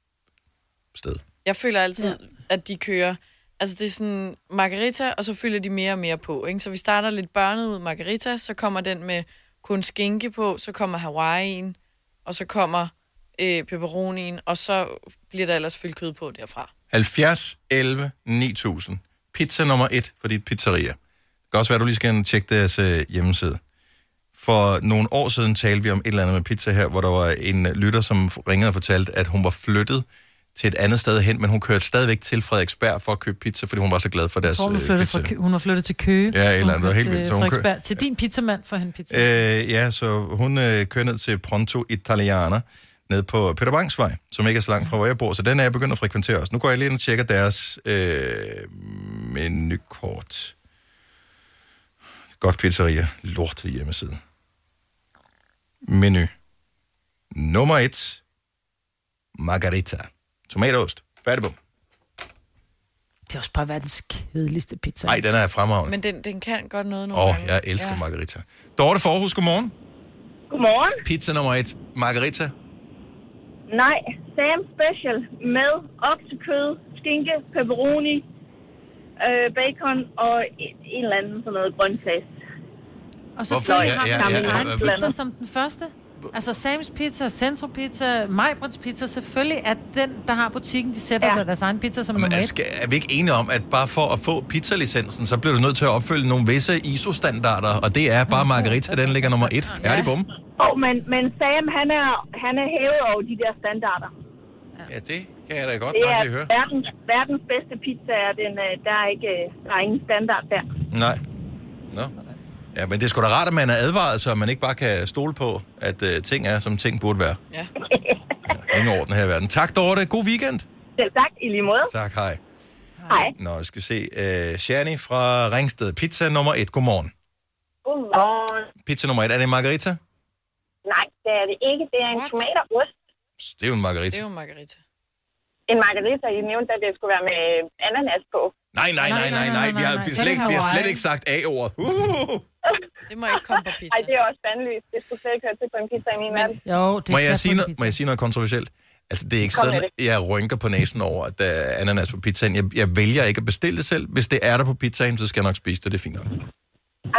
Speaker 1: sted.
Speaker 3: jeg føler altid, ja. at de kører... Altså, det er sådan margarita, og så fylder de mere og mere på, ikke? Så vi starter lidt børnet ud margarita, så kommer den med kun skinke på, så kommer hawaii'en, og så kommer øh, pepperonien, og så bliver der ellers fyldt kød på derfra.
Speaker 1: 70 11 9000. Pizza nummer et for dit pizzeria. Det kan også være, du lige skal ind og tjekke deres øh, hjemmeside. For nogle år siden talte vi om et eller andet med pizza her, hvor der var en lytter, som ringede og fortalte, at hun var flyttet til et andet sted hen, men hun kørte stadigvæk til Frederiksberg for at købe pizza, fordi hun var så glad for
Speaker 2: Jeg
Speaker 1: deres
Speaker 2: tror, hun,
Speaker 1: øh,
Speaker 2: flyttede
Speaker 1: pizza.
Speaker 2: fra, Kø- hun har flyttet til Køge.
Speaker 1: Ja, et eller andet.
Speaker 2: Hun
Speaker 1: Helt
Speaker 2: kørte
Speaker 1: vildt. Så
Speaker 2: Til,
Speaker 1: hun kø-
Speaker 2: Frederiksberg. til din pizzamand for han pizza.
Speaker 1: Øh, ja, så hun øh, kører ned til Pronto Italiana, ned på Peter Bangs vej, som ikke er så langt fra, hvor jeg bor. Så den er jeg begyndt at frekventere også. Nu går jeg lige ind og tjekker deres øh, menukort. Godt pizzeria. Lortet hjemmeside. Menu. Nummer et. Margarita. Tomatost. Færdig på.
Speaker 2: Det er også bare verdens kedeligste pizza.
Speaker 1: Nej, den er fremragende.
Speaker 3: Men den, den kan godt noget nogle
Speaker 1: Åh, oh,
Speaker 3: gange.
Speaker 1: jeg elsker ja. margarita. Dorte Forhus, godmorgen.
Speaker 6: Godmorgen.
Speaker 1: Pizza nummer et. Margarita.
Speaker 6: Nej, Sam Special med oksekød, skinke, pepperoni, øh, bacon og en, en eller anden sådan noget grøntsags.
Speaker 2: Og så
Speaker 6: Hvorfor?
Speaker 2: følger
Speaker 6: Ja,
Speaker 2: han
Speaker 6: ja,
Speaker 2: ja, ja,
Speaker 6: ja,
Speaker 2: ja,
Speaker 6: ja.
Speaker 2: egen pizza som den første. Altså Sams Pizza, Centro Pizza, Majbrits Pizza, selvfølgelig er den, der har butikken, de sætter ja. deres egen pizza som nummer
Speaker 1: Men
Speaker 2: et.
Speaker 1: skal, er vi ikke enige om, at bare for at få pizzalicensen, så bliver du nødt til at opfylde nogle visse ISO-standarder, og det er bare margarita, den ligger nummer et. Færdig bum.
Speaker 6: Og, men, men Sam, han er, han er hævet over de der standarder.
Speaker 1: Ja, det kan jeg da godt
Speaker 6: det
Speaker 1: nok
Speaker 6: er
Speaker 1: lige høre.
Speaker 6: verdens, verdens bedste pizza, er den, øh, der, er ikke, øh, der er ingen standard der.
Speaker 1: Nej. Nå. Ja, men det er sgu da rart, at man er advaret, så man ikke bare kan stole på, at uh, ting er, som ting burde være.
Speaker 6: Ja.
Speaker 1: Ja, ingen orden her i verden. Tak, Dorte. God weekend.
Speaker 6: Selv tak, i lige måde.
Speaker 1: Tak, hej.
Speaker 6: Hej.
Speaker 1: Nå, vi skal se. Uh, Shani fra Ringsted. Pizza nummer et. Godmorgen.
Speaker 14: Godmorgen.
Speaker 1: Pizza nummer et. Er det en margarita?
Speaker 14: Nej, det er det ikke. Det er en tomat og ost.
Speaker 1: Det er jo en margarita.
Speaker 3: jo margarita.
Speaker 14: En margarita, I nævnte, at det skulle være med øh, ananas på.
Speaker 1: Nej, nej, nej, nej, nej. Vi har, vi slet, ikke- vi har slet ikke sagt A-ordet. Uh!
Speaker 14: Det må ikke komme på pizza. Ej, det er også bandlyst. Det skulle slet ikke høre til på en pizza i min verden.
Speaker 2: Jo,
Speaker 1: Må jeg, sige noget, må jeg sige noget kontroversielt? Altså, det er ikke
Speaker 14: Kom
Speaker 1: sådan,
Speaker 14: med
Speaker 1: jeg rynker på næsen over, at der er ananas på pizzaen. Jeg, jeg vælger ikke at bestille det selv. Hvis det er der på pizzaen, så skal jeg nok spise det. Det er fint nok.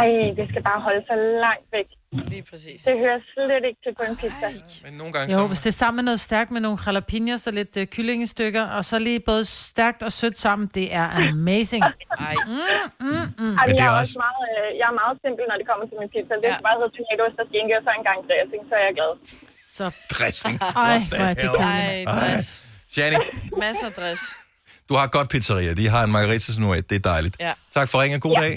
Speaker 14: Ej, det skal bare holde sig langt væk.
Speaker 3: Lige præcis.
Speaker 14: Det hører slet ikke til på en pizza.
Speaker 1: Men nogle gange
Speaker 2: Jo, hvis det er sammen med noget stærkt med nogle jalapenos og lidt øh, kyllingestykker, og så lige både stærkt og sødt sammen, det er amazing.
Speaker 3: Ej.
Speaker 14: Mm, mm, mm.
Speaker 2: Men
Speaker 14: Jamen,
Speaker 2: det
Speaker 14: jeg,
Speaker 2: er
Speaker 14: er
Speaker 2: også-
Speaker 14: også meget, øh, jeg er meget simpel, når det kommer til min pizza. Det skal bare hedde tomatost og skinke, og så en gang dressing, så er jeg glad.
Speaker 2: Så...
Speaker 1: Dressing.
Speaker 14: Ej,
Speaker 1: What the
Speaker 14: hvor er det
Speaker 1: hell?
Speaker 14: kedeligt. Ej,
Speaker 1: Ej.
Speaker 14: dress.
Speaker 1: Shani,
Speaker 3: Masser af dress.
Speaker 1: du har et godt pizzeria. De har en margarita som nummer et. Det er dejligt.
Speaker 14: Ja.
Speaker 1: Tak for ringen. God
Speaker 14: Ja.
Speaker 1: dag.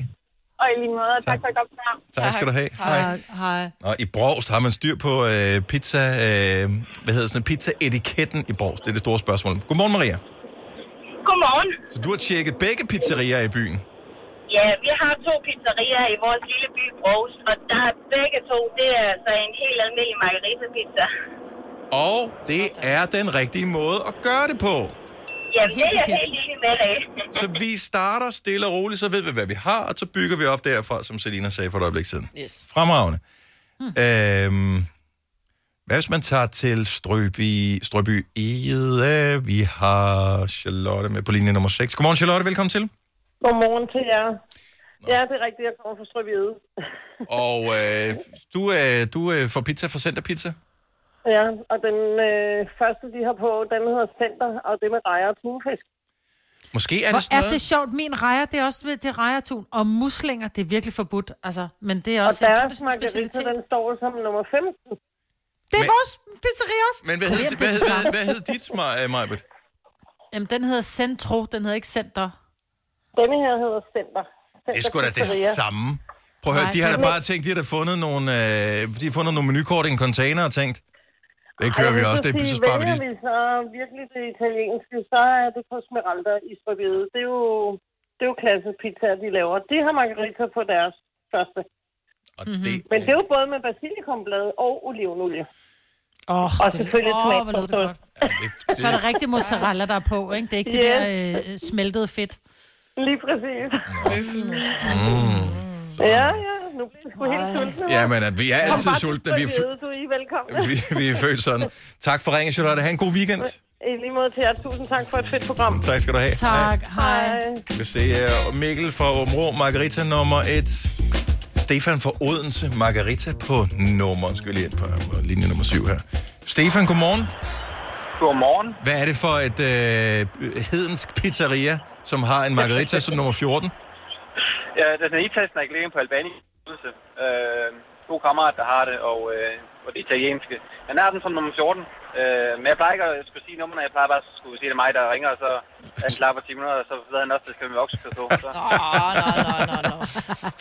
Speaker 14: Og i lige måde, tak, tak for et godt program.
Speaker 1: Tak skal du have. Tak. Hej.
Speaker 2: Hej.
Speaker 1: Og i Brogst har man styr på øh, pizza, øh, hvad hedder sådan, pizza-etiketten i Brogst. Det er det store spørgsmål. Godmorgen, Maria.
Speaker 14: Godmorgen.
Speaker 1: Så du har tjekket begge pizzerier i byen?
Speaker 14: Ja, vi har to pizzerier i vores lille by Brogs, og der er begge to, det er altså en helt almindelig margarita-pizza.
Speaker 1: Og det er den rigtige måde at gøre det på.
Speaker 14: Jamen, det er jeg helt enig med dig.
Speaker 1: Så vi starter stille og roligt, så ved vi, hvad vi har, og så bygger vi op derfra, som Selina sagde for et øjeblik siden.
Speaker 3: Yes.
Speaker 1: Fremragende. Hmm. Øhm, hvad hvis man tager til Strøby, Strøby Ede? Vi har Charlotte med på linje nummer 6. Godmorgen, Charlotte. Velkommen til.
Speaker 16: Godmorgen til jer. Ja, det er rigtigt, jeg kommer fra Strøbjede.
Speaker 1: Og øh, du, øh, du øh, får pizza fra Center Pizza?
Speaker 16: Ja, og den øh, første, de har på, den hedder Center, og det med rejer og tunfisk.
Speaker 1: Måske er
Speaker 2: Hvor
Speaker 1: det sådan
Speaker 2: er
Speaker 1: noget...
Speaker 2: det sjovt. Min rejer, det er også det er rejertun. Og muslinger, det er virkelig forbudt. Altså, men det er
Speaker 16: Og
Speaker 2: også... jeg tror, det er
Speaker 16: deres
Speaker 2: sådan en
Speaker 16: margarita,
Speaker 2: specialitet.
Speaker 16: den står som nummer 15.
Speaker 2: Det er vores pizzeria også.
Speaker 1: Men hvad hed, hvad hed, hvad hed dit, Maj- øh, Majbet?
Speaker 2: Jamen, den hedder Centro, den hedder ikke Center.
Speaker 16: Denne her hedder Center.
Speaker 1: Det er sgu da det samme. Prøv at høre,
Speaker 2: Nej,
Speaker 1: de har da
Speaker 2: men-
Speaker 1: bare tænkt, de har da fundet nogle, øh, de har fundet nogle menukort i en container og tænkt, det kører
Speaker 16: Og jeg
Speaker 1: vi
Speaker 16: vil
Speaker 1: også, det,
Speaker 16: sige,
Speaker 1: så sparer vi
Speaker 16: vælger
Speaker 1: lige.
Speaker 16: vi så virkelig det italienske, så er det på Smeralda i Strøbjede. Det er jo, det er jo klassisk pizza, de laver. De har margarita på deres første.
Speaker 1: Og det,
Speaker 2: Mhm.
Speaker 16: Men det er jo både med basilikumblad og olivenolie.
Speaker 2: Åh,
Speaker 25: og
Speaker 2: det-
Speaker 25: selvfølgelig
Speaker 2: Åh,
Speaker 25: oh,
Speaker 2: hvor lød det
Speaker 25: tomatsauce.
Speaker 2: Så er der rigtig mozzarella, der er på, ikke? Det er ikke yes. det der øh, smeltede fedt.
Speaker 25: Lige præcis.
Speaker 1: Mm.
Speaker 25: Ja, ja, nu bliver jeg sgu helt sulten. hva'?
Speaker 1: Jamen, at øh, vi er
Speaker 25: Kom
Speaker 1: altid
Speaker 25: bare til
Speaker 1: sultne. Vi er,
Speaker 25: Trykkeriet, Du er I velkommen.
Speaker 1: fø- Mm, vi, vi er født sådan. Tak for ringen, Charlotte. Ha' en god weekend.
Speaker 25: I lige måde til jer. Tusind tak for et fedt program.
Speaker 1: Tak skal du have. Tak.
Speaker 25: Hej.
Speaker 1: Vi kan se uh, Mikkel fra Områ, Margarita nummer 1. Stefan fra Odense, Margarita på nummer, skal vi lige ind på øh, linje nummer 7 her. Stefan, godmorgen.
Speaker 26: Godmorgen.
Speaker 1: Hvad er det for et øh, hedensk pizzeria, som har en margarita som nummer 14?
Speaker 26: Ja, altså, den her itasten er ikke liggende på Albani. Øh, to kammerater, der har det, og, øh, og det italienske. Han er den som nummer 14. Øh, men jeg plejer ikke at skulle sige nummerne, jeg plejer bare at skulle sige, at det er mig, der ringer, og så er han klar på 10 minutter, og så ved han også, at det skal være vokset på to. Så.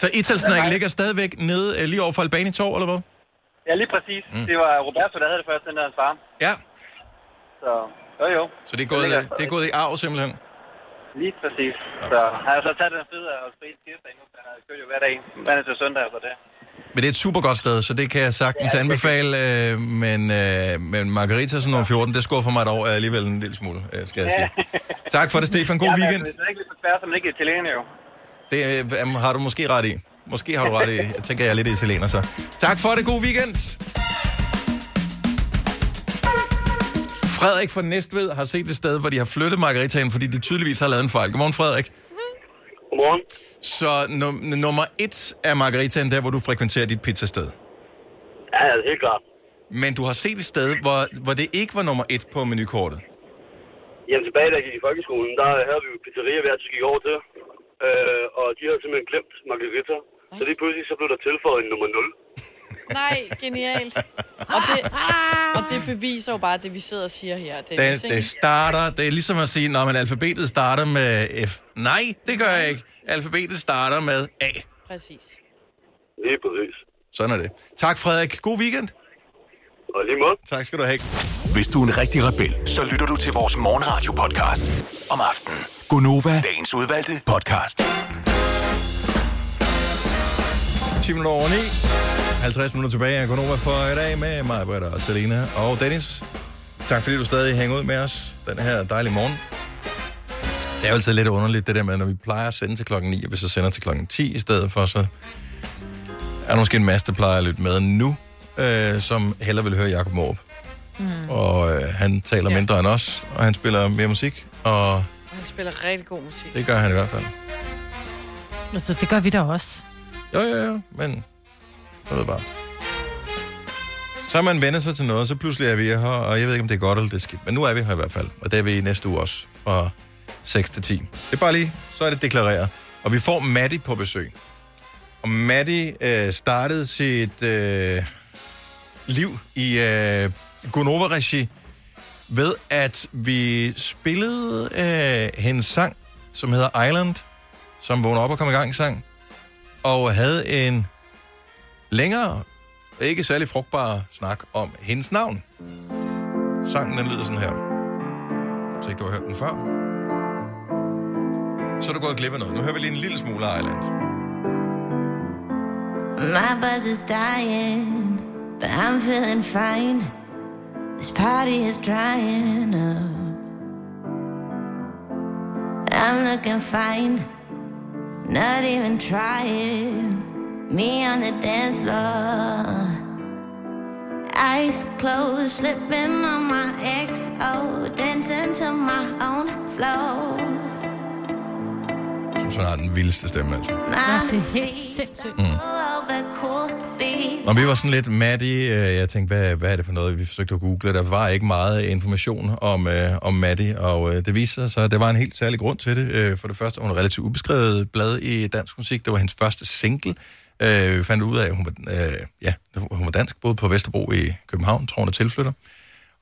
Speaker 1: Så Italsnack ligger stadigvæk nede øh, lige over for Albani Torv, eller hvad?
Speaker 26: Ja, lige præcis.
Speaker 1: Mm.
Speaker 26: Mm. Det var Roberto, der havde det først, den der hans far.
Speaker 1: Ja.
Speaker 26: Så jo jo,
Speaker 1: Så det er gået, øh, det er gået i arv simpelthen.
Speaker 26: lige præcis. Så han har så taget den fede og sprit tirsdag nu, han har kørt jo hver dag, mandag til søndag, så det.
Speaker 1: Men det er et super godt sted, så det kan jeg sagtens anbefale. Øh, men, øh, men Margarita som nummer 14, det skuffer mig et år alligevel en lille smule, øh, skal jeg sige. Tak for det, Stefan. God
Speaker 26: Jamen,
Speaker 1: weekend.
Speaker 26: altså, Hvis man ikke er på tværs, så er man ikke italiener jo.
Speaker 1: Det øh, jamen, har du måske ret i. Måske har du ret i. Jeg tænker, jeg er lidt italiener, så. Tak for det. God weekend. Frederik fra Næstved har set et sted, hvor de har flyttet margaritaen, fordi de tydeligvis har lavet en fejl. Godmorgen, Frederik.
Speaker 10: Godmorgen.
Speaker 1: Så num- nummer et er margaritaen der, hvor du frekventerer dit pizzasted.
Speaker 10: Ja, ja, helt klart.
Speaker 1: Men du har set et sted, hvor, hvor det ikke var nummer et på menukortet.
Speaker 10: Jamen tilbage, da jeg gik i folkeskolen, der havde vi jo pizzeria hver til gik over til. Øh, og de havde simpelthen glemt margarita. Så lige pludselig så blev der tilføjet en nummer 0.
Speaker 3: Nej, genialt. Og det, og det beviser jo bare det, vi sidder og siger her. Det,
Speaker 1: Det, det starter, det er ligesom at sige, når man alfabetet starter med F. Nej, det gør jeg ikke. Alfabetet starter med A.
Speaker 3: Præcis.
Speaker 10: Lige præcis.
Speaker 1: Sådan er det. Tak Frederik. God weekend.
Speaker 10: Og lige måde.
Speaker 1: Tak skal du have.
Speaker 4: Hvis du er en rigtig rebel, så lytter du til vores morgenradio-podcast om aftenen.
Speaker 1: Gunova.
Speaker 4: Dagens udvalgte podcast.
Speaker 1: 10 minutter over 9. 50 minutter tilbage af Gunova for i dag med mig, Britta og Selina og Dennis. Tak fordi du stadig hænger ud med os den her dejlige morgen. Det er jo altid lidt underligt, det der med, når vi plejer at sende til klokken 9, og vi så sender til klokken 10 i stedet for, så er der måske en masse, der plejer at lytte med nu, øh, som heller vil høre Jacob Morp. Mm. Og øh, han taler mindre end os, og han spiller mere musik, og
Speaker 3: Han spiller rigtig god musik.
Speaker 1: det gør han i hvert fald.
Speaker 2: Altså, det gør vi da også.
Speaker 1: Jo, jo, jo, men jeg ved bare. Så har man vendt sig til noget, så pludselig er vi her, og jeg ved ikke, om det er godt eller det er skidt. Men nu er vi her i hvert fald, og det er vi i næste uge også, fra 6 til 10. Det er bare lige, så er det deklareret. Og vi får Matti på besøg. Og Matti øh, startede sit øh, liv i øh, Gonova-regi ved, at vi spillede øh, hendes sang, som hedder Island, som vågner op og kommer i gang sang og havde en længere, ikke særlig frugtbar snak om hendes navn. Sangen den lyder sådan her. Så ikke du har hørt den før. Så er du gået glip af noget. Nu hører vi lige en lille smule af Island.
Speaker 27: My buzz is dying, but I'm feeling fine. This party is drying up. I'm looking fine, not even trying. Me on the dance floor. Eyes closed, slipping on my XO, dancing to my own flow.
Speaker 1: Jeg synes, hun har den vildeste stemme, altså.
Speaker 27: Ja, det er helt sindssygt.
Speaker 1: Mm. Og vi var sådan lidt Maddie, øh, jeg tænkte, hvad, hvad er det for noget? Vi forsøgte at google, der var ikke meget information om, øh, om Maddie, og øh, det viste sig, så at der var en helt særlig grund til det. Øh, for det første, hun er relativt ubeskrevet blad i dansk musik, det var hendes første single. Øh, vi fandt ud af, at hun var, øh, ja, hun var dansk, både på Vesterbro i København, tror hun er tilflytter.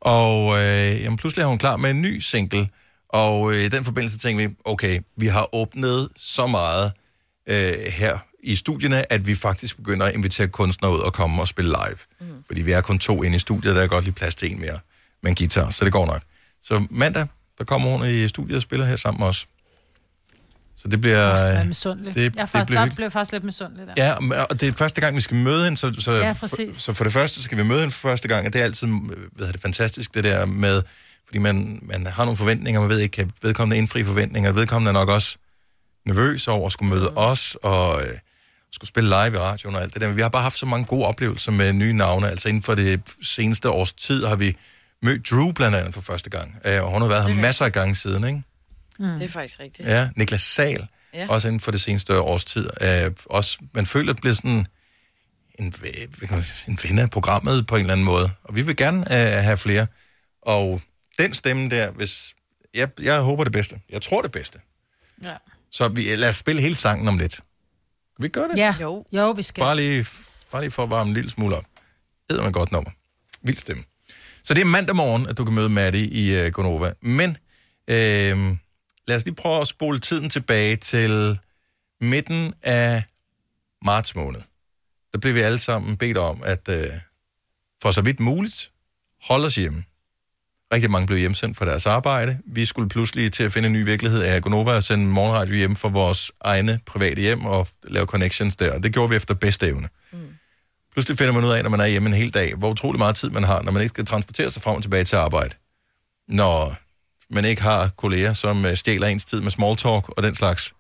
Speaker 1: Og øh, jamen, pludselig er hun klar med en ny single, og øh, i den forbindelse tænkte vi, okay, vi har åbnet så meget øh, her i studierne, at vi faktisk begynder at invitere kunstnere ud og komme og spille live. Mm. Fordi vi er kun to inde i studiet, der er godt lige plads til en mere med en guitar, så det går nok. Så mandag, der kommer hun i studiet og spiller her sammen med os. Så det bliver...
Speaker 2: Jeg er
Speaker 1: øh,
Speaker 2: misundelig.
Speaker 1: det-
Speaker 2: Det, jeg er
Speaker 1: det
Speaker 2: faktisk,
Speaker 1: bliver
Speaker 2: der
Speaker 1: hyggeligt.
Speaker 2: blev jeg faktisk lidt misundelig der.
Speaker 1: Ja, men- og det er første gang, vi skal møde hende, så, så,
Speaker 2: Ja,
Speaker 1: for,
Speaker 2: præcis.
Speaker 1: så for det første skal vi møde hende for første gang, og det er altid øh, hvad hedder det, fantastisk, det der med, fordi man, man har nogle forventninger, man ved ikke, kan vedkommende indfri forventninger, vedkommende er nok også nervøs over at skulle møde os, og øh, skulle spille live i radioen og alt det der, men vi har bare haft så mange gode oplevelser med nye navne, altså inden for det seneste års tid har vi mødt Drew blandt andet for første gang, øh, og hun har været her masser af gange siden, ikke?
Speaker 3: Mm. Det er faktisk rigtigt.
Speaker 1: Ja, Niklas Sal,
Speaker 3: Ja.
Speaker 1: ja. også inden for det seneste års tid. Øh, også, man føler, at det bliver sådan en, hvad kan man sige, en vinder af programmet på en eller anden måde. Og vi vil gerne øh, have flere. Og den stemme der, hvis... Jeg, jeg håber det bedste. Jeg tror det bedste.
Speaker 2: Ja.
Speaker 1: Så vi, lad os spille hele sangen om lidt. Kan vi gøre det?
Speaker 2: Ja, jo, jo vi skal.
Speaker 1: Bare lige, bare lige for at varme en lille smule op. Hedder man godt nummer. Vild stemme. Så det er mandag morgen, at du kan møde Maddie i øh, Gonova. Men øh, lad os lige prøve at spole tiden tilbage til midten af marts måned. Der blev vi alle sammen bedt om, at øh, for så vidt muligt, holde os hjemme. Rigtig mange blev hjemsendt fra deres arbejde. Vi skulle pludselig til at finde en ny virkelighed af Gonova og sende morgenradio hjem fra vores egne private hjem og lave connections der. Og det gjorde vi efter bedste evne. Mm. Pludselig finder man ud af, når man er hjemme en hel dag, hvor utrolig meget tid man har, når man ikke skal transportere sig frem og tilbage til arbejde. Når man ikke har kolleger, som øh, stjæler ens tid med small talk og den slags.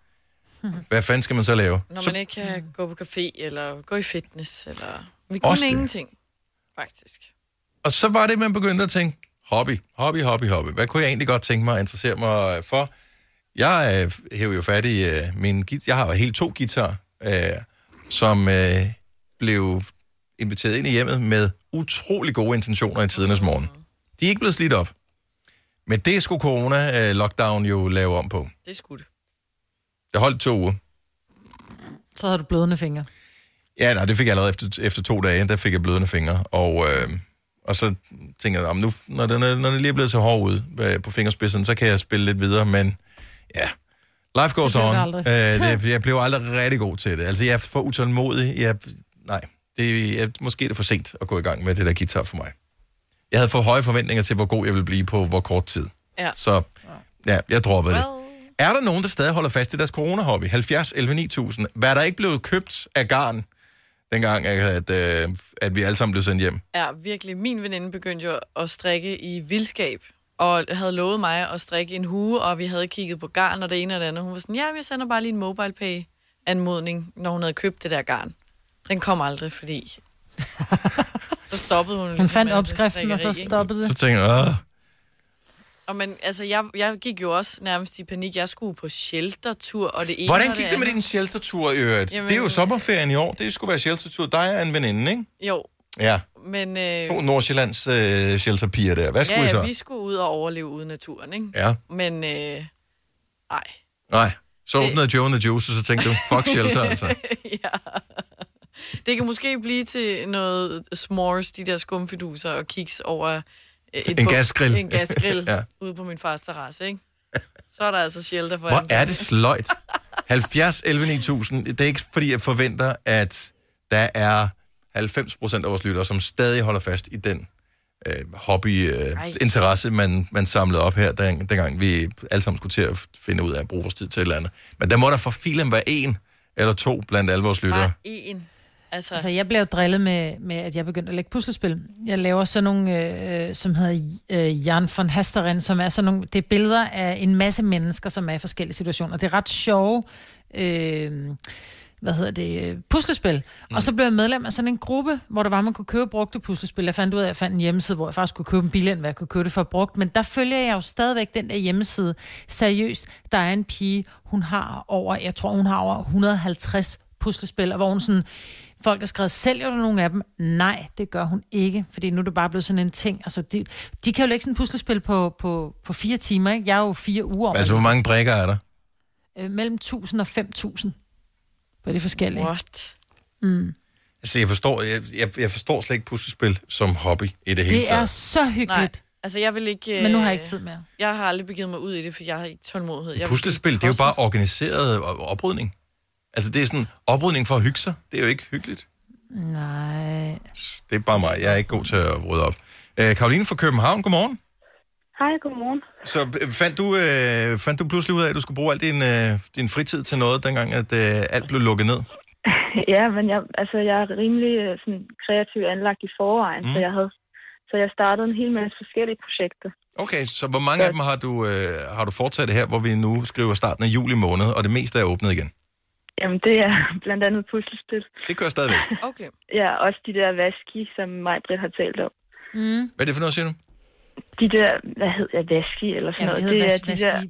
Speaker 3: Mm.
Speaker 1: Hvad fanden skal man så lave?
Speaker 3: Når
Speaker 1: Så-
Speaker 3: man ikke kan gå på café, eller gå i fitness, eller... Vi
Speaker 1: Også
Speaker 3: kunne
Speaker 1: det.
Speaker 3: ingenting, faktisk.
Speaker 1: Og så var det, man begyndte at tænke, hobby, hobby, hobby, hobby. Hvad kunne jeg egentlig godt tænke mig at interessere mig for? Jeg øh, hæver jo fat i øh, min guitar. Jeg har jo helt to guitar, øh, som øh, blev inviteret ind i hjemmet med utrolig gode intentioner i tidernes morgen. De er ikke blevet slidt op. Men det skulle corona-lockdown jo lave om på.
Speaker 3: Det skulle det.
Speaker 1: Det holdt to uger.
Speaker 2: Så har du blødende fingre.
Speaker 1: Ja, nej, det fik jeg allerede efter, efter to dage, der fik jeg blødende fingre, og, øh, og så tænkte jeg, "Nå, men nu, når, det, når, når det lige er blevet så hård ud øh, på fingerspidserne, så kan jeg spille lidt videre, men ja, life goes
Speaker 2: Det blev
Speaker 1: on.
Speaker 2: det
Speaker 1: Øh,
Speaker 2: aldrig.
Speaker 1: det, jeg blev aldrig rigtig god til det. Altså, jeg er for utålmodig. Jeg, nej, det, jeg, måske er det for sent at gå i gang med det der guitar for mig. Jeg havde for høje forventninger til, hvor god jeg ville blive på hvor kort tid.
Speaker 3: Ja.
Speaker 1: Så ja, jeg droppede det. Er der nogen, der stadig holder fast i deres corona-hobby? 70, 11, 9000. Hvad er der ikke blevet købt af garn, dengang, at, øh, at vi alle sammen blev sendt hjem?
Speaker 3: Ja, virkelig. Min veninde begyndte jo at strikke i vildskab, og havde lovet mig at strikke en hue, og vi havde kigget på garn og det ene og det andet. Hun var sådan, ja, jeg sender bare lige en mobile pay anmodning, når hun havde købt det der garn. Den kom aldrig, fordi... så stoppede hun
Speaker 2: Hun
Speaker 3: ligesom
Speaker 2: fandt
Speaker 3: med det
Speaker 2: opskriften, og så
Speaker 3: strikkeri, ikke?
Speaker 2: stoppede det.
Speaker 1: Så tænker jeg, "Åh."
Speaker 3: Og men, altså, jeg, jeg gik jo også nærmest i panik. Jeg skulle på sheltertur, og det ene
Speaker 1: hvordan
Speaker 3: og
Speaker 1: gik det med
Speaker 3: andet.
Speaker 1: din sheltertur i øvrigt?
Speaker 3: Jamen-
Speaker 1: det er jo sommerferien i år. Det skulle være sheltertur. Dig og en veninde, ikke?
Speaker 3: Jo,
Speaker 1: Ja.
Speaker 3: men... Øh...
Speaker 1: To Nordsjællands øh, shelterpiger der. Hvad skulle
Speaker 3: ja,
Speaker 1: I så?
Speaker 3: Ja, vi skulle ud og overleve uden naturen, ikke?
Speaker 1: Ja.
Speaker 3: Men, øh, ej.
Speaker 1: Nej. Så åbnede Joe and the Juice, og så tænkte du, fuck shelter altså.
Speaker 3: ja. Det kan måske blive til noget s'mores, de der skumfiduser og kiks over øh,
Speaker 1: En
Speaker 3: bål-
Speaker 1: gasgrill.
Speaker 3: En gasgrill
Speaker 1: Ja.
Speaker 3: ja. ude på min fars terrasse, ikke? Så er der altså shelter for
Speaker 1: Hvor
Speaker 3: alle.
Speaker 1: er det sløjt. 70, 11, 9000. Det er ikke, fordi jeg forventer, at der er 90 procent af vores lyttere, som stadig holder fast i den øh,
Speaker 12: Ej.
Speaker 1: hobbyinteresse, øh, man, man samlede op her, den, dengang vi alle sammen skulle til at finde ud af at bruge vores tid til et eller andet. Men der må der for filen være en eller to blandt alle vores lyttere.
Speaker 3: En. Altså,
Speaker 2: altså, jeg blev jo drillet med, med, at jeg begyndte at lægge puslespil. Jeg laver sådan nogle, øh, øh, som hedder øh, Jan von Hasteren, som er sådan nogle, det er billeder af en masse mennesker, som er i forskellige situationer. Det er ret sjove, øh, hvad hedder det, øh, puslespil. Mm. Og så blev jeg medlem af sådan en gruppe, hvor der var, man kunne købe brugte puslespil. Jeg fandt ud af, at jeg fandt en hjemmeside, hvor jeg faktisk kunne købe en billig, hvad jeg kunne købe det for brugt. Men der følger jeg jo stadigvæk den der hjemmeside. Seriøst, der er en pige, hun har over, jeg tror, hun har over 150 puslespil, og hvor hun sådan, folk har skrevet, sælger du nogle af dem? Nej, det gør hun ikke, fordi nu er det bare blevet sådan en ting. Altså, de, de kan jo lægge sådan et puslespil på, på, på fire timer, ikke? Jeg er jo fire uger. om
Speaker 1: Altså, hvor
Speaker 2: det.
Speaker 1: mange brækker er der?
Speaker 2: Øh, mellem 1000 og 5000. Hvor er det forskellige?
Speaker 3: What?
Speaker 2: Mm.
Speaker 1: Altså, jeg forstår, jeg, jeg, jeg forstår slet ikke puslespil som hobby i det hele
Speaker 2: Det er
Speaker 1: taget.
Speaker 2: så hyggeligt.
Speaker 3: Nej, altså jeg vil ikke...
Speaker 2: Men nu har jeg
Speaker 3: øh,
Speaker 2: ikke tid mere.
Speaker 3: Jeg har aldrig begivet mig ud i det, for jeg har ikke tålmodighed. Jeg
Speaker 1: Puslespil, det er jo bare organiseret øh, oprydning. Altså, det er sådan oprydning for at hygge sig. Det er jo ikke hyggeligt.
Speaker 2: Nej.
Speaker 1: Det er bare mig. Jeg er ikke god til at rydde op. Øh, Karoline fra København, godmorgen.
Speaker 12: Hej, godmorgen.
Speaker 1: Så øh, fandt du, øh, fandt du pludselig ud af, at du skulle bruge al din, øh, din fritid til noget, dengang at øh, alt blev lukket ned?
Speaker 12: ja, men jeg, altså, jeg er rimelig øh, sådan, kreativ anlagt i forvejen, mm. så, jeg havde, så jeg startede en hel masse forskellige projekter.
Speaker 1: Okay, så hvor mange af dem har du, øh, har du fortsat her, hvor vi nu skriver starten af juli måned, og det meste er åbnet igen?
Speaker 12: Jamen, det er blandt andet puslespil.
Speaker 1: Det kører stadigvæk.
Speaker 12: Okay. ja, også de der vaski, som mig Britt har talt om. Mm.
Speaker 1: Hvad er det for noget, siger du?
Speaker 12: De der, hvad hedder jeg, vaski eller sådan
Speaker 2: Jamen, det
Speaker 12: noget.
Speaker 2: hedder
Speaker 12: er de
Speaker 2: vaski.
Speaker 12: der,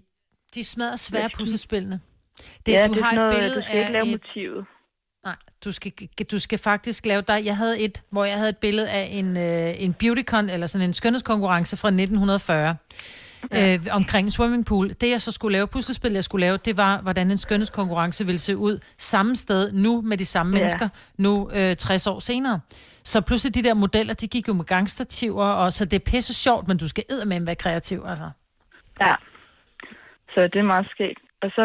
Speaker 2: De smadrer svære puslespillene.
Speaker 12: det, ja, det er sådan noget, du skal
Speaker 2: af
Speaker 12: ikke lave
Speaker 2: et-
Speaker 12: motivet.
Speaker 2: Nej, du skal, du skal faktisk lave dig. Jeg havde et, hvor jeg havde et billede af en, øh, en beautycon, eller sådan en skønhedskonkurrence fra 1940. Ja. Øh, omkring en swimmingpool. Det jeg så skulle lave, puslespil jeg skulle lave, det var, hvordan en skønhedskonkurrence ville se ud samme sted nu med de samme
Speaker 12: Ja.
Speaker 2: mennesker, nu øh, 60 år senere. Så pludselig de der modeller, de gik jo med gangstativer, og så det er pisse sjovt, men du skal eddermame være kreativ, altså.
Speaker 12: Ja. Så det er meget skægt. Og så,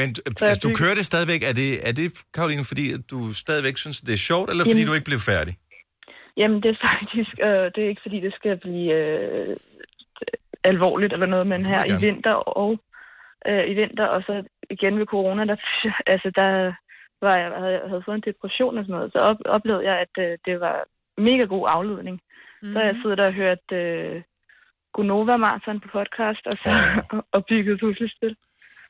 Speaker 1: Men
Speaker 12: Så jeg
Speaker 1: altså, du
Speaker 12: bygger-
Speaker 1: kører det stadigvæk. Er det, er det, Karoline, fordi at du stadigvæk synes, det er sjovt, eller fordi
Speaker 12: Jamen-
Speaker 1: du ikke blev færdig?
Speaker 12: jamen det er faktisk, øh, det er ikke fordi, det skal blive øh, alvorligt eller noget, men her i
Speaker 1: gerne.
Speaker 12: vinter og øh, i vinter, og så igen ved corona, der, altså der var jeg, havde, jeg havde fået en depression og sådan noget, så op, oplevede jeg, at øh, det var mega god afledning. Mm-hmm. Så har jeg siddet der og hørt øh, Gonova Marathon på podcast, og så og bygget puslespil.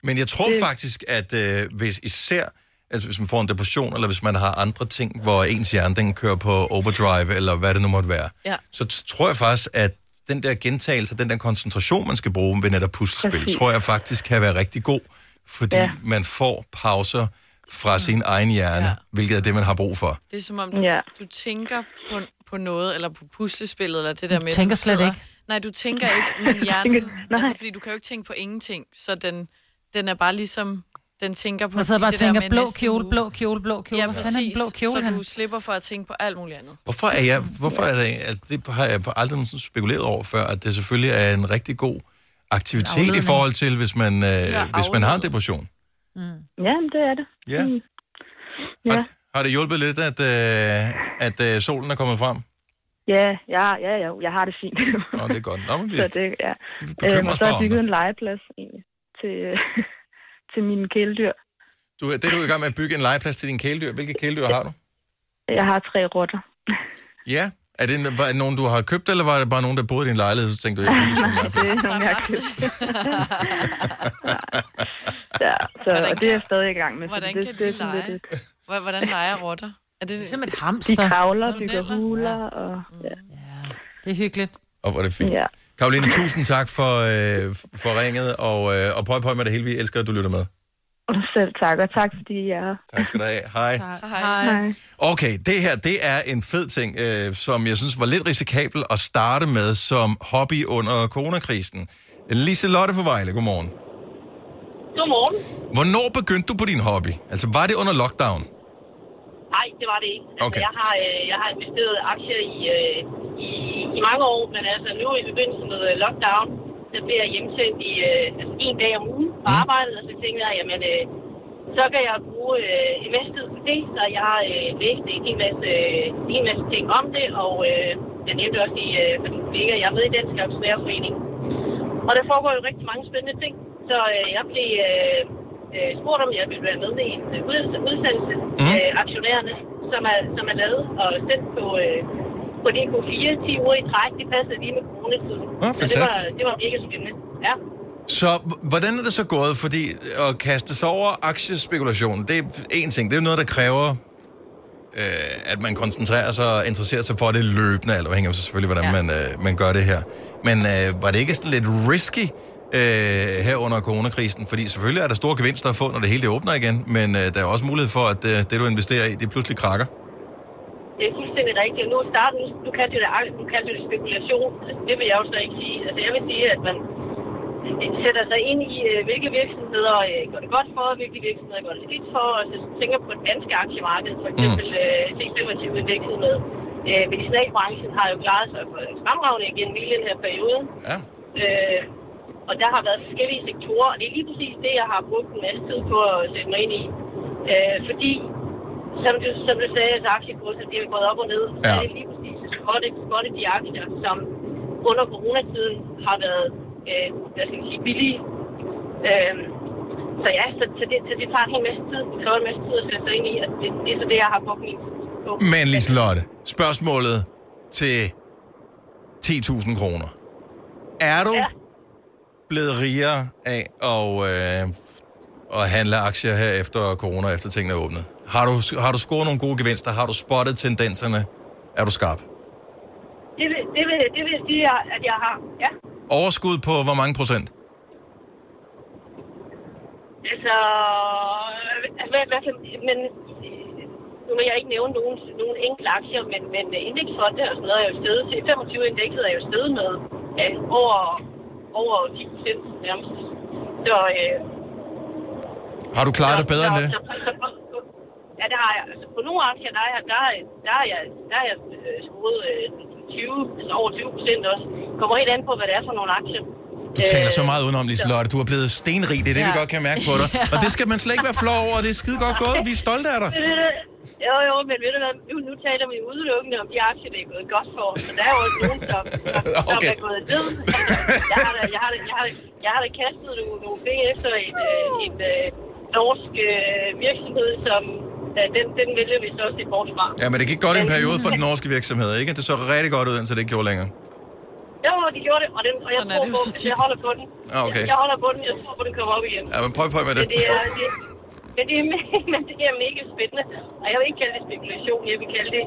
Speaker 1: Men jeg tror
Speaker 12: Det-
Speaker 1: det... faktisk, at øh, hvis især, altså hvis man får en depression, eller hvis man har andre ting, hvor ens hjerne den kører på overdrive, eller hvad det nu måtte være,
Speaker 3: Ja.
Speaker 1: så t- tror jeg faktisk, at den der gentagelse, den der koncentration, man skal bruge ved netop puslespil,
Speaker 13: Præcis.
Speaker 1: tror jeg faktisk kan være rigtig god, fordi
Speaker 3: Ja.
Speaker 1: ja. man får pauser fra sin egen hjerne, ja. hvilket er det, man har brug for.
Speaker 3: Det er som om, du,
Speaker 12: Ja.
Speaker 3: du tænker på, på noget, eller på puslespillet, eller det der
Speaker 2: Du
Speaker 3: med... at
Speaker 2: tænker slet
Speaker 3: sidder-
Speaker 2: ikke.
Speaker 3: Nej, du tænker ikke, men hjernen... altså, fordi du kan jo ikke tænke på ingenting, så den, den er bare ligesom... Den tænker på...
Speaker 2: Man sidder bare og
Speaker 3: det der
Speaker 2: tænker,
Speaker 3: med
Speaker 2: blå
Speaker 3: næste
Speaker 2: kjole,
Speaker 3: uge.
Speaker 2: blå kjole, blå kjole.
Speaker 3: Ja,
Speaker 2: Hvad fanden er en
Speaker 3: præcis.
Speaker 2: blå kjole,
Speaker 3: så
Speaker 2: han?
Speaker 3: du slipper for at tænke på alt muligt andet.
Speaker 1: Hvorfor er jeg, hvorfor er det, altså det har jeg aldrig nogensinde spekuleret over før, at det selvfølgelig er en rigtig god aktivitet i
Speaker 12: Afledning.
Speaker 1: forhold til, hvis man, øh, hvis man har en
Speaker 12: afledet.
Speaker 1: depression.
Speaker 12: Mm. Ja, men det er det.
Speaker 1: Ja.
Speaker 12: Mm. Ja.
Speaker 1: Har det hjulpet lidt, at, øh, at øh, solen er kommet frem?
Speaker 12: Ja, ja, ja, ja, jeg har det fint.
Speaker 1: Nå, det er godt. Nå, men vi,
Speaker 12: så det, ja.
Speaker 1: bekymrer
Speaker 12: Øhm, og
Speaker 1: os
Speaker 12: så har jeg
Speaker 1: bare om
Speaker 12: bygget
Speaker 1: dig.
Speaker 12: en legeplads egentlig, til, øh, til mine kæledyr.
Speaker 1: du, det er du i gang med at bygge en legeplads til din kæledyr. Hvilke kæledyr har du?
Speaker 12: Jeg har tre rotter.
Speaker 1: Ja. Er det en- var det nogen, du har købt, eller var det bare nogen, der boede i din lejlighed, så tænkte du, jeg vil sådan en legeplads?
Speaker 12: det er nogle, jeg har købt. ja, så, og det er jeg stadig i gang med. så
Speaker 3: Hvordan
Speaker 12: det,
Speaker 3: kan
Speaker 12: det,
Speaker 3: de
Speaker 12: er sådan lidt
Speaker 3: lege?
Speaker 12: et-
Speaker 3: Hvor- Hvordan leger rotter? Er det
Speaker 2: ligesom et
Speaker 12: De
Speaker 2: hamster?
Speaker 12: kravler, bygger huler, og ja.
Speaker 2: Mm, Det er hyggeligt.
Speaker 1: Og hvor er det fint.
Speaker 12: Ja.
Speaker 1: Karoline, tusind tak for, øh, for ringet, og, øh, og prøv, prøv med det hele. Vi elsker, at du lytter med.
Speaker 12: Selv tak, og tak fordi I er her.
Speaker 1: Tak skal du have. Hej.
Speaker 3: Hej.
Speaker 12: Hej.
Speaker 1: Okay, det her, det er en fed ting, øh, som jeg synes var lidt risikabel at starte med som hobby under coronakrisen. Lise Lotte på Vejle, godmorgen.
Speaker 6: Godmorgen.
Speaker 1: Hvornår begyndte du på din hobby? Altså, var det under lockdown?
Speaker 6: Nej, det var det ikke. Altså,
Speaker 1: Okay.
Speaker 6: jeg, har, øh, jeg har investeret aktier i, øh, i, i mange år, men altså nu i forbindelse med øh, lockdown, så bliver jeg hjemsendt i øh, altså, en dag om ugen på arbejdet, og så tænkte jeg, jamen, øh, så kan jeg bruge øh, en masse tid på det, så jeg har øh, læst en hel masse, øh, en hel masse ting om det, og øh, jeg nævnte også i, øh, for dine kollegaer, jeg er med i Dansk Aktionærforening. Og der foregår jo rigtig mange spændende ting, så øh, jeg blev øh, øh, spurgt, om jeg ville være med i en øh, udsendelse, udsendelse mm. øh, aktionærerne, som er, som er lavet og sendt på, øh, på DK4 10 uger i træk. Det passede lige med coronatiden.
Speaker 1: Ah,
Speaker 6: så det var,
Speaker 1: fantastisk.
Speaker 6: det var mega spændende. Ja.
Speaker 1: Så h- hvordan er det så gået? Fordi at kaste sig over aktiespekulation, det er en ting. Det er jo noget, der kræver, øh, at man koncentrerer sig og interesserer sig for det løbende, alt afhængig af selvfølgelig, hvordan ja. man, øh, man gør det her. Men øh, var det ikke sådan lidt risky øh, her under coronakrisen? Fordi selvfølgelig er der store gevinster at få, når det hele det åbner igen, men øh, der er også mulighed for, at øh, det, du investerer i, det pludselig krakker.
Speaker 6: Det er fuldstændig rigtigt. Nu starter nu, du kaldte det, ak- du kaldte det spekulation. Altså, det vil jeg jo så ikke sige. Altså, jeg vil sige, at man sætter sig ind i, øh, hvilke virksomheder øh, går det godt for, og hvilke virksomheder går det skidt for, og så tænker på det danske aktiemarked, for eksempel øh, C25-indekset med. Øh, medicinalbranchen har jo klaret sig for en fremragende igennem hele den her periode.
Speaker 1: Ja.
Speaker 6: Øh, og der har været forskellige sektorer, og det er lige præcis det, jeg har brugt en masse tid på at sætte mig ind i. Øh, fordi, som du, som du sagde, at aktiekurser det er gået op og ned. Ja. Så er det lige præcis spotted, spotted de aktier, som under coronatiden har været øh, hvad skal man sige, billige. Øh, så ja, så, så, det, så det tager en hel masse tid. Det kræver en masse tid at sætte sig ind i, og det, det er så det, jeg har brugt min tid på.
Speaker 1: Men Liselotte, spørgsmålet til 10.000 kroner. Er du ja. blevet rigere af at, øh, at handle aktier her efter corona, efter tingene er åbnet? Har du, har du scoret nogle gode gevinster? Har du spottet tendenserne? Er du skarp?
Speaker 6: Det vil, det vil, det vil sige, at jeg har, ja.
Speaker 1: Overskud på hvor mange procent?
Speaker 6: Altså, altså hvad, hvad for, men nu vil jeg ikke nævne nogen, nogen enkelte aktier, men, men indeksfonde og sådan noget er jo stedet til. 25 indekset er jo stedet med øh, over, over 10 procent nærmest. Så, øh,
Speaker 1: Har du klaret det bedre end det?
Speaker 6: så, ja, der har jeg, altså, på nogle aktier, der er jeg, der, er- der er jeg, der er jeg øh, skruet øh, 20, altså over 20 procent også. Kommer helt an på, hvad det er for nogle aktier.
Speaker 1: Du taler så meget udenom, Liselotte. Du er blevet stenrig. Det er det,
Speaker 6: Øh, Ja.
Speaker 1: vi godt kan mærke på dig. Og det skal man slet ikke være flov over. Det er skide godt gået. Vi er stolte af dig.
Speaker 6: Men ved du- Jo, jo, men ved du hvad, nu, nu taler vi udelukkende om de aktier, det er gået godt for. Så der er jo også nogen, som, som, okay. som er gået ned. Jeg har da, jeg har da, jeg har da, jeg har da kastet nogle, nogle penge efter en, øh, en øh, norsk øh, virksomhed, som ja, den, den vælger vi så også lidt bort fra.
Speaker 1: Ja, men det gik godt i en periode for den norske virksomhed, ikke? Det så rigtig godt ud, indtil det ikke gjorde længere.
Speaker 6: Jo, de gjorde det, og, den, og jeg tror på, at jeg holder på den.
Speaker 1: Ah, okay.
Speaker 6: Jeg holder på den, jeg tror på, den kommer op igen.
Speaker 1: Ja, men prøv, prøv med det.
Speaker 6: Men det er, det, men det er, me- men det er mega spændende, og jeg vil ikke kalde det spekulation, jeg vil kalde det...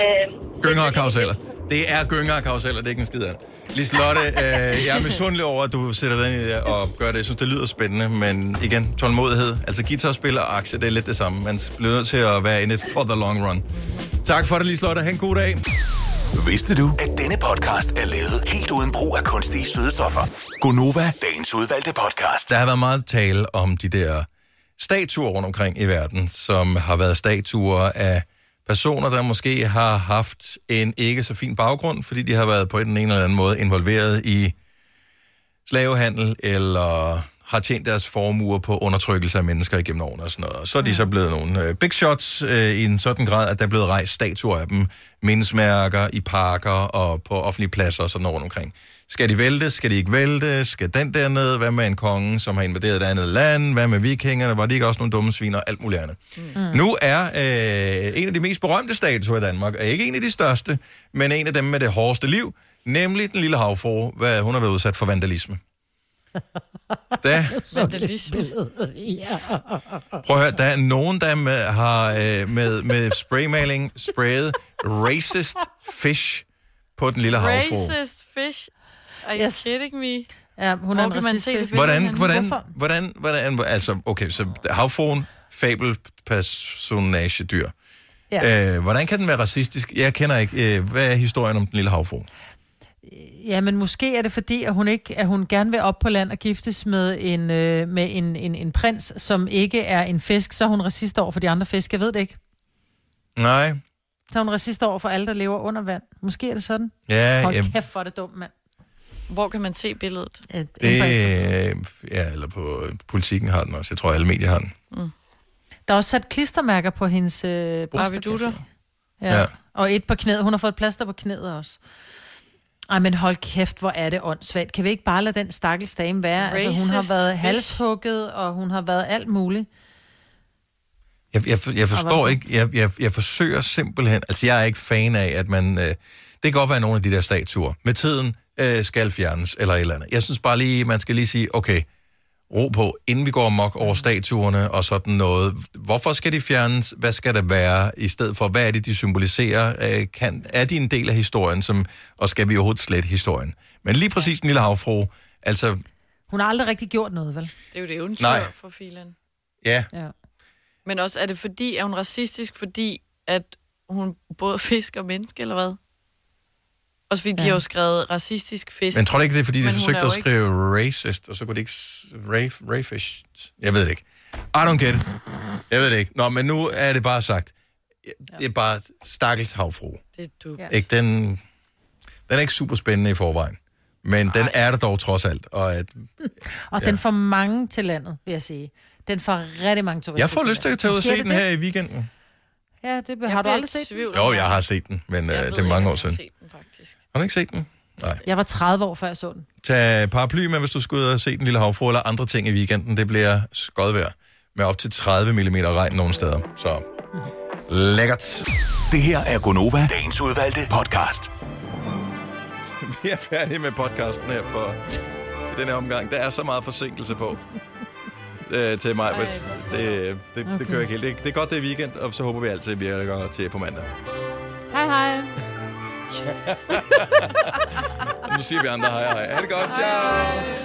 Speaker 6: Øh,
Speaker 1: Gynger og karuseller. Det er gynger og karuseller, det er ikke en skid af det. Liselotte, øh, jeg er misundelig over, at du sætter dig ind i det og gør det. Jeg synes, det lyder spændende, men igen, tålmodighed. Altså guitarspil og aktier, det er lidt det samme. Man bliver nødt til at være inde i det for the long run. Tak for det, Liselotte. Ha' en god dag.
Speaker 4: Vidste du, at denne podcast er lavet helt uden brug af kunstige sødestoffer?
Speaker 1: Gonova,
Speaker 4: Dagens udvalgte podcast.
Speaker 1: Altså, Der har været meget tale om de der statuer rundt omkring i verden, som har været statuer af personer, der måske har haft en ikke så fin baggrund, fordi de har været på den ene eller anden måde involveret i slavehandel, eller har tjent deres formuer på undertrykkelse af mennesker igennem årene og sådan noget. Og så er de så blevet nogle øh, big shots øh, i en sådan grad, at der er blevet rejst statuer af dem, mindesmærker i parker og på offentlige pladser og sådan noget rundt omkring. Skal de vælte? Skal de ikke vælte? Skal den dernede? Hvad med en konge, som har invaderet et andet land? Hvad med vikingerne? Var de ikke også nogle dumme sviner? Alt muligt andet. Mm. Nu er øh, en af de mest berømte statuer i Danmark, og ikke en af de største, men en af dem med det hårdeste liv, nemlig den lille havfru, hvad hun har været udsat for vandalisme. Da,
Speaker 2: Vandalisme. ja.
Speaker 1: prøv at høre, der er nogen, der med, har øh, med, med spraymaling sprayet racist fish på den lille havfru.
Speaker 3: Racist fish. Are you yes. kidding me?
Speaker 2: Ja, hun
Speaker 3: er
Speaker 2: en
Speaker 3: kan man se det?
Speaker 1: Hvordan,
Speaker 3: billede
Speaker 1: hvordan,
Speaker 3: henne?
Speaker 1: hvordan, hvordan, altså, okay, så havfruen, fabelpersonagedyr.
Speaker 2: Ja.
Speaker 1: Ja. Øh, hvordan kan den være racistisk? Jeg kender ikke, øh, hvad er historien om den lille havfru?
Speaker 2: ja, men måske er det fordi, at hun, ikke, at hun gerne vil op på land og giftes med en, øh, med en, en, en prins, som ikke er en fisk. Så er hun racist over for de andre fisk, jeg ved det ikke.
Speaker 1: Nej,
Speaker 2: Så er hun racist over for alle, der lever under vand. Måske er det sådan.
Speaker 1: Ja,
Speaker 2: Hold
Speaker 1: jeg-
Speaker 2: kæft, hvor er det dumt, mand.
Speaker 3: Hvor kan man se billedet?
Speaker 2: Et,
Speaker 1: det, øh, ja, eller på øh, politikken har den også. Jeg tror, alle medier har den.
Speaker 2: Der er også sat klistermærker på hendes øh, bryster,
Speaker 3: Barbidutter.
Speaker 2: kan jeg se. Ja.
Speaker 1: Ja.
Speaker 2: ja. Og et på knæet. Hun har fået et plaster på knæet også. Ej, men hold kæft, hvor er det åndssvagt. Kan vi ikke bare lade den stakkels dame være? Racist altså, hun har
Speaker 3: Racist
Speaker 2: været
Speaker 3: bitch.
Speaker 2: halshugget, og hun har været alt muligt.
Speaker 1: Jeg, jeg, for- jeg forstår ikke, jeg, jeg, jeg forsøger simpelthen, altså jeg er ikke fan af, at man, øh, det kan godt være at nogle af de der statuer, med tiden øh, skal fjernes, eller et eller andet. Jeg synes bare lige, man skal lige sige, okay, ro på, inden vi går amok over statuerne og sådan noget. Hvorfor skal de fjernes? Hvad skal der være i stedet for? Hvad er det, de symboliserer? Øh, kan, er de en del af historien, som, og skal vi overhovedet slette historien? Men lige præcis den lille havfru, altså,
Speaker 2: Hun har aldrig rigtig gjort noget, vel?
Speaker 3: Det er jo det eventyr
Speaker 1: Nej.
Speaker 3: for filen.
Speaker 1: ja,
Speaker 2: Ja.
Speaker 3: Men også, er det fordi, er hun racistisk, fordi at hun både fisk og menneske, eller hvad? Også fordi, ja. de har jo skrevet racistisk fisk.
Speaker 1: Men tror du ikke, det er, fordi de
Speaker 3: Men hun
Speaker 1: forsøgte
Speaker 3: er jo
Speaker 1: at skrive racist, og så kunne det ikke... s- Ray, rayfish? Jeg ved det ikke. I don't get it. Jeg ved det ikke. Nå, men nu er det bare sagt. Det er bare stakkels havfru.
Speaker 3: Det er du. Ja.
Speaker 1: Ikke? Den, den er ikke super spændende i forvejen. Men den er der dog trods alt. Og at,
Speaker 2: Og ja. den får mange til landet, vil jeg sige. Den får rigtig mange turister
Speaker 1: jeg får lyst til at tage ud og
Speaker 2: Måske
Speaker 1: se
Speaker 2: er det
Speaker 1: den
Speaker 2: det?
Speaker 1: her i weekenden.
Speaker 2: Ja, det har du
Speaker 3: bliver
Speaker 2: aldrig
Speaker 3: i
Speaker 2: set. den?
Speaker 3: tvivl.
Speaker 1: Jo, jeg har set den, men øh, det er mange år siden.
Speaker 3: den faktisk.
Speaker 1: Har du ikke set den? Nej.
Speaker 2: Jeg var 30 år, før jeg så den.
Speaker 1: Tag paraply med, hvis du skal ud og se den lille havfru eller andre ting i weekenden. Det bliver skodvejr med op til 30 mm regn nogle steder. Så lækkert.
Speaker 4: Det her er Gonova, dagens udvalgte podcast.
Speaker 1: Vi er færdige med podcasten her for i denne omgang. Der er så meget forsinkelse på øh, til mig. men Det, øh, det, det,
Speaker 2: Okay.
Speaker 1: det kører ikke helt. Det, det er godt, det er weekend, og så håber vi altid, at vi er godt til på mandag.
Speaker 2: Hej, hej.
Speaker 1: Nu siger vi andre hej hej. Ha' det godt. Ciao.